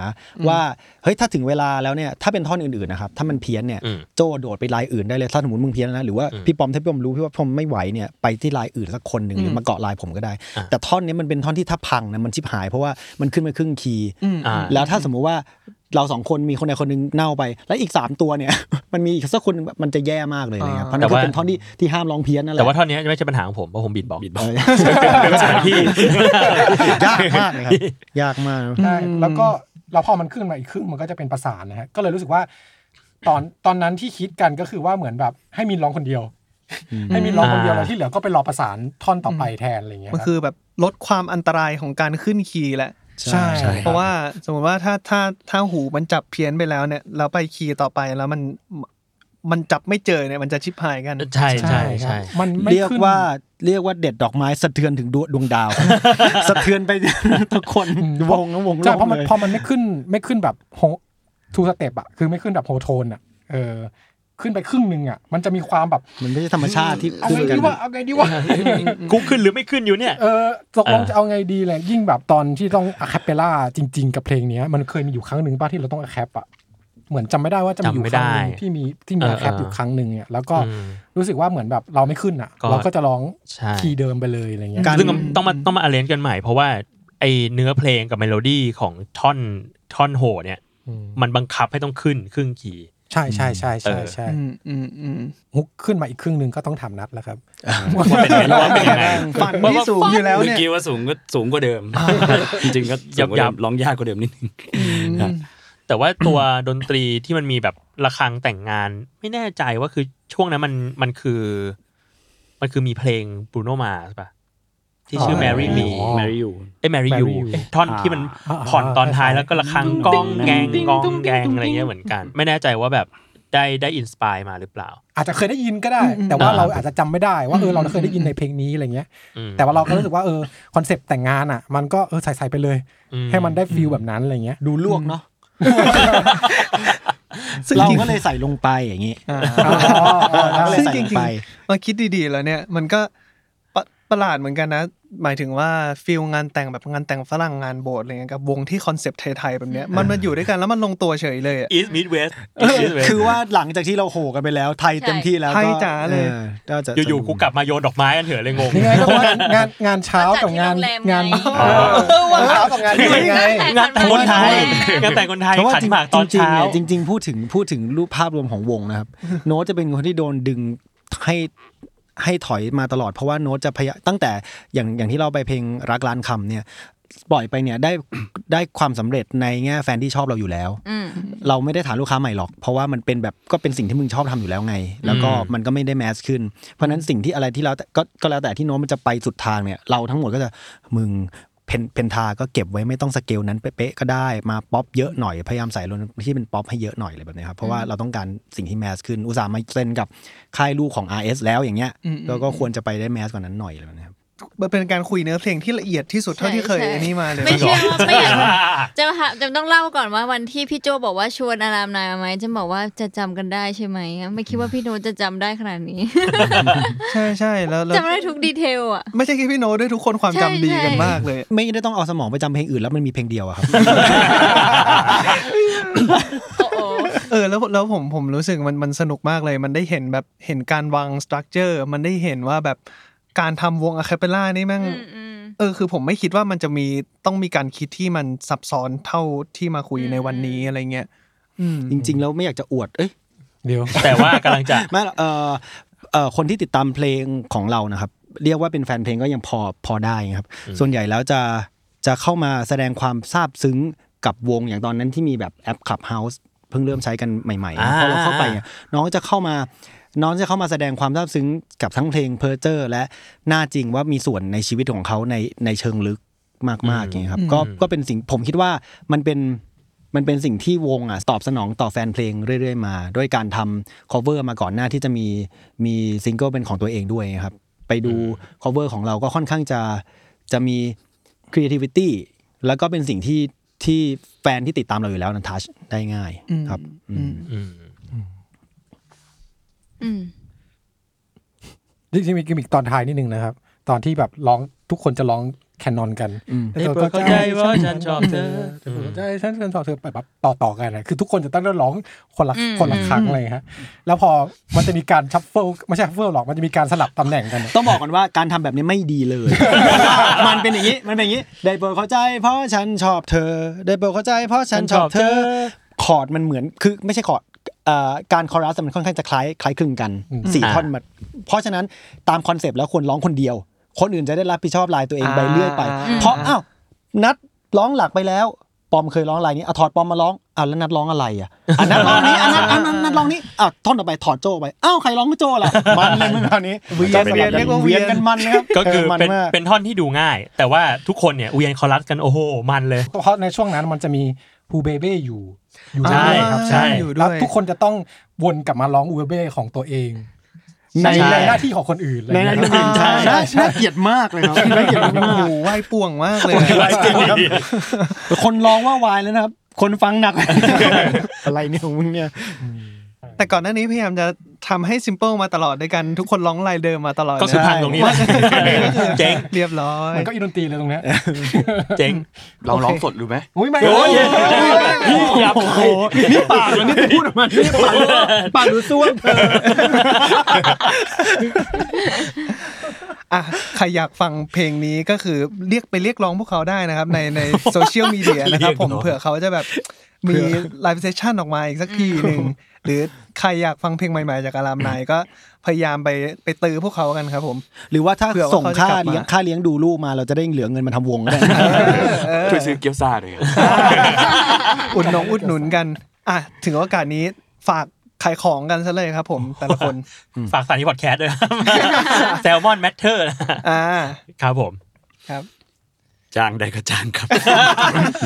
S4: ว่าเฮ้ยถ้าถึงเวลาแล้วเนี่ยถ้าเป็นท่อนอื่นๆนะครับถ้ามันเพี้ยนเนี่ย
S5: อืม
S4: โจโดดไปลายอื่นได้เลยถ้าสมมติมึงเพี้ยนนะหรือว่าพี่ปอมถ้าพี่ปอมรู้พี่ว่าผมไม่ไหวเนี่ยไปที่ลายอื่นสักคนหนึ่งหรือมาเกาะลายผมก็ได้
S5: อ่ะ
S4: แต่ท่อนเนี้ยมันเป็นท่อนที่ถ้าพังนะมันชิบหาย เพราะว่ามันขึ้นไปครึ่งคีย์
S5: อ่า
S4: แล้วถ้าสมมุติว่าเราสองคนมีคนใดคนหนึงเน่าไป แล้วอีก 3 ตัวเนี่ย มันมีอีกสักคนหนึ่งมันจะแย่มากเลยอะไรเงี้ยเพราะนั่น
S5: แต่
S4: คือ
S5: ว่า
S4: เป็นท่อนที่ที่ห้ามร้องเพี้ยนนั่นแหละ
S5: แต่ว่าท่อนเนี้ยไม่ใช่ปัญหาของผมเพราะผมบีทบ็อกซ์
S4: เออ
S5: เป็นปัญหาพี่
S4: ยากมากเลยครับยากมาก
S7: ใช่แล้วก็แล้วพอมันขึ้นมาอีกครึ่งมันก็จะเป็นประสานนะฮะก็เลยรู้สึกว่า ตอนตอนนั้นที่คิดกันก็คือว่าเหมือนแบบให้มีร้องคนเดียว ให้มีร้องคนเดียว
S5: อ่า
S7: แล้วที่เหลือก็ไปรอประสานท่อนต่อไปแทนอะไรอย่างเงี้ย
S3: มันคือแบบลดความอันตรายของการขึ้นคีย์แหละ
S7: ใช่
S6: ใช่
S3: เพราะว่าสมมติว่าถ้าถ้าถ้าหูมันจับเพี้ยนไปแล้วเนี่ยเราไปคีย์ต่อไปแล้วมันมันจับไม่เจอเนี่ยมันจะชิบหายกัน
S5: ใช่ใช่ใช่
S7: มันไม่
S4: เรียก
S7: ขึ้น
S4: ว่าเรียกว่าเด็ดดอกไม้สะเทือนถึงดวดวงดาว สะเทือนไป ทุกคนวงนะวงโล
S7: ใช่
S4: ก
S7: เพราะมัน
S4: เลย
S7: พอมันไม่ขึ้นไม่ขึ้นแบบโฮทูสเต็ปอะคือไม่ขึ้นแบบโฮโทนอะเออ ขึ้นไปครึ่งหนึ่งอะมันจะมีความแบบ
S4: มันไม่ใช่ธรรมชาติที่
S7: เอา
S4: คู่
S7: ไง
S4: กัน
S7: ดีวะเอาไงดีวะ
S5: กูขึ้นหรือไม่ขึ้นอยู่เนี่ย
S7: เออตกลง
S5: เออ
S7: จะเอาไงดีเลยยิ่งแบบตอนที่ต้องอะคาเปล่าจริง ๆ กับเพลงเนี้ยมันเคยมีอยู่ครั้งหนึ่งป้าที่เราต้องอะแคปอะเหมือนจำไม่ได้ว่าจะมีอยู่ครั้งหนึ่ง
S5: จำไม่ได้
S7: ที่มีที่มี
S5: เออ
S7: อะแคป
S5: เออ
S7: อ
S5: อ
S7: ยู่ครั้งหนึ่งเนี่ยแล้วก็
S5: อืม
S7: รู้สึกว่าเหมือนแบบเราไม่ขึ้นอะ
S5: ก็
S7: เราก็จะร้อง
S5: ใช่
S7: คีย์เดิมไปเลยอะไรเงี้ย
S4: การ
S5: ซึ่งต้องมาต้องมาอเลนกันใหม่เพราะว่าไอเนื้อเพลงกับเมโลดี้ของท่อนท่อนโหเนี่ย
S7: อืม
S5: มันบังคับให้ต้องขึ้นครึ่งคีย์
S7: ใช่ใช่ใช่ใช่
S5: เออ
S7: ใช่
S3: อืมอืมอืม
S7: ฮุกขึ้นมาอีกครึ่งหนึ่งก็ต้องถามนัดแล้วครับ
S5: ว่าเป็นไงว่าเป็นยังไง
S3: ฝันที่สูงอยู่แล้ว
S6: เมื่
S3: เนี่ย
S6: อกี้ว่าสูงก็สูงกว่าเดิม จริงๆก็
S5: ยั
S6: ยั
S5: บบ ยั
S6: ยั
S5: บ
S6: บร้องยากกว่าเดิมนิดนึง
S5: แต่ว่าตัว ดนตรีที่มันมีแบบระฆังแต่งงาน ไม่แน่ใจว่าคือช่วงนั้นมันมันคือ มันคือมีเพลงบรูโนมาสป่ะที่ชื่อ Mary Me
S7: อ๋อ
S6: แมรี่อยู่
S5: เอ้ย Mary
S7: Marry
S5: You
S7: You
S5: เอ้ยท่อน
S6: อ่า
S5: ที่มัน
S7: อ่า
S5: ผ่อนตอนท้าย
S7: ใช่ๆ
S5: แล้วก็ระฆังกล้องแกงกล้องแกงอะไรเงี้ยเหมือนกัน ไม่แน่ใจว่าแบบได้ได้อินสปายมาหรือเปล่า
S7: อาจจะเคยได้ยินก็ได้ แต่ว่าเราอาจจะจำไม่ได้ว่าเออเราเคยได้ยินในเพลงนี้อะไรเงี้ย
S5: อืม
S7: แต่ว่าเราก็รู้สึกว่าเออคอนเซปต์แต่งงานอะมันก็เออใส่ใส่ๆไปเลย
S5: อืม
S7: ให้มันได้ฟีลแบบนั้นอะไรเงี้ย
S4: ดูลวกเนาะเราก็เลยใส่ลงไปอย่างนี้
S3: อ่า
S7: อ๋ออ๋ออ๋อ
S4: เราก็เลย
S3: ซึ่ง
S4: ใส่
S3: จ
S4: ล
S3: ริ
S4: ง
S3: ง
S4: ไป
S3: ๆมาคิดดีๆแล้วเนี่ยมันก็ปะป ประหลาดเหมือนกันนะ หมายถึงว่าฟิลงานแต่งแบบงานแต่งฝรั่งงานโบสถ์อะไรเงี้ยกับวงที่คอนเซปต์ไทยๆแบบเนี้ยมันมันอยู่ด้วยกันแล้วมันลงตัวเฉยเลยอะ
S5: East Mid West
S4: คือว่าหลังจากที่เราโหกันไปแล้วไทยเต็มที่แล้วก็
S3: ไทยจ๋าเลย
S4: ออก็จะ
S5: อยู่ๆกูกลับมาโยนดอกไม้กันเถอะเลยงง
S7: นี่ไงก็ว่างานงานเช้ากับงาน
S2: จัดที่โรงแรมไง
S7: งาน
S5: เออ
S3: เออว่างเช้ากับงานนี้ไง
S5: งานแต่งคนไทยงานแต่งคนไทย
S4: เพราะว่า
S5: ขัน
S4: จริง
S5: หมากตอน
S4: จริง
S5: เช้า
S4: ๆเนี่ยจริง ๆ พูดถึงพูดถึงรูปภาพรวมของวงนะครับ โน้ตจะเป็นคนที่โดนดึงให้ให้ถอยมาตลอด เพราะว่าโน้ตจะพยายามตั้งแต่อย่างอย่างที่เราไปเพลงรักล้านคำเนี่ยปล่อยไปเนี่ยได้ ได้ความสำเร็จในแง่แฟนที่ชอบเราอยู่แล้ว
S2: อืม
S4: เราไม่ได้ฐานลูกค้าใหม่หรอก เพราะว่ามันเป็นแบบก็เป็นสิ่งที่มึงชอบทำอยู่แล้วไง แล้วก็
S5: อืม
S4: มันก็ไม่ได้แมสขึ้น เพราะฉะนั้นสิ่งที่อะไรที่เราแต่ก็ก็แล้วแต่ที่โน้มมันจะไปสุดทางเนี่ย เราทั้งหมดก็จะมึงเพนเพนทาก็เก็บไว้ไม่ต้องสเกลนั้นเป๊ะๆก็ได้มาป๊อปเยอะหน่อยพยายามใส่ลงที่เป็นป๊อปให้เยอะหน่อยอะไรแบบเนี้ยครับเพราะว่าเราต้องการสิ่งที่แมสขึ้นอุตส่าห์มาเซ็นกับค่ายลูกของ RS แล้วอย่างเงี้ย
S3: อืม
S4: เราก็ควรจะไปได้แมสกว่านั้นหน่อยอะไรแบบเนี้ยครับ
S3: มันเป็นการคุยเนื้อเพลงที่ละเอียดที่สุดเท่าที่เคย
S2: ใช่
S3: อันนี้มาเลย
S2: ไม่เชื่อว่าไม่อยากจะหาจะต้องเล่าก่อนว่าวันที่พี่โจบอกว่าชวนอารามนายมาไหมจะบอกว่าจะจำกันได้ใช่ไหมไม่คิดว่าพี่โนตจะจำได้ขนาด นี้
S3: ใช่ใช่แล้วแล้ว
S2: จำได้ทุกดีเทลอ่ะ
S3: ไม่ใช่แค่พี่โน้ตด้วยทุกคนความ
S2: ใช่
S3: จำดีกัน
S2: ใช่
S3: มากเลย
S4: ไม่ได้ต้องเอาสมองไปจำเพลงอื่นแล้วมันมีเพลงเดียวอะครับ
S2: โอ้โห
S3: เออแล้วแล้วผมผมรู้สึกมันมันสนุกมากเลย มันได้เห็นแบบเห็นการวางสตรัคเจอร์มันได้เห็นว่าแบบการทำวงอะคาเปล่านี่แม่ง เออคือผมไม่คิดว่ามันจะมีต้องมีการคิดที่มันซับซ้อนเท่าที่มาคุยในวันนี้อะไรเงี้ยอืม
S4: จริง ๆ แล้วไม่อยากจะอวดเอ้ย
S7: เดี๋ยว
S5: แต่ว่ากำลังจะ
S4: ไม่หรอกเออเออคนที่ติดตามเพลงของเรานะครับ เรียกว่าเป็นแฟนเพลงก็ยังพอพอได้ครับ ส่วนใหญ่แล้วจะจะเข้ามาแสดงความซาบซึ้งกับวงอย่างตอนนั้นที่มีแบบแอป Clubhouse เพิ่งเริ่มใช้กันใหม่ๆ
S5: อ่า
S4: พอเราเข้าไปอะน้องจะเข้ามา น้องจะเข้ามาแสดงความซาบซึ้งกับทั้งเพลงเพอร์เจอร์ และหน้าจริงว่ามีส่วนในชีวิตของเขาในในเชิงลึกมากๆอย่างเงี้ยครับก็ก็เป็นสิ่งผมคิดว่ามันเป็น มันเป็นสิ่งที่วงอ่ะตอบสนองต่อแฟนเพลงเรื่อยๆมา ด้วยการทำ cover มาก่อนหน้าที่จะมีมีซิงเกิลเป็นของตัวเองด้วยครับ ไปดู cover ของเราก็ค่อนข้างจะจะมี creativity แล้วก็เป็นสิ่งที่ที่แฟนที่ติดตามเราอยู่แล้วนั้นทัชได้ง่ายครับอืม
S5: อืม
S2: อืม
S7: จริงๆมีกิมมิกตอนท้ายนิดนึงนะครับ ตอนที่แบบร้องทุกคนจะร้องแคนนอนกัน
S4: อืม
S7: แล้วธอ
S5: ให้เปิด
S7: ก็
S5: เข้าใจว่าฉันชอบเธอ
S7: เธอเข้าใจฉันฉันชอบเธอไปแบบต่อต่อๆกันนะคือทุกคนจะต้องเริ่มร้องคนละ
S2: อืม
S7: คนละครั้งเลยฮะแล้วพอมันจะมีการชัฟเฟิลไม่ใช่ชัฟเฟิลหรอกมันจะมีการสลับตำแหน่งกันนะ
S4: ต้องบอกก่อนว่าการทำแบบนี้ไม่ดีเลย มันเป็นอย่างนี้ มันเป็นอย่างนี้ ได้โปรดเข้าใจ เพราะฉันชอบเธอ ได้โปรดเข้าใจ เพราะฉันชอบเธอ คอร์ดมันเหมือน คือไม่ใช่คอร์ดเอ่อการคอรัสมันค่อนข้างจะคล้ายคล้ายคลึงกันสี่
S5: อ่า
S4: ท่อนมาเพราะฉะนั้นตามคอนเซปต์แล้วควรร้องคนเดียว คนอื่นจะได้รับผิดชอบลายตัวเองไป
S3: อ่า
S4: เรื่อยไป เพราะอ้าวนัดร้องหลักไปแล้ว ปอมเคยร้องลายนี้อ่ะถอดปอมมาร้องอ้าวแล้วนัดร้องอะไรอ่ะอ่ะนัดร้องนี้อ่ะนัดอ่ะนัดนัดร้องนี้อ่ะท่อนต่อไปถอดโจไปอ้าวใครร้องโจล่ะมันเลยเมื่อคราวนี้
S3: เวียนเวียนเรียกว่าเวี
S4: เวี
S3: ย
S4: ย
S3: น
S4: นกันมันนะครับ
S5: ก็คือ
S4: เมัน
S5: เป็น
S4: มาก
S5: เป็นท่อนที่ดูง่าย แต่ว่าทุกคนเนี่ยเวียนคอรัสกันโอ้โหมันเลย
S7: เพราะในช่วงนั้นมันจะมีฮูเบเบ้อยู่อยู่
S5: ใช่
S7: ด้วย
S5: ครับใช่
S3: อยู่ด้
S7: แล้ว
S3: วย
S7: ทุกคนจะต้องวนกลับมาร้องฮูเบเบ้ของตัวเอง ใน
S5: ใช่
S7: ในหน้าที่ของคนอื่นอะไรอย่างเงี้ย
S3: อ่า
S4: ใช่
S3: น่าน่าเกลียดมากเลย ครับน่าเกลียดมากไหวป่วงมากเลย
S4: คนร้องว่าวายแล้วนะครับ คนฟังหนัก อะไรเนี่ยของมึงเนี่ย
S3: แต่ก่อนหน้านี้พยายามจะทำให้ซิมเ l ิลมาตลอดด้วยกันทุกคนร้องลายเดิมมาตลอด
S5: ก็คือ
S3: เลย
S5: พังตรงนี้แหละเจ๊ง
S3: เรียบร้อย
S7: มันก็อินดนตรีเลยตรงเนี้ย
S5: เจ๊ง
S8: ลองร้องสดดูไหม
S7: อุ้ยไม่
S5: โอ้ยยับโอ้ย
S4: นี่ปากแล้วนี่พูดออกมานี่ปากปากดูส้วน
S3: อ่ะใครอยากฟังเพลงนี้ก็คือเรียกไปเรียกร้องพวกเขาได้นะครับ ในในโซเชียลมีเดียนะครับผมเผื่อเขาจะแบบมีไลฟ์เซสชั่นออกมาอีกสักทีห นึ่งหรือใครอยากฟังเพลงใหม่ๆจากอารามนายก็พยายามไปไปตือพวกเขากันครับผม
S4: หรือว่าถ้า
S3: เผื่อว่า
S4: ส่ง
S3: เขาจะ
S4: ค่าก
S3: ลับมา
S4: เลี้ยงค่าเลี้ยงดูลูกมาเราจะได้เหลือเงินมาทำวงก็ได้
S8: ช่วยซื้อเกี๊ยวซ่าด้วยครับ
S3: อุดหนงอุดหนุนกันอ่ะถึงโอกาสนี้ฝากขายของกันซะเลยครับผมแต่ละคน
S5: ฝากสถานีพอดแคสต์ด้วยแซลมอนแมทเทอร์
S3: อ่า
S5: ครับผม
S3: ครับ
S6: จ้างได้ก็จ้างครับ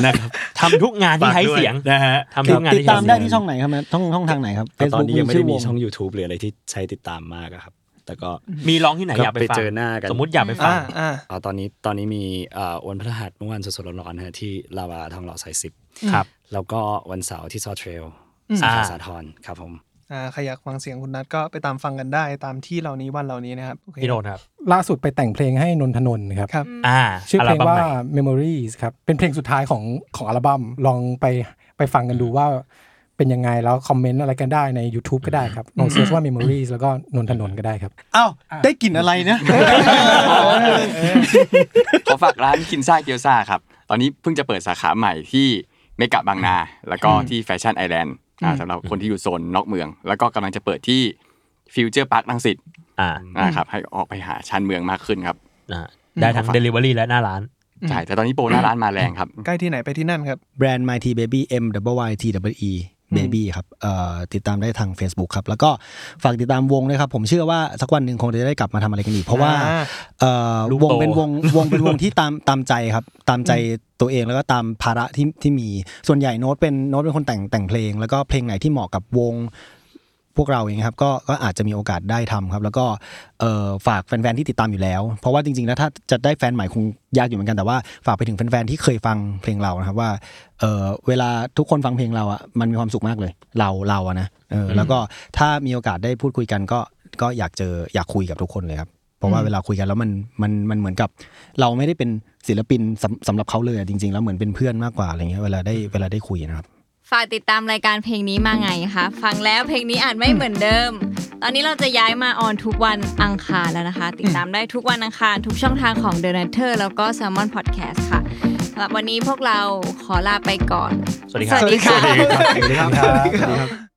S6: นะครับ
S5: ทำทุกงานที่ใช้เสียง
S6: ฝากด้วนะฮะ
S5: ทำทุกงาน
S4: ติด
S5: ที่ใช้
S4: ตาม
S5: เสี
S4: ได้
S5: ยง
S4: ที่ช่องไหนครับนะช่องช่องทางไหนครับ
S6: แต่ตอนนี้
S4: Facebook
S6: ยังไม่ได้มี
S4: ชื่ว
S6: ช่อง YouTube หรืออะไรที่ใช้ติดตามมากอะครับ แต่ก็
S5: มีร้องที่ไหนอยากไป
S6: ก็ไป
S5: ฟัง
S6: เจอหน้ากัน
S5: สมมติอยากไปฟัง
S3: อ่าอ่า
S6: เอาตอนนี้ตอนนี้มีเอ่อวันพฤหัสเมื่อวันสดๆร้อนๆฮะที่ลาวาทองหล่อสายสิบ
S5: ครับ
S6: แล้วก็วันเสาร์ที่ซอเทรล
S5: อืม
S6: สาขา
S5: อ่า
S6: สาทรครับผม
S3: อ่าใครอยากฟังเสียงคุณนัทก็ไปตามฟังกันได้ตามที่เหล่านี้วันเหล่านี้นะครับโอเค
S5: พี่โดนครับ
S7: ล่าสุดไปแต่งเพลงให้นนทนนท์ครับ
S3: ครับ
S5: อ่า
S7: ชื่อเพลง
S5: บั้ม
S7: ว่า
S5: ใหม่
S7: Memories ครับ เป็นเพลงสุดท้ายของของอัลบั้ม ลองไปไปฟังกันดูว่าเป็นยังไงแล้วคอมเมนต์อะไรกันได้ใน YouTube ก็ได้ครับลองเซิร์ชว่า Memories แล้วก็นนทนนท์ก็ได้ครับ
S4: อ้าวได้กลิ่นอะไรนะ
S8: ขอฝากร้านคินซ่าเกียวซ่าครับ ตอนนี้เพิ่งจะเปิดสาขาใหม่ที่เมกะบางนา แล้วก็ที่แฟชั่นไอแลนด์สำหรับคนที่อยู่โซนนอกเมือง แล้วก็กำลังจะเปิดที่ฟิวเจอร์พาร์คลังสิต
S5: อ่า
S8: นะครับให้ออกไปหาชานเมืองมากขึ้นครับ
S5: นะฮะได้ทั้ง Delivery และหน้าร้าน
S3: อืม
S8: ใช่ แต่ตอนนี้โปรหน้าร้านมาแรงครับ
S3: ใกล้ที่ไหนไปที่นั่นครับ
S4: แบรนด์ My T Baby M W Y T W E Baby ครับเอ่อติดตามได้ทาง Facebook ครับ แล้วก็ฝากติดตามวงด้วยครับ ผมเชื่อว่าสักวันหนึ่งคงจะได้กลับมาทำอะไรกันอีก เพราะว่า
S3: อ่า
S4: เอ่อ
S5: ลูก
S4: ว
S5: โต
S4: งเป็นวงวงเป็นวงที่ตามตามใจครับ ตามใจตัวเองแล้วก็ตามภาระที่ที่มีส่วนใหญ่โน้ตเป็นโน้ตเป็นคนแต่งแต่งเพลง แล้วก็เพลงไหนที่เหมาะกับวงพวกเราเองครับก็ก็อาจจะมีโอกาสได้ทำครับ แล้วก็เอ่อฝากแฟนๆที่ติดตามอยู่แล้ว เพราะว่าจริงๆแล้วถ้าจะได้แฟนใหม่คงยากอยู่เหมือนกันแต่ว่าฝากไปถึงแฟนๆที่เคยฟังเพลงเรานะครับว่า เออเวลาทุกคนฟังเพลงเราอะมันมีความสุขมากเลย เราเราอะนะเออแล้วก็ถ้ามีโอกาสได้พูดคุยกันก็ก็อยากเจออยากคุยกับทุกคนเลยครับเพราะว่าเวลาคุยกันแล้วมันมันมันเหมือนกับ เราไม่ได้เป็นศิลปินสำสำหรับเขาเลยอะจริง ๆ แล้วเหมือนเป็นเพื่อนมากกว่าอะไรเงี้ยเวลาได้เวลาได้คุยนะครับ
S2: ฝากติดตามรายการเพลงนี้มาไงคะฟังแล้วเพลงนี้อาจไม่เหมือนเดิม ตอนนี้เราจะย้ายมาออนทุกวันอังคารแล้วนะคะ ติดตามได้ทุกวันอังคาร ทุกช่องทางของ The n u t t e r แล้วก็ Salmon Podcast ค่ะสำหรับวันนี้พวกเราขอลาไปก่อน
S5: สวัสดีครับ
S2: สวัสดีค่ะ
S5: สวัสดีครับ
S3: สวัสดีครับ